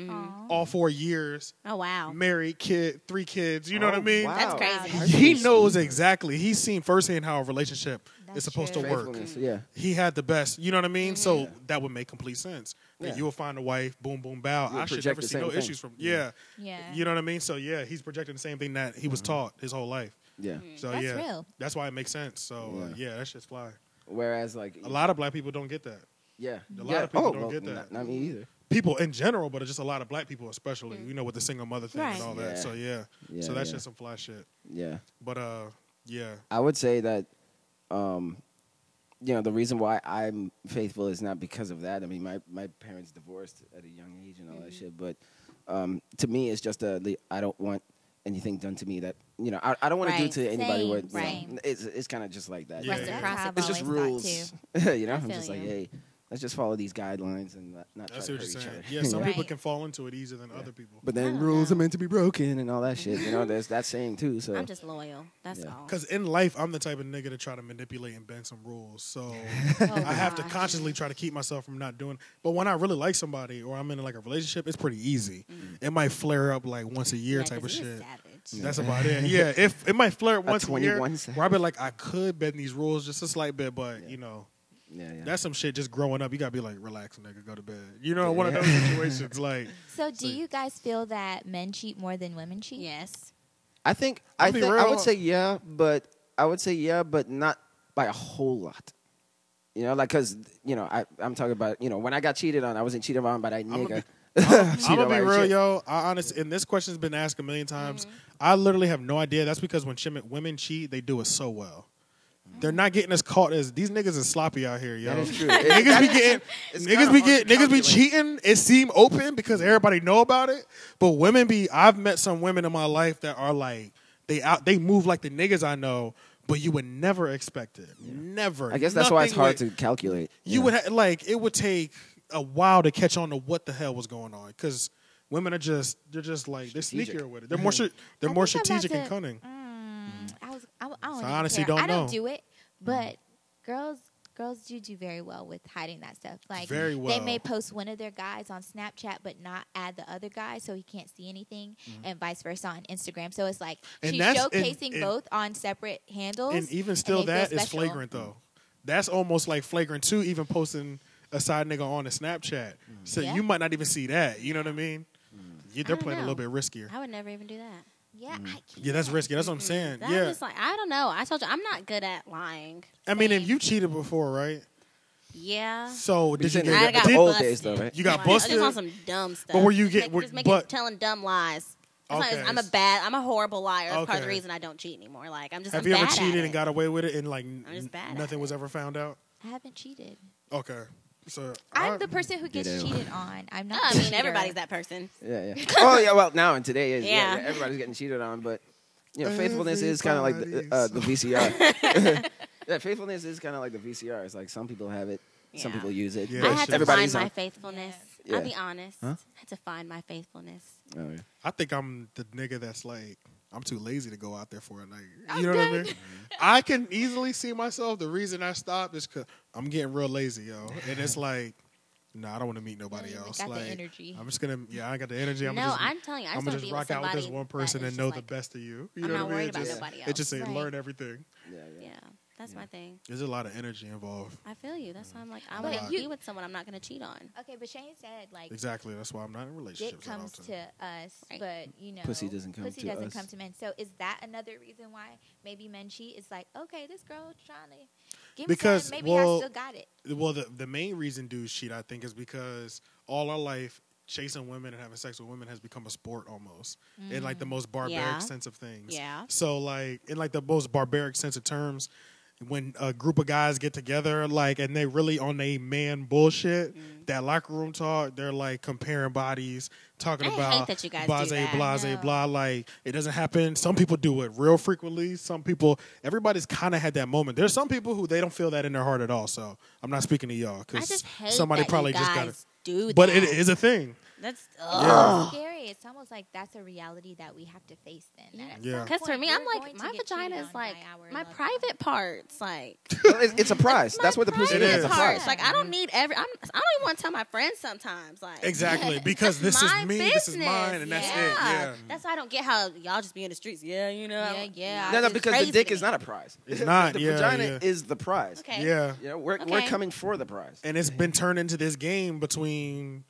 S3: all four years,
S5: oh wow,
S3: married, kid, three kids. You know what I
S2: Oh,
S3: mean?
S2: wow.
S5: that's crazy.
S3: He knows exactly. He's seen firsthand how a relationship is
S4: That's
S3: supposed
S4: true.
S3: to work.
S2: Faithfulness, yeah.
S3: He had the best. You know what I mean? So that would make complete sense. That
S2: Mm-hmm. Yeah.
S3: You will find a wife. Boom, boom, bow.
S2: You'll
S3: I should
S2: project
S3: never
S2: the
S3: see no
S2: same thing.
S3: issues from. Yeah.
S4: Yeah.
S3: You know what I mean? So yeah, he's projecting the same thing that he was taught his whole life.
S2: Yeah.
S5: Mm.
S3: So
S4: That's
S3: yeah,
S4: real.
S3: that's why it makes sense. So yeah, uh,
S2: Yeah.
S3: yeah that shit's fly.
S2: Whereas, like,
S3: A lot of black people don't get that.
S2: yeah,
S3: a lot
S2: yeah.
S3: of people
S2: oh,
S3: don't
S2: well,
S3: get that.
S2: Not, not me either.
S3: People in general, but just a lot of black people, especially. You know, with the single mother thing
S5: Right.
S3: and all that.
S2: Mm. Yeah.
S3: So yeah.
S2: Yeah,
S3: so that's
S2: yeah.
S3: just some fly shit.
S2: Yeah,
S3: But uh, yeah.
S2: I would say that, um, you know, the reason why I'm faithful is not because of that. I mean, my my parents divorced at a young age and all
S5: Mm-hmm.
S2: that shit. But um, to me, it's just a the- I don't want anything done to me that you know I, I don't want
S5: Right.
S2: to do to anybody.
S4: Same,
S2: what you know,
S4: same.
S2: it's it's kind of just like that.
S3: Yeah.
S4: That's
S3: yeah.
S4: how I've
S2: it's just
S4: always thought,
S2: rules.
S4: too.
S2: [LAUGHS] you know,
S5: I
S2: I'm
S5: feel
S2: just like,
S5: you.
S2: hey, let's just follow these guidelines and not, not
S3: I
S2: try
S3: see
S2: to hurt
S3: what you're
S2: each
S3: saying.
S2: other. [LAUGHS]
S3: Yeah, some
S5: Right.
S3: people can fall into it easier than other people.
S2: But
S5: I
S2: then
S5: don't
S2: rules
S5: know.
S2: are meant to be broken and all that shit. You know, there's that saying too. So
S5: I'm just loyal. That's
S2: Yeah.
S5: all.
S3: Because in life, I'm the type of nigga to try to manipulate and bend some rules. So
S5: [LAUGHS] Oh,
S3: I have to
S5: gosh.
S3: consciously try to keep myself from not doing. But when I really like somebody or I'm in like a relationship, it's pretty easy.
S5: Mm.
S3: It might flare up like once a year
S5: Yeah,
S3: type of
S5: 'cause he
S3: shit.
S5: is Savage.
S3: That's about
S5: [LAUGHS]
S3: it. Yeah, if it might flare up
S2: A
S3: once a year,
S2: 21 side.
S3: where I be like, I could bend these rules just a slight bit, but you know,
S2: Yeah, yeah.
S3: That's some shit just growing up. You gotta be like, relax, nigga, go to bed. You know, one
S5: [LAUGHS]
S3: of those situations. Like,
S4: So, do
S3: See.
S4: you guys feel that men cheat more than women cheat?
S5: Yes.
S2: I think
S3: I'll
S2: I
S3: be
S2: think I
S3: real.
S2: would say yeah, but I would say yeah, but not by a whole lot. You know, like because you know I I'm talking about you know when I got cheated on, I wasn't cheated on by that
S3: gonna
S2: nigga.
S3: I'm gonna be real, yo. I honestly, and this question's been asked a million times. I literally have no idea. That's because when chim- women cheat, they do it so well. They're not getting as caught as these niggas is sloppy out here, yo.
S2: [LAUGHS] That is true.
S3: [LAUGHS] niggas be getting
S2: it's
S3: niggas
S2: kinda
S3: be
S2: hard
S3: get
S2: to
S3: niggas be
S2: calculate.
S3: cheating. It seem open because everybody know about it, but women be. I've met some women in my life that are like they out they move like the niggas I know, but you would never expect it. Never.
S2: I guess that's why it's
S3: Nothing
S2: hard
S3: would-
S2: to calculate.
S3: you would ha- like it would take a while to catch on to what the hell was going on because women are just they're just like they're
S2: Strategic.
S3: sneakier with it. They're more str- they're
S4: I
S3: more
S4: think I'm about
S3: strategic and
S4: to-
S3: cunning.
S4: Mm, I was. I, I don't.
S3: So I
S4: even
S3: honestly
S4: care.
S3: don't
S4: I don't
S3: know. Mm.
S4: do it, but girls. Girls do do very well with hiding that stuff. Like
S3: Very
S4: they
S3: well.
S4: may post one of their guys on Snapchat, but not add the other guy, so he can't see anything, and vice versa on Instagram. So it's like
S3: Mm-hmm. And
S4: she's
S3: that's- and-
S4: showcasing
S3: and-
S4: both on separate handles.
S3: And even still,
S4: they feel
S3: that is
S4: special.
S3: flagrant though. That's almost like flagrant too. Even posting a side nigga on a Snapchat, so
S4: Yeah.
S3: you might not even see that. You know what I mean? Yeah, they're
S5: don't
S3: playing a little
S5: know.
S3: bit riskier.
S5: I would never even do that.
S4: Yeah,
S3: Mm-hmm.
S4: I can't.
S3: Yeah, that's risky. That's what I'm saying.
S5: That- I'm
S3: yeah,
S5: just like I don't know. I told you I'm not good at lying.
S3: I mean, if you cheated before, right?
S5: Yeah.
S3: So did you
S2: saying
S5: I
S3: get?
S2: that-
S5: got
S2: the old
S5: busted.
S2: days, though,
S3: [LAUGHS]
S2: right?
S3: You got
S5: Like, I
S3: busted?
S5: just on some dumb stuff.
S3: were you get-
S5: Just,
S3: were-
S5: make, just making,
S3: but-
S5: telling dumb lies. That's why
S3: Okay.
S5: I'm a bad. I'm a horrible liar. That's part of the
S3: Okay.
S5: reason I don't cheat anymore. Like I'm just.
S3: Have
S5: I'm
S3: you ever
S5: bad at
S3: cheated and
S5: it.
S3: got away with it, and like
S5: just
S3: n-
S5: bad at
S3: nothing
S5: it.
S3: was ever found out?
S4: I haven't cheated.
S3: Okay. So
S4: I'm
S3: I-
S4: the person who gets
S2: Ditto.
S4: cheated on.
S5: [LAUGHS]
S4: I'm
S5: No, [LAUGHS]
S4: not.
S5: I
S4: the
S5: mean
S4: cheater.
S5: everybody's that person.
S2: Yeah, yeah. Oh yeah. Well, now and today is yeah.
S5: Yeah.
S2: yeah, everybody's getting cheated on, but you know, faithfulness is kind of like the, uh,
S3: [LAUGHS]
S2: the
S5: [LAUGHS]
S3: Everybody's-
S2: VCR. [LAUGHS] yeah, faithfulness is kind of like the VCR. It's like some people have it, some
S5: Yeah.
S2: people use it.
S3: I
S2: but
S5: I had to
S2: everybody's
S5: find my
S2: on-
S5: faithfulness.
S2: Yeah.
S5: I'll be honest.
S2: Huh?
S5: I had to find my faithfulness.
S2: Oh, yeah.
S3: I think I'm the nigga that's like I'm too lazy to go out there for a night. You know what I mean? I can easily see myself. The reason I stopped is because I'm getting real lazy, yo. And it's like, nah, I don't want to meet nobody
S4: You
S3: else.
S4: got the
S3: like,
S4: energy.
S3: I'm just gonna, yeah, I got the energy. I'm
S5: no,
S3: just,
S5: I'm telling you, I
S3: I'm
S5: just want
S3: gonna
S5: to
S3: just
S5: be
S3: rock
S5: with
S3: out
S5: somebody
S3: with this one
S5: that
S3: person
S5: is
S3: and
S5: just
S3: know
S5: like-
S3: the best of you.
S5: I'm
S3: You know
S5: not
S3: what I mean?
S5: worried
S3: It
S5: about
S3: just,
S5: nobody
S3: It just
S4: else.
S3: ain't
S4: Right.
S3: learn everything.
S2: Yeah, yeah.
S5: Yeah, that's my thing.
S3: There's a lot of energy involved.
S5: I feel you. That's why I'm like, I
S3: But
S5: want to
S3: you-
S5: be with someone I'm not going to cheat on.
S4: Okay, but Shane said like
S3: Exactly. That's why I'm not in relationships.
S4: dick
S3: that
S4: comes
S3: often.
S4: to us,
S5: Right.
S4: but you know,
S2: Pussy doesn't come
S4: pussy
S2: to
S4: doesn't
S2: us.
S4: come to men. So is that another reason why maybe men cheat? It's like, okay, this girl trying to give me
S3: Because,
S4: some, maybe
S3: well,
S4: I still got it.
S3: Well, the the main reason dudes cheat, I think, is because all our life chasing women and having sex with women has become a sport almost, in like the most barbaric
S5: Mm. Yeah.
S3: sense of things.
S5: Yeah.
S3: So like in like the most barbaric sense of terms, when a group of guys get together, like and they really on a man bullshit,
S5: Mm-hmm.
S3: that locker room talk, they're like comparing bodies, talking
S5: I hate
S3: about
S5: that you guys do
S3: blase,
S5: that.
S3: blase,
S4: No.
S3: blah. Like it doesn't happen. Some people do it real frequently. Some people, everybody's kind of had that moment. There's some people who they don't feel that in their heart at all. So I'm not speaking to y'all
S5: I
S3: because
S5: just hate
S3: somebody
S5: that
S3: probably
S5: you guys
S3: just got it.
S5: do
S3: But
S5: that.
S3: it is a thing.
S5: That's
S4: It's scary. It's almost like that's a reality that we have to face then. That at
S3: Yeah.
S4: some
S5: because for
S4: point
S5: me,
S4: you're
S5: I'm like
S4: going to
S5: my
S4: get
S5: vagina
S4: cheated
S5: is
S4: on by
S5: like
S4: our
S5: my
S4: loved
S5: private parts,
S3: [LAUGHS]
S5: like
S2: Well, it's, it's a prize. That's what the pussy
S3: private
S2: is. It's a
S5: parts.
S2: prize.
S5: Like I don't need every. I'm, I don't even want to tell my friends sometimes. Like [LAUGHS]
S3: Exactly. Because
S5: that's
S3: this is
S5: my
S3: me, this is
S5: business.
S3: mine, and that's it. Yeah.
S5: That's why I don't get how y'all just be in the streets. Yeah, you know.
S4: Yeah, yeah.
S2: No, no,
S5: It's
S2: because
S5: crazy
S2: the dick
S5: to
S2: is
S5: me.
S2: not a prize.
S3: It's not,
S2: the
S3: yeah,
S2: vagina
S3: yeah.
S2: is the prize.
S5: Okay.
S3: Yeah.
S2: You know, we're we're
S5: Okay.
S2: coming for the prize.
S3: And it's been turned into this game between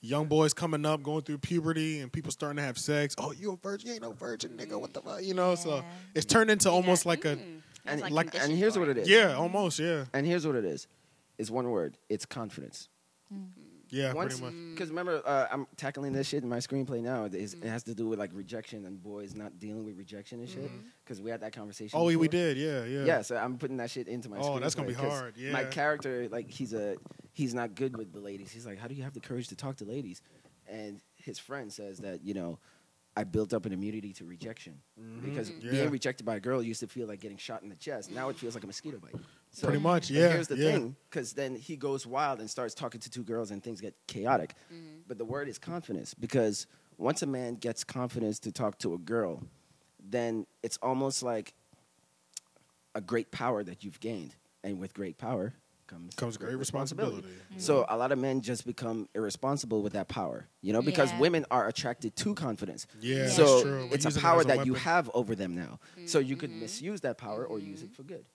S3: young boys coming up, going through puberty, and people starting to have sex. Oh, you a virgin? You ain't no virgin, nigga. What the fuck? You know, so
S4: Yeah.
S3: it's turned into almost like
S5: Mm.
S3: a
S2: and,
S5: like
S2: like, and
S5: conditioned
S2: here's
S5: for
S2: what
S5: it.
S2: it is.
S3: yeah, almost yeah,
S2: And here's what it is. It's one word. It's confidence.
S3: yeah,
S2: Once,
S3: pretty much.
S2: because remember, uh, I'm tackling this shit in my screenplay now. It, is, it
S5: Mm-hmm.
S2: has to do with like rejection and boys not dealing with rejection and
S5: Mm-hmm.
S2: shit. Because we had that conversation.
S3: Oh, we, we
S2: before.
S3: did, yeah, yeah.
S2: Yeah, so I'm putting that shit into my.
S3: Oh, that's gonna be
S2: screenplay 'cause
S3: hard, yeah.
S2: my character, like, he's a he's not good with the ladies. He's like, how do you have the courage to talk to ladies? And his friend says that you know, I built up an immunity to rejection because
S3: Mhm. Yeah.
S2: being rejected by a girl used to feel like getting shot in the chest. Now it feels like a mosquito bite. So
S3: Pretty much,
S2: but
S3: yeah.
S2: here's the
S3: yeah.
S2: thing, because then he goes wild and starts talking to two girls, and things get chaotic. But the word is confidence, because once a man gets confidence to talk to a girl, then it's almost like a great power that you've gained, and with great power comes
S3: Comes great responsibility.
S2: So
S5: Mm-hmm.
S2: a lot of men just become irresponsible with that power, you know, because
S4: Yeah.
S2: women are attracted to confidence.
S3: Yeah, that's
S2: so
S3: true. We
S2: it's a
S3: use it
S2: power
S3: as a
S2: that you
S3: weapon.
S5: Mm-hmm.
S2: have over them now. So you could misuse that power or use it for good.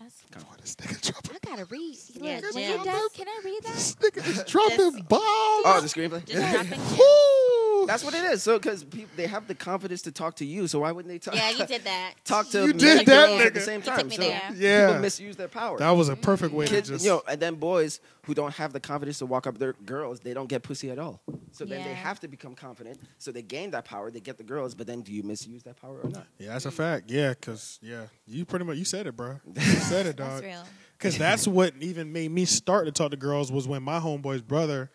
S5: That's
S3: Boy, this nigga [LAUGHS] dropping.
S4: I gotta read.
S5: Yeah,
S4: Look, when
S5: Jim.
S4: you're done, can I read that?
S3: This nigga
S4: [LAUGHS]
S3: is dropping
S2: Oh,
S3: bombs.
S2: the screenplay.
S5: just
S3: [LAUGHS]
S5: dropping.
S3: Woo!
S2: That's what it is. So because they have the confidence to talk to you, so why wouldn't they talk?
S5: Yeah, you did
S3: [LAUGHS]
S5: that.
S2: [LAUGHS] talk to
S3: You did
S2: men
S3: that,
S2: girls at the
S3: nigga.
S2: same
S5: You took
S2: time.
S5: me
S2: so
S5: there.
S2: people
S3: yeah,
S2: misuse their power.
S3: that was a perfect way
S2: Kids,
S3: to just.
S2: you know, and then boys who don't have the confidence to walk up their girls, they don't get pussy at all. So then they
S4: Yeah.
S2: have to become confident. So they gain that power, they get the girls, but then do you misuse that power or not?
S3: yeah, that's a fact. Yeah, cause yeah, you pretty much you said it, bro. You said
S4: [LAUGHS]
S2: Uh,
S3: it, dog.
S4: That's real.
S3: Because that's what even made me start to talk to girls was when my homeboy's brother,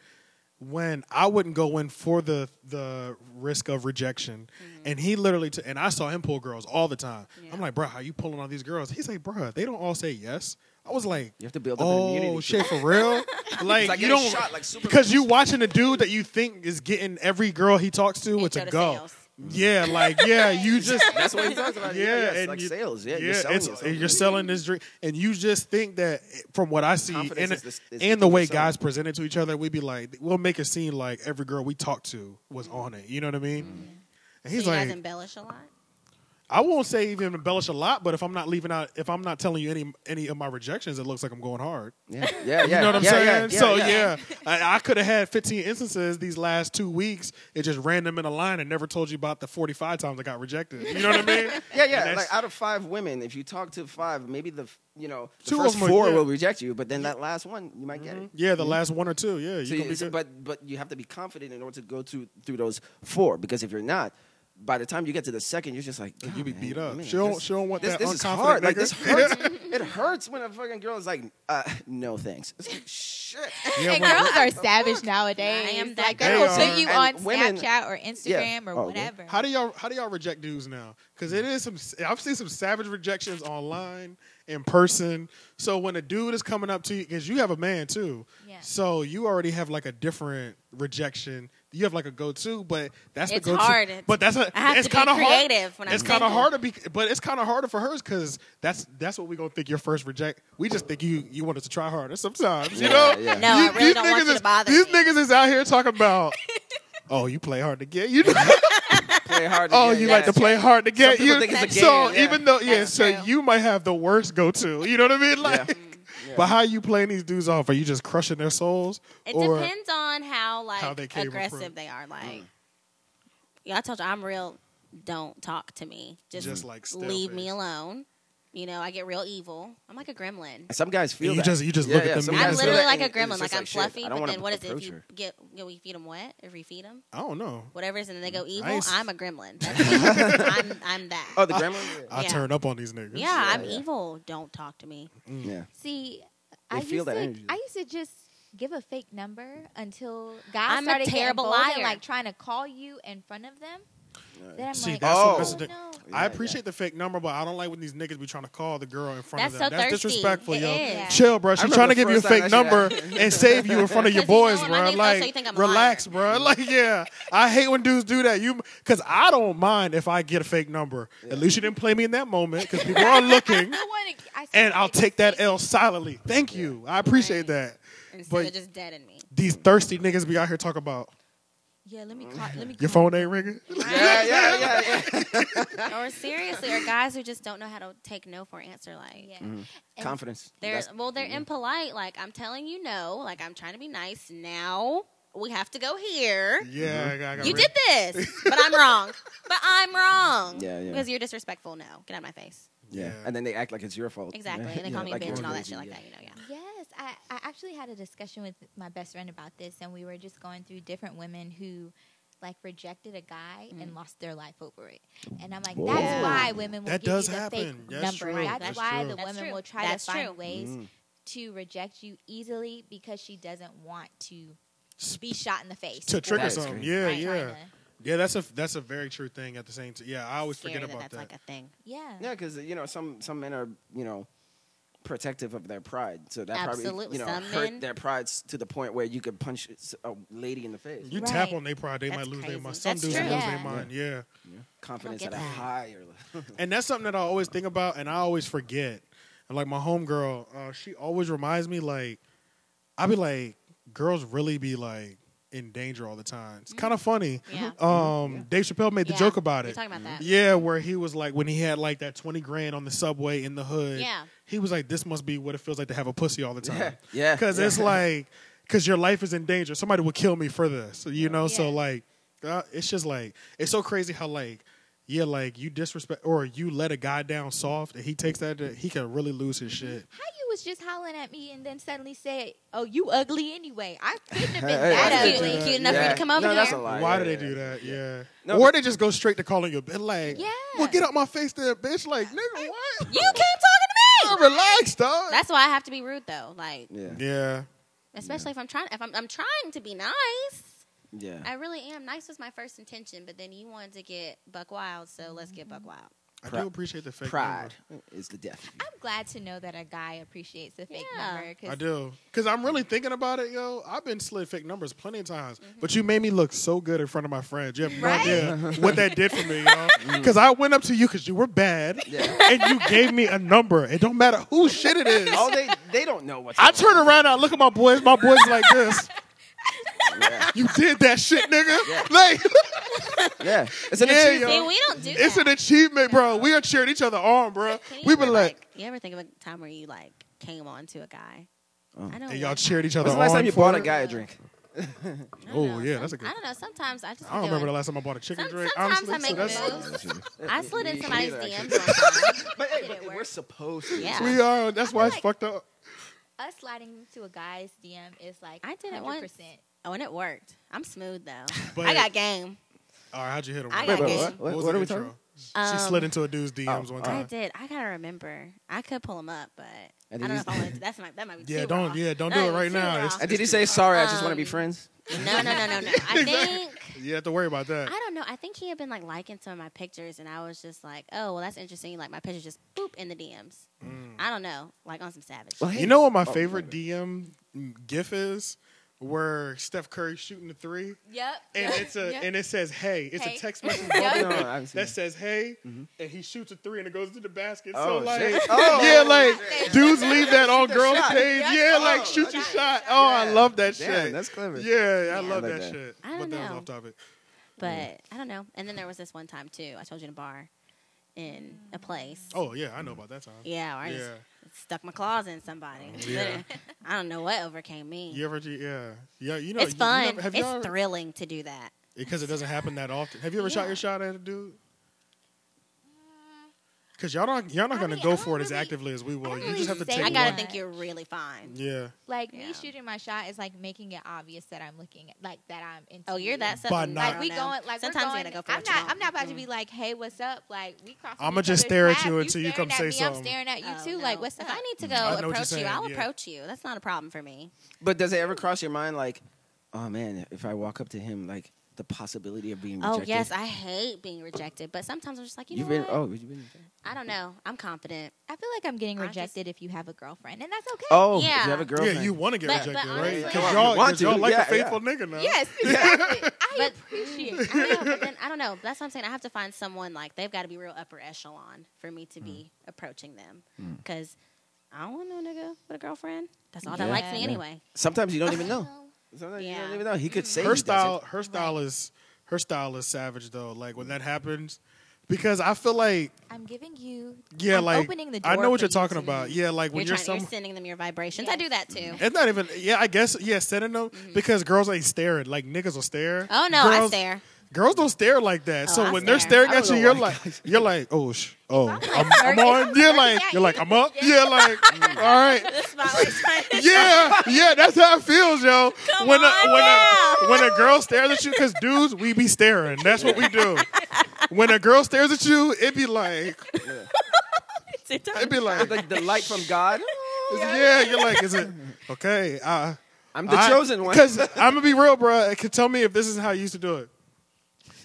S3: when I wouldn't go in for the the risk of rejection, and he literally t- and I saw him pull girls all the time. I'm like, bro, how you pulling all these girls? He's like, bro, they don't all say yes. I was like,
S2: You have to build up an immunity.
S3: oh
S2: to
S3: shit,
S2: it.
S3: for
S2: [LAUGHS]
S3: real? like,
S2: It's like
S3: you
S2: getting
S3: don't
S2: shot like
S3: [LAUGHS]
S2: super
S3: because you watching a dude that you think is getting every girl he talks to, it's a
S5: go to
S3: go.
S5: sales.
S3: Yeah, like yeah, you just
S2: [LAUGHS] That's what he talks about.
S3: [LAUGHS] Yeah,
S2: yes,
S3: and
S2: like
S3: you-
S2: sales. Yeah,
S3: yeah,
S2: you're selling
S3: it's- uh,
S2: yourself.
S3: you're selling this drink, and you just think that from what I see,
S2: Confidence
S3: and,
S2: is the- is the
S3: and the
S2: key to
S3: way
S2: selling.
S3: guys present it to each other, we'd be like, we'll make it seem like every girl we talked to was on it. You know what I mean?
S2: Mm-hmm.
S3: And he's
S5: so you guys
S3: like,
S5: embellish a lot.
S3: I won't say even embellish a lot, but if I'm not leaving out, if I'm not telling you any any of my rejections, it looks like I'm going hard. [LAUGHS]
S2: yeah, yeah, yeah.
S3: You know what I'm
S2: yeah,
S3: saying?
S2: Yeah, yeah,
S3: so yeah,
S2: [LAUGHS]
S3: I, I could have had 15 instances these last two weeks. It just ran them in a line and never told you about the 45 times I got rejected. You know what I mean?
S2: [LAUGHS] Yeah,
S3: And
S2: yeah.
S3: that's-
S2: Like out of five women, if you talk to five, maybe the f- you know the
S3: Two
S2: first
S3: of 'em are-
S2: four
S3: yeah. Mm-hmm.
S2: will reject you, but then that last one you might get it.
S3: Yeah, the last one or two. Yeah, you
S2: So
S3: gonna
S2: you-
S3: be
S2: so-
S3: good.
S2: Mm-hmm. but but you have to be confident in order to go through through those four because if you're not, by the time you get to the second, you're just like
S3: you be
S2: "God,
S3: beat
S2: man,
S3: up.
S2: man,
S3: she don't.
S2: this-
S3: She don't want
S2: This,
S3: that
S2: this
S3: unconfident
S2: is hard. Like
S3: nigga.
S2: this hurts.
S3: [LAUGHS]
S2: it hurts when a fucking girl is like, uh, no thanks. It's like, shit.
S3: Yeah,
S4: and
S3: when-
S4: girls are savage nowadays.
S5: I am that
S4: like
S5: girl.
S4: they will
S3: They
S4: put you
S2: are.
S4: on
S2: And women-
S4: Snapchat or Instagram or
S2: Oh, yeah.
S4: whatever.
S3: how do y'all how do y'all reject dudes now? Because
S5: Mm.
S3: it is some. I've seen some savage rejections online, in person. So when a dude is coming up to you, because you have a man too,
S4: Yeah.
S3: so you already have like a different rejection. You have like a go to, but that's
S5: It's
S3: the go to.
S5: hard. It's-
S3: but that's a,
S5: I have
S3: it's
S5: to be
S3: kind of
S5: creative
S3: Hard.
S5: when I'm
S3: it's kind of
S5: single.
S3: hard to be, but it's kind of harder for hers because that's that's what we gonna think your first reject. We just think you you want us to try harder sometimes. You know.
S2: yeah.
S5: No, I really
S3: these
S5: don't want
S3: niggas
S5: you
S3: is-
S5: to bother
S3: These
S5: me.
S3: niggas is out here
S5: [LAUGHS]
S3: talking about. Oh, you play hard to get.
S2: [LAUGHS]
S3: You. know?
S2: Play hard. to
S3: oh,
S2: get,
S3: you
S2: yeah.
S3: like to play hard to get.
S2: people
S3: you.
S2: think it's a
S3: so
S2: game, yeah.
S3: even though, yeah,
S5: That's
S3: so
S5: true.
S3: you might have the worst go to. You know what I mean? Like,
S2: Mm, Yeah.
S3: but how you playing these dudes off? Are you just crushing their souls?
S5: It
S3: or
S5: depends on how like
S3: how they came Mm.
S5: aggressive
S3: approved.
S5: they are. Like, yeah, I told you I'm real. Don't talk to me. Just,
S3: Just, like, stale
S5: leave me
S3: face.
S5: alone. You know, I get real evil. I'm like a gremlin.
S2: Some guys feel
S3: You
S2: that.
S3: just- you just
S2: Yeah,
S3: look at
S2: yeah,
S3: them
S2: some
S3: mean
S5: I'm
S2: guys
S3: as
S2: feel
S5: literally
S2: that,
S5: like a
S2: and it's
S5: gremlin.
S2: just
S5: Like I'm
S2: shit,
S5: fluffy,
S2: I don't
S5: but
S2: wanna
S5: then what is it?
S2: approach
S5: If you
S2: her.
S5: get, you know, we feed them wet. If we feed them
S3: I don't know.
S5: whatever it is, and they go evil,
S3: Mm, Nice.
S5: I'm a
S3: [LAUGHS]
S5: gremlin. [LAUGHS] That's me. I'm I'm that.
S2: Oh, the gremlin.
S3: I
S5: Yeah.
S3: turn up on these niggas.
S5: yeah, I'm
S2: yeah.
S5: evil. Don't talk to me.
S2: Yeah.
S4: See,
S2: They
S4: I
S2: feel
S4: used
S2: that
S4: to,
S2: energy.
S4: I used to just give a fake number until guys
S5: I'm a
S4: started getting
S5: terrible
S4: bold and,
S5: liar.
S4: like trying to call you in front of them. Then I'm
S3: See,
S4: like,
S3: that's
S4: oh,
S2: what- that's the
S3: thing.
S4: no.
S2: Yeah,
S3: I
S2: yeah.
S3: appreciate the fake number, but I don't like when these niggas be trying to call the girl in front
S5: That's
S3: of
S5: so
S3: them. That's
S5: thirsty.
S3: disrespectful,
S5: It
S3: yo.
S5: is.
S3: [LAUGHS] Chill, bro. She's
S2: remember
S3: trying to
S2: the
S3: give you a
S2: first time
S3: fake
S2: that shit
S3: number and save you in front
S5: [LAUGHS]
S3: of your boys,
S5: Because you know
S3: bro.
S5: I'm my nigga, so you
S3: Like,
S5: think I'm a liar.
S3: relax, bro. [LAUGHS] Like, yeah. I hate when dudes do that. You, because I don't mind if I get a fake number. At least you didn't play me in that moment because people
S5: [LAUGHS]
S3: are looking,
S4: I want to. I
S3: and I'll take that L silently. Thank you. I appreciate that.
S5: Instead
S3: But-
S5: of just deadening me.
S3: These thirsty niggas be out here talking about
S5: Yeah, let me call. Let me.
S3: your phone
S5: [LAUGHS]
S3: ain't ringing.
S2: Yeah, yeah, yeah, yeah.
S5: or seriously, or guys who just don't know how to take no for an answer. Like
S4: Yeah.
S5: [LAUGHS]
S2: Confidence.
S5: they're
S2: That's-
S5: well, they're impolite. Like I'm telling you no. Like I'm trying to be nice. Now we have to go here.
S3: yeah, I got, I got
S5: You
S3: rid-
S5: did this, but I'm wrong. But I'm wrong.
S2: Yeah, yeah.
S5: Because you're disrespectful. No, get out of my face.
S2: Yeah.
S3: Yeah.
S2: And then they act like it's your fault.
S5: Exactly. And they
S2: Yeah,
S5: call me
S2: like
S5: a
S2: you're
S5: bitch and all that
S2: crazy,
S5: shit like
S2: yeah.
S5: that. You know, yeah.
S4: Yes, I, I actually had a discussion with my best friend about this, and we were just going through different women who, like, rejected a guy
S3: Mm.
S4: and lost their life over it. And I'm like, that's
S2: Whoa.
S4: why women will
S3: That
S4: give
S3: does
S4: you the
S3: happen.
S4: fake
S3: That's
S4: number.
S3: true.
S4: That's,
S3: That's
S4: why
S3: true. Mm.
S4: the
S5: That's
S4: women
S5: true.
S4: will try
S5: That's
S4: to find
S5: true.
S4: ways to reject you easily because she doesn't want to be shot in the face
S3: to
S4: or
S3: trigger
S2: That is
S3: something.
S2: crazy.
S3: Yeah,
S4: trying
S3: yeah.
S4: to-
S3: Yeah, that's a that's a very true thing. At the same time, yeah, I always
S5: Scary
S3: forget
S5: that
S3: about
S5: that's
S3: that.
S5: like a thing.
S4: yeah.
S2: Yeah, because you know some some men are you know protective of their pride, so that probably
S5: Absolutely.
S2: you know
S5: Some
S2: hurt
S5: men-
S2: their pride s- to the point where you could punch s- a lady in the face.
S3: you
S4: Right.
S3: tap on their pride, they
S5: That's
S3: might lose their
S5: crazy.
S3: mind. Some
S5: That's
S3: dudes
S5: true.
S3: lose their
S4: Yeah.
S3: mind. Yeah,
S2: Confidence
S5: Don't
S2: at
S5: get
S2: a
S5: that.
S2: higher level.
S3: and that's something that I always think about, and I always forget. And like my homegirl, uh, she always reminds me. Like, I be like, girls really be like in danger all the time. It's kind of funny.
S5: Mm. Yeah.
S3: Um, Dave Chappelle made the
S5: Yeah.
S3: joke about
S5: We're
S3: it.
S5: talking about that.
S3: Yeah, where he was like when he had like that twenty grand on the subway in the hood.
S5: Yeah.
S3: He was like, "This must be what it feels like to have a pussy all the time."
S2: Yeah.
S3: Because it's like, because your life is in danger. Somebody would kill me for this. You know. So
S5: Yeah.
S3: like, uh, it's just like it's so crazy how like. Yeah, like you disrespect or you let a guy down soft, and he takes that. He can really lose his shit.
S4: How you was just hollering at me and then suddenly say, "Oh, you ugly anyway." I couldn't have been
S5: That's
S4: that
S5: cute,
S4: ugly.
S5: cute enough for you
S2: Yeah.
S5: to come over
S2: No,
S5: here.
S2: that's a lie.
S3: Why
S2: Yeah,
S3: do
S2: yeah,
S3: they do that? Yeah.
S2: No,
S3: or
S2: but-
S3: they just go straight to calling you, bitch. Like,
S4: Yeah.
S3: well, get out my face, there, bitch. Like,
S5: [LAUGHS]
S3: nigga, what?
S5: You keep talking to me.
S3: Relax, dog.
S5: That's why I have to be rude though. Like,
S2: Yeah.
S3: yeah.
S5: especially if I'm trying, if I'm, I'm trying to be nice.
S2: Yeah.
S5: I really am. Nice was my first intention, but then you wanted to get buck wild, so let's get buck wild.
S3: I
S2: Pri-
S3: do appreciate the fake
S2: Pride is the death. of you.
S4: I'm glad to know that a guy appreciates the fake
S5: Yeah.
S4: number.
S3: number. I
S4: 'cause
S3: do. Because I'm really thinking about it, yo. I've been slid fake numbers plenty of times. But you made me look so good in front of my friends. You have no
S4: Right?
S3: idea what that did for me, you know? Because I went up to you because you were bad.
S2: Yeah.
S3: And you gave me a number. It don't matter whose shit it is.
S2: [LAUGHS] Oh, they they don't know what's.
S3: I turn around and I look at my boys. My boys like this.
S2: Yeah.
S3: You did that shit, nigga.
S2: Yeah.
S3: Like, [LAUGHS]
S2: Yeah, it's an
S3: Yeah,
S2: achievement.
S5: See,
S3: yo.
S5: we don't do that.
S3: It's an achievement, bro. We are cheering each other on, bro.
S5: Can you
S3: We've
S5: ever,
S3: been like,
S5: you ever think of a time where you like came on to a guy?
S2: Oh.
S5: I know.
S3: and y'all
S5: one-
S3: cheered each other
S2: When's the
S3: on.
S2: last time you
S3: for
S2: bought a
S3: it?
S2: guy a drink?
S5: I don't
S3: Oh,
S5: know.
S3: yeah,
S5: Some-
S3: that's a good-
S5: I don't know. Sometimes I just.
S3: I don't
S5: be
S3: remember the
S5: doing-
S3: last time I bought a chicken
S5: Some-
S3: drink.
S5: sometimes
S3: honestly,
S5: I make
S3: so
S2: [LAUGHS]
S3: that's-
S5: moves. I slid in
S2: Me
S5: somebody's
S2: neither,
S5: DMs.
S2: actually.
S5: one time.
S2: But hey,
S4: Did it
S2: but we're
S4: work?
S2: supposed to.
S5: Yeah.
S3: We are. That's why it's
S4: like-
S3: fucked up.
S4: Us sliding to a guy's DM is like
S5: I did it once.
S4: 100%.
S5: Oh, and it worked. I'm smooth though.
S3: [LAUGHS] But-
S5: I got game.
S3: All right, how'd you hit him?
S5: I
S2: Wait,
S5: got
S2: wait,
S5: game.
S2: what? What,
S3: was
S2: what
S3: the
S2: are we
S3: intro?
S2: talking?
S5: Um,
S3: She slid into uh, a dude's DMs
S2: oh,
S5: I
S2: all
S3: one time.
S5: did. I gotta remember. I could pull them up, but I
S2: And
S5: don't
S2: did
S5: know
S2: you-
S5: if I want to. That's my, that might be.
S3: Yeah,
S5: too
S3: don't-
S5: raw.
S3: yeah, don't
S5: That
S3: do
S5: might
S3: it
S5: be
S3: right
S5: too
S3: now.
S5: raw.
S3: It's-
S2: And did he say sorry? I just want to be
S5: Um,
S2: friends.
S5: No, no, no, no,
S3: [LAUGHS]
S5: no. I think
S3: You have to worry about that.
S5: I don't know. I think he had been like liking some of my pictures, and I was just like, "Oh, well, that's interesting." Like my pictures just boop in the DMs.
S3: Mm.
S5: I don't know, like on some savage.
S3: You know what
S2: Oh,
S3: my favorite DM gif is? Where Steph Curry shooting the three,
S4: Yep.
S3: and it's a and it says hey, it's
S4: Hey.
S3: a
S5: [LAUGHS]
S3: text message
S4: Yeah.
S2: No, I haven't seen
S3: that
S2: it.
S3: says hey, and he shoots a three and it goes to the basket.
S2: Mm-hmm. Oh,
S3: so like, [LAUGHS]
S2: shit. Oh,
S3: yeah, like
S4: shit.
S3: dudes leave that on
S2: their
S3: girls'
S2: shot.
S3: page. Yeah,
S2: Oh,
S3: like shoot your shot. Oh, I
S2: Yeah.
S3: love that
S2: Damn,
S3: shit.
S2: that's clever.
S3: Yeah, I
S5: Yeah.
S2: I
S3: love
S2: like
S3: that,
S2: that.
S3: shit.
S5: I
S3: but
S5: don't
S3: that was
S5: know.
S3: off topic.
S5: But I don't know. And then there was this one time too. I told you in a bar, in a place.
S3: Oh yeah, I know about that time.
S5: Yeah, or I
S3: Yeah.
S5: just stuck my claws in somebody. [LAUGHS]
S3: Yeah.
S5: I don't know what overcame me.
S3: You ever? Yeah, yeah. You know,
S5: it's
S3: you- you
S5: fun.
S3: never- have you
S5: it's
S3: ever-
S5: thrilling to do that.
S3: because it doesn't happen that often. Have you ever shot
S5: Yeah.
S3: your shot at a dude? Because y'all not y'all not
S4: I
S3: gonna
S4: mean, I
S3: go for it
S4: don't
S3: as
S4: really-
S3: actively as we will.
S4: don't
S3: You
S4: really
S3: just have to
S4: say
S3: take.
S5: I
S4: Like
S5: gotta
S4: what?
S3: one.
S5: think you're really fine.
S3: Yeah.
S4: Like
S5: Yeah.
S4: me shooting my shot is like making it obvious that I'm looking at, like that I'm into.
S5: Oh, you're
S4: you.
S5: that.
S3: By
S5: something-
S3: not-
S5: I
S4: Like
S5: don't
S4: we
S5: know.
S4: going like
S5: Sometimes
S4: we're
S5: you
S4: going,
S5: gotta go for
S4: I'm
S5: what you
S4: not
S5: want.
S4: I'm not about to
S5: Mhm.
S4: be like, hey, what's up? Like we cross.
S3: I'ma just stare at you until you come say
S4: I'm
S3: something.
S4: staring at you
S5: Oh,
S4: too.
S5: no.
S4: Like what's up?
S5: If I need to
S3: I know
S5: go
S3: what you're
S5: approach
S3: saying,
S5: you, I'll
S3: yeah.
S5: approach you. That's not a problem for me.
S2: But does it ever cross your mind like, oh man, if I walk up to him, like the possibility of being
S5: Oh
S2: rejected?
S5: yes, I hate being rejected, but sometimes I'm just like, you
S2: You've
S5: know
S2: been.
S5: what?
S2: Oh, you've been. rejected?
S5: I don't know. I'm confident,
S4: I feel like I'm getting
S5: I just-
S4: rejected if you have a girlfriend, and that's okay.
S2: Oh,
S5: Yeah.
S2: if you have a girlfriend.
S3: Yeah, you want to get
S5: But- but
S3: rejected, right?
S5: honestly-
S3: Because
S5: You
S3: y'all,
S2: want
S3: 'cause
S2: to.
S3: y'all like
S2: Yeah,
S3: the faithful nigga now. [LAUGHS]
S4: Yes, exactly. I
S5: but
S4: appreciate.
S5: I know, but then I don't know. That's what I'm saying. I have to find someone like they've got to be real upper echelon for me to be
S2: Hmm.
S5: approaching them because I don't want no nigga with a girlfriend. That's all that
S2: Yeah.
S5: likes me
S2: Yeah.
S5: anyway.
S2: Sometimes you
S5: [LAUGHS]
S2: don't even know. Sometimes you
S5: Yeah.
S2: don't even know. He could say
S3: her
S2: he
S3: style her style is her style is savage though like when that happens because i feel like
S4: I'm giving you.
S3: yeah
S4: I'm
S3: like
S4: opening the
S3: i
S4: door
S3: know what
S4: for
S3: you're
S4: you
S3: talking
S4: to-
S3: about yeah like when
S5: You're,
S3: you're,
S5: trying,
S3: some
S5: you're sending them your vibrations. I
S4: Yes.
S5: do that too.
S3: it's not even yeah i guess yeah sending them because girls ain't staring like niggas will stare
S5: Mm-hmm. Oh no, I
S3: girls,
S4: [LAUGHS]
S5: stare.
S3: girls don't stare like that
S5: Oh,
S3: so
S5: I
S3: when they're
S5: stare.
S3: staring
S2: I
S3: at you
S2: don't
S3: you're
S2: know
S3: like you're like oh sh- oh i'm, I'm
S4: flirting-
S3: on
S4: if I'm
S3: you're
S4: flirting
S3: like
S4: at
S3: you're like
S4: you,
S3: i'm up yeah like
S5: Mm.
S3: all right yeah, yeah, that's how it feels, yo. when a
S5: on
S3: when a when a girl stares at you, because dudes, we be staring. That's what we do. When a girl stares at you, it be like, it be like,
S2: It's like the light from
S5: [LAUGHS]
S2: God.
S3: yeah, you're like, is it okay? Uh,
S2: I'm the chosen one. [LAUGHS]
S3: Because I'm gonna be real, bro. Tell me if this is how you used to do it.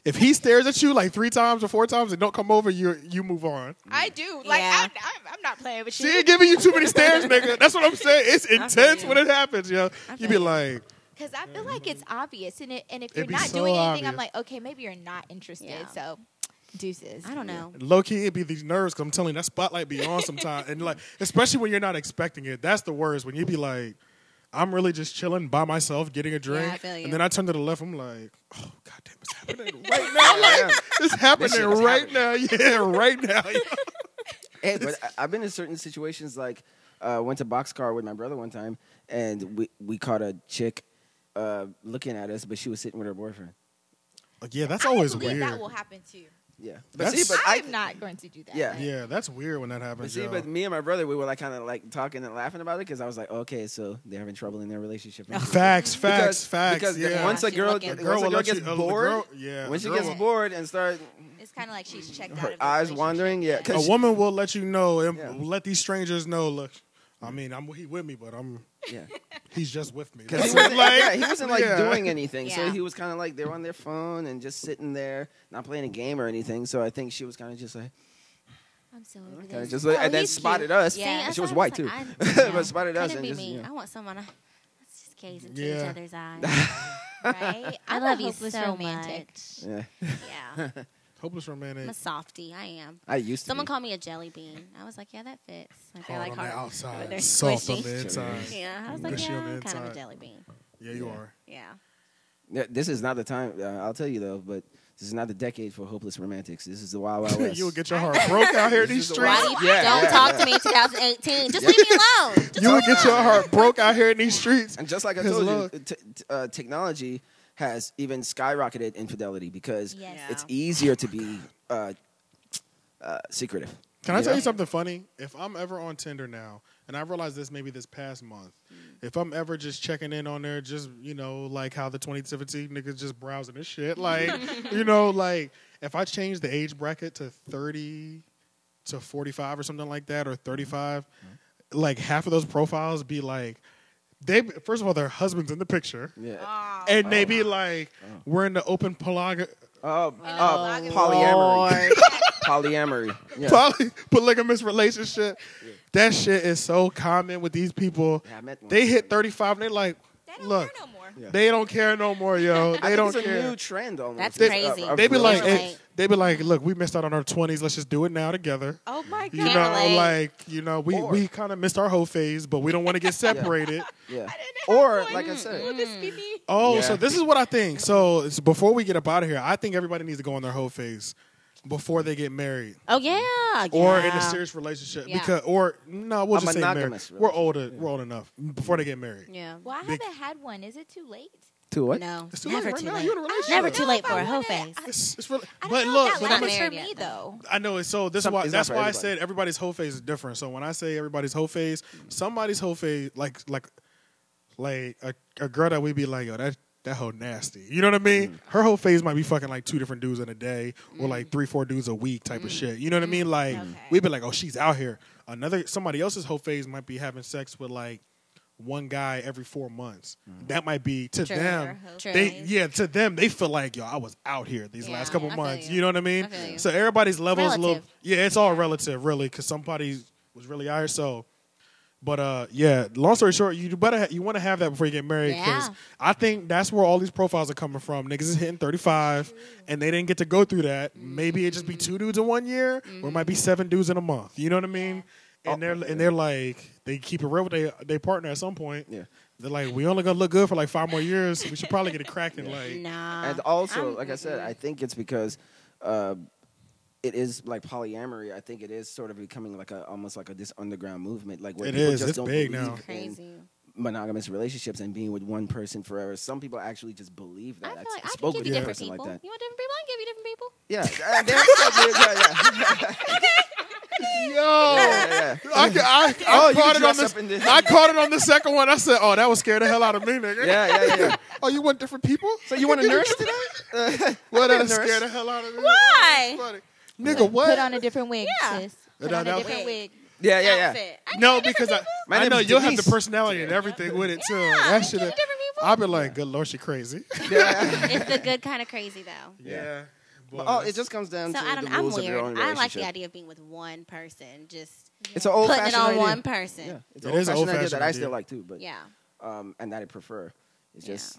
S3: If he stares at you like three times or four times and don't come over, you you move on.
S4: I do. Like
S5: Yeah.
S4: I'm, I'm, I'm not playing with
S3: She
S4: you
S3: ain't giving you too many stares, nigga. That's what I'm saying. It's intense when it happens, yo. You be like,
S4: because I feel like it's obvious, and it, and if
S3: It'd
S4: you're
S3: be
S4: not
S3: so
S4: doing anything,
S3: obvious.
S4: I'm like, okay, maybe you're not interested.
S5: Yeah.
S4: So, deuces.
S5: I don't know.
S3: Low key, it'd be these nerves. Cause I'm telling you, that spotlight be on sometimes, and like especially when you're not expecting it. That's the worst. When you be like, I'm really just chilling by myself, getting a drink,
S5: feel you.
S3: and then I turn to the left. I'm like, oh god damn,
S2: [LAUGHS]
S3: it's happening [LAUGHS] right now.
S5: [LAUGHS]
S2: Yeah, yeah.
S3: It's
S2: shit
S3: happening
S2: is
S3: right now. [LAUGHS] Yeah, right now.
S2: Hey, but I- I've been in certain situations. Like, uh, went to boxcar with my brother one time, and we we caught a chick uh, looking at us, but she was sitting with her boyfriend.
S3: Like, yeah, that's
S4: I
S3: always
S4: believe
S3: weird.
S4: That will happen too.
S2: Yeah, but
S3: That's-
S2: see, but
S4: I'm
S2: I,
S4: not going to do that.
S2: Yeah.
S4: Like,
S3: yeah, that's weird when that
S2: but
S3: happens.
S2: see,
S3: y'all.
S2: but me and my brother, we were like kind of like talking and laughing about it because I was like, okay, so they're having trouble in their relationship.
S3: [LAUGHS] facts, facts,
S2: because,
S3: facts.
S2: Because the-
S3: yeah.
S2: once a
S5: She's
S2: girl,
S5: looking.
S2: once
S3: Girl
S2: a
S3: will
S2: girl
S3: let you-
S2: gets
S3: uh, the
S2: bored,
S3: girl- yeah,
S2: when
S3: the
S2: she
S3: girl
S2: gets
S3: will-
S2: bored and start
S4: It's kind of like she's checked out.
S2: her
S4: of the
S2: eyes
S4: relationship.
S2: wandering, yeah,
S3: a
S2: because
S3: woman will let you know and
S2: Yeah.
S3: let these strangers know. Look, I mean, I'm he with me, but I'm [LAUGHS]
S2: yeah.
S3: he's just with me.
S2: Because
S3: That's
S2: he,
S3: what,
S2: wasn't- yeah, he wasn't like
S3: yeah.
S2: doing anything, so
S5: Yeah.
S2: he was kind of like they were on their phone and just sitting there, not playing a game or anything. So I think she was kind of just like,
S4: I'm so over
S2: kind of
S4: this.
S2: just like,
S5: Oh,
S2: and then
S5: he's cute.
S2: spotted us.
S5: See,
S4: Yeah.
S5: that's
S2: she was
S5: why I
S2: white too,
S5: like,
S2: [LAUGHS]
S5: I-
S2: but spotted us
S5: Couldn't
S2: and
S5: be
S2: just
S5: me.
S2: you know.
S5: I want someone. I, let's just gaze into
S3: Yeah.
S5: each other's eyes.
S4: right?
S5: I
S4: I'm a
S5: love you
S4: hopeless
S5: so
S4: romantic.
S5: much.
S2: yeah.
S5: Yeah,
S3: hopeless
S5: I'm
S3: romantic.
S5: a softie. I am.
S2: I used to.
S5: Someone
S2: be.
S5: called me a jelly bean. I was like, yeah, that fits. Like they're
S3: Hard
S5: like
S3: on the
S5: hard.
S3: outside,
S5: they're
S3: soft on
S5: squishy.
S3: the inside.
S5: [LAUGHS] Yeah, I was like,
S3: Gushy
S5: yeah,
S3: on the
S5: I'm kind of a
S3: inside.
S5: jelly bean.
S3: Yeah, you
S2: Yeah.
S3: are.
S5: Yeah.
S2: Yeah, This is not the time. Uh, I'll tell you though, but this is not the decade for hopeless romantics. This is the wild
S3: [LAUGHS]
S2: wild west.
S3: you will get your heart broke out here in
S2: This
S3: these
S2: is the
S3: streets.
S2: wild- Yeah,
S5: Don't
S2: yeah,
S5: talk
S2: yeah.
S5: to me in 2018. Just leave me alone. Just
S3: You will get your heart broke out here in these streets.
S2: And just like I
S3: Because
S2: told you,
S3: look-
S2: t- t- uh, technology has even skyrocketed infidelity because
S4: Yes. Yeah.
S2: it's easier to be uh, uh, secretive.
S3: Can I tell
S2: Yeah.
S3: you something funny? If I'm ever on Tinder now, and I realized this maybe this past month, if I'm ever just checking in on there, just you know, like how the 2017 niggas just browsing this shit, like you know, like if I change the age bracket to 30 to 45 or something like that, or 35, like half of those profiles be like, they first of all their husbands in the picture,
S2: Yeah.
S3: and they be like, we're in the open polyg-
S2: Oh, uh, [LAUGHS] polyamory. polyamory.
S3: [LAUGHS]
S2: Yeah.
S3: poly- polygamous relationship. That shit is so common with these people.
S2: Yeah, I met one.
S3: They hit 35 and they like,
S4: They don't
S3: look,
S4: care no more.
S2: Yeah.
S3: they don't care no more,
S2: I
S3: yo. They
S2: think
S3: don't
S2: it's a new
S3: care.
S2: trend almost.
S5: That's
S2: It's,
S5: crazy.
S2: of
S3: They be like,
S5: Can't
S3: eh,
S5: relate.
S3: they be like, look, we missed out on our 20s. Let's just do it now
S4: [LAUGHS]
S3: together.
S4: Oh my
S3: You
S5: Can't
S3: know,
S5: relate.
S3: like, you know, we,
S2: Or-
S3: we kind of missed our whole phase, but we don't
S4: [LAUGHS]
S3: want to get separated.
S2: yeah.
S4: know
S2: Or
S4: what-
S2: like I said,
S4: Will this be me?
S3: Oh,
S2: Yeah.
S3: so this is what I think. So it's before we get up out of here, I think everybody needs to go on their whole phase before they get married.
S5: Oh yeah.
S3: or in a
S5: yeah.
S3: serious relationship
S5: Yeah.
S3: because or no, we'll
S2: A
S3: just say married.
S2: monogamous
S3: We're older, we're old enough before they get married.
S5: Yeah.
S4: Well, I
S3: Big-
S4: haven't had one. Is it too late?
S2: to what?
S5: No.
S3: It's too late
S5: Never
S3: right
S5: too
S3: now. You're in a
S5: late.
S3: relationship.
S5: Never too late
S4: if
S5: for
S4: I
S5: a whole
S4: wanted it.
S5: phase.
S3: It's, it's really,
S4: I don't
S3: but
S4: know
S3: look,
S4: if
S3: but
S5: we're
S4: that
S5: not
S3: I'm
S4: lasts
S3: a-
S5: married
S4: for
S5: yet,
S4: me
S5: though.
S4: though.
S3: I know it's so. This is
S2: Some-
S3: why.
S2: it's not
S3: That's
S2: for
S3: why I
S2: everybody.
S3: said everybody's whole phase is different. So when I say everybody's whole phase, somebody's whole phase, like like like a, a girl that we be like, yo, that that whole nasty. You know what I mean?
S2: Mm.
S3: Her whole phase might be fucking like two different dudes in a day, or
S5: Mm.
S3: like three four dudes a week type of shit. You know what I mean? Like
S4: Okay.
S3: we be like, oh, she's out here. Another somebody else's whole phase might be having sex with like one guy every four months.
S2: Mm.
S3: That might be to
S5: True.
S3: them.
S5: True.
S3: They yeah, to them they feel like yo, I was out here these
S5: Yeah,
S3: last couple
S5: I feel
S3: months.
S5: you.
S3: You know what I mean?
S5: I feel you.
S3: So everybody's level is a little.
S5: Relative.
S3: Yeah, it's all relative, really, because somebody was really out here. So, but uh, yeah. Long story short, you better ha- you want to have that before you get married, because
S5: Yeah.
S3: I think that's where all these profiles are coming from. Niggas is hitting thirty five, and they didn't get to go through that.
S5: Mm-hmm.
S3: Maybe it just be two dudes in one year, or it might be seven dudes in a month. You know what I mean? And they're and they're like they keep it real with they they partner at some point.
S2: Yeah.
S3: They're like, we only gonna look good for like five more years. We should probably get
S5: [LAUGHS]
S3: it cracking. Like,
S5: Nah.
S2: And also,
S5: Uh, I'm-
S2: like I said, I think it's because uh, it is like polyamory. I think it is sort of becoming like a almost like a this underground movement. Like where
S3: It
S2: people
S3: is.
S2: just
S3: It's
S2: don't
S3: big
S2: believe
S3: now.
S2: in
S5: crazy.
S2: monogamous relationships and being with one person forever. Some people actually just believe
S5: I
S2: that.
S5: feel like I can
S2: spoke
S5: give
S2: with
S5: you
S2: a
S5: different
S2: person
S5: people.
S2: like that.
S5: You want different people? I can give you different people.
S2: Yeah, [LAUGHS] Uh, they're so good. yeah, yeah.
S3: yo,
S2: yeah, yeah.
S3: I, ca- I,
S2: Oh,
S3: I
S2: you
S3: caught it on
S2: dress
S3: this.
S2: up in this.
S3: I caught it on the second one. I said, "Oh, that would scare the hell out of me, nigga."
S2: Yeah, yeah, yeah.
S3: Oh, you want different people?
S2: So you want a nurse
S3: [LAUGHS]
S2: today?
S3: Well,
S2: I'm a [LAUGHS]
S3: that scared the
S2: nurse.
S3: hell out of me.
S5: Why?
S3: Funny. Nigga, what?
S4: Put on a different wig,
S5: Yeah.
S4: sis.
S3: No,
S4: Put on
S3: that
S4: a
S3: was-
S4: different wig.
S2: Yeah, yeah, yeah.
S5: Outfit. I can
S3: no,
S5: give you
S3: because I,
S2: My
S3: I
S2: name
S3: know
S2: is
S3: you'll have the
S2: Denise.
S3: personality and everything with
S2: uh,
S3: it too.
S5: Yeah,
S3: that
S5: you
S3: shit.
S5: get different people.
S3: I'll be like, "Good lord, she crazy." [LAUGHS]
S2: yeah.
S5: different- It's the good kind of crazy though.
S2: Yeah.
S3: Boy,
S2: Oh, it just comes down
S5: So
S2: to
S5: I don't.
S2: the
S5: I'm
S2: rules of your own
S5: weird. I
S2: relationship.
S5: like the idea of being with one person, just
S2: It's an old
S5: putting it
S2: fashioned
S5: on
S2: idea.
S5: one
S2: Yeah,
S5: person.
S2: it's an
S3: It
S2: old
S3: is
S2: fashioned
S3: an
S2: idea
S3: old-fashioned
S2: that I still
S3: idea.
S2: like too, but
S5: Yeah.
S2: um, and that I prefer. It's
S5: Yeah.
S2: just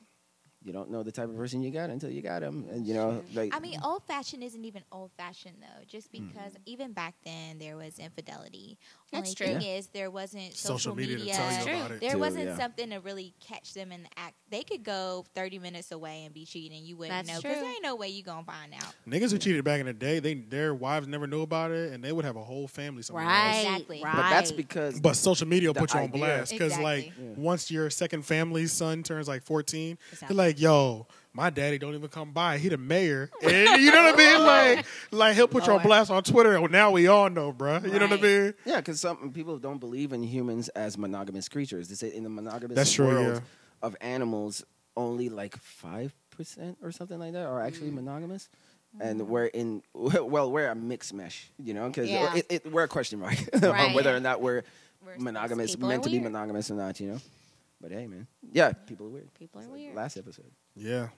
S2: you don't know the type of person you got until you got them, and you know, like
S4: I mean, old fashioned isn't even old fashioned though, just because even back then there was infidelity.
S5: That's
S4: Only
S5: true.
S4: thing is there wasn't social,
S3: Social media to
S4: media.
S3: tell
S5: That's
S3: you
S5: true.
S3: about it.
S4: There
S2: Too,
S4: wasn't
S2: yeah.
S4: something to really catch them in the act. They could go thirty minutes away and be cheating. You wouldn't
S5: That's
S4: know
S5: true.
S4: there ain't no way you gonna find out.
S3: Niggas who cheated back in the day, they their wives never knew about it, and they would have a whole family somewhere. else.
S5: Right.
S4: Exactly.
S5: Right.
S4: But
S2: but that's because
S3: But social media will
S2: The
S3: put you on
S2: idea.
S3: blast because, like,
S4: Exactly.
S2: Yeah.
S3: once your second family's son turns like fourteen,
S5: It's
S3: they're
S5: out.
S3: like, "Yo, my daddy don't even come by. He the mayor." And you know what I
S5: [LAUGHS]
S3: mean? Like, like he'll put you on
S5: Lord.
S3: blast on Twitter. Well, now we all know, bruh. You know what I
S5: Right.
S3: mean?
S2: Yeah, because some people don't believe in humans as monogamous creatures. They say in the monogamous
S3: That's true,
S2: world
S3: yeah.
S2: of animals, only like five percent or something like that are actually
S5: Mm.
S2: monogamous, and we're in [LAUGHS] well, we're a mixed mesh, you know, because
S5: Yeah.
S2: it, it, we're a question mark [LAUGHS] on
S5: Right.
S2: whether or not we're,
S4: We're
S2: monogamous,
S5: people are
S2: meant to be
S5: weird.
S2: monogamous or not, you know. But hey, man, yeah, people are weird.
S5: People are
S2: It's like
S5: weird.
S2: Last episode,
S3: Yeah,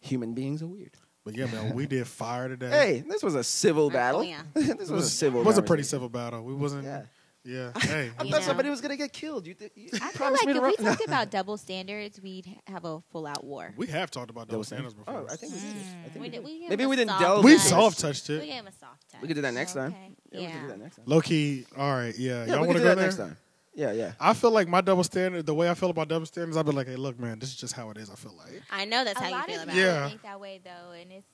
S2: human beings are weird.
S3: but yeah, man, we did fire today.
S2: Hey, this was a civil battle.
S5: yeah.
S2: this was,
S3: it
S2: a
S3: was,
S2: civil.
S3: it was a pretty
S2: conversation.
S3: civil battle. We wasn't. Yeah.
S2: Yeah.
S5: [LAUGHS]
S3: Hey.
S2: I
S5: You
S2: thought
S5: know.
S2: somebody was gonna get killed. You, th- you
S4: I feel
S2: promised
S4: like
S2: me
S4: if
S2: the
S4: we
S2: wrong-
S4: talked about double standards, we'd have a full out war.
S3: We have talked about double
S2: Double
S3: standards
S2: standards.
S3: before.
S2: Oh, I think we did. I think
S5: We
S2: we
S5: did-
S2: did.
S5: we gave
S2: Maybe
S5: him
S2: we
S5: a
S2: didn't
S5: soft
S2: delve.
S5: touch.
S3: we
S2: into this.
S3: soft touched
S5: We
S3: it.
S5: gave him a soft touch.
S2: We could do that next time.
S4: Okay.
S2: Yeah, we could do
S5: Yeah.
S2: that next time.
S3: Low key. All right. Yeah.
S2: Yeah,
S3: Y'all
S2: we
S3: want
S2: could
S3: to
S2: do
S3: go
S2: that
S3: there?
S2: next time. Yeah, yeah.
S3: I feel like my double standard. The way I feel about double standards, I've been like, hey, look, man, this is just how it is. I feel like.
S5: I know that's
S4: a
S5: how you
S4: lot
S5: feel
S4: of
S5: about
S4: people
S5: it.
S3: Yeah.
S4: think that way though, and it's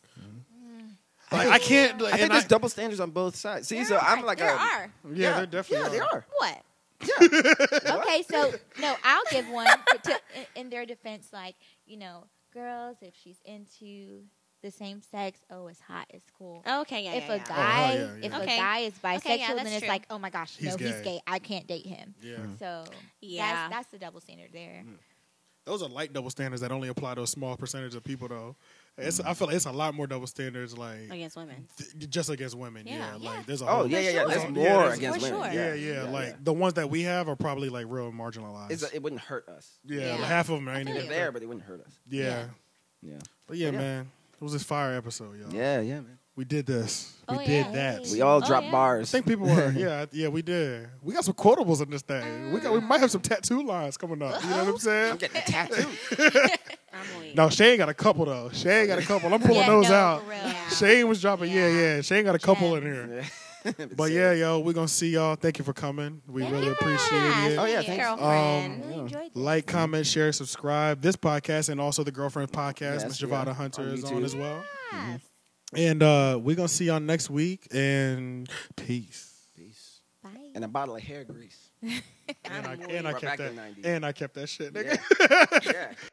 S3: Like I can't.
S2: I think
S3: and
S2: there's double standards on both sides. See,
S4: there
S2: so I'm
S4: are-
S2: like,
S4: there
S2: a,
S4: are.
S3: yeah, there
S2: yeah,
S3: definitely.
S2: they are.
S4: What?
S5: [LAUGHS]
S2: Yeah,
S4: Okay, so no, I'll give one but to, in, in their defense. Like you know, girls, if she's into the same sex, oh, it's hot, it's cool.
S5: Okay, Oh, yeah,
S4: if
S5: yeah,
S4: a
S5: yeah.
S4: guy,
S3: Oh, yeah, yeah.
S4: if
S5: Okay.
S4: a guy is bisexual,
S5: Okay, yeah,
S4: then
S5: that's
S4: it's
S5: true.
S4: like, oh my gosh,
S3: He's
S4: no, he's
S3: gay.
S4: gay. I can't date him.
S3: Yeah.
S4: So
S5: Yeah.
S4: that's, that's the double standard there.
S3: Those are light double standards that only apply to a small percentage of people, though. It's,
S2: Mm.
S3: I feel like it's a lot more double standards, like
S5: against women.
S3: th- just against women. Yeah,
S5: Oh, Yeah, yeah.
S3: like there's a
S2: Oh
S3: whole-
S2: yeah, yeah, yeah.
S4: sure.
S2: There's
S3: Yeah,
S2: more
S3: there's-
S2: against
S4: For
S2: women.
S4: sure.
S3: yeah, yeah, Like the ones that we have are probably like real marginalized.
S2: It's, it wouldn't hurt us.
S3: yeah,
S5: Yeah.
S3: like, half of them ain't
S5: feel
S3: even
S2: They're
S5: you.
S2: there, but they wouldn't hurt us.
S3: Yeah.
S2: Yeah,
S3: but yeah,
S2: Yeah.
S3: man, it was this fire episode, y'all.
S2: yeah, yeah, man.
S3: we did this. We
S4: Oh,
S3: did
S4: yeah.
S3: that.
S2: We all
S5: Oh,
S2: drop
S5: yeah.
S3: I
S2: bars.
S3: think
S2: [LAUGHS]
S3: people were. Yeah, yeah, we did. We got some quotables in this thing. We got. We might have some tattoo lines coming up. You know what I'm saying?
S2: I'm getting a tattoo.
S5: I'm weak.
S3: No, Shane got a couple though. Shane got a couple. I'm pulling
S4: yeah,
S3: those
S4: no,
S3: out.
S4: For real.
S5: Yeah.
S3: Shane was dropping. Yeah, yeah.
S5: Yeah.
S3: Shane got a couple in here. But
S2: Say
S3: yeah,
S2: it.
S3: yo, we're gonna see y'all. Thank you for coming. We really
S5: Yeah,
S3: appreciate it.
S2: Oh, yeah,
S5: sweet
S2: thanks. Um,
S5: girlfriend.
S4: Really
S2: Yeah.
S4: enjoyed this.
S3: Like, comment, share, subscribe. This podcast and also the Girlfriend Podcast.
S2: Yes,
S3: Miss
S2: yeah.
S3: Javada Hunter
S2: On
S3: is on
S2: YouTube.
S3: as well. Mm-hmm.
S5: Yes.
S3: And uh, we're gonna see y'all next week. And peace.
S2: Peace.
S4: Bye.
S2: And a bottle of hair grease.
S3: And I, and I
S2: We're back
S3: kept
S2: to
S3: that.
S2: 90.
S3: And I kept that shit, nigga.
S2: Yeah. yeah.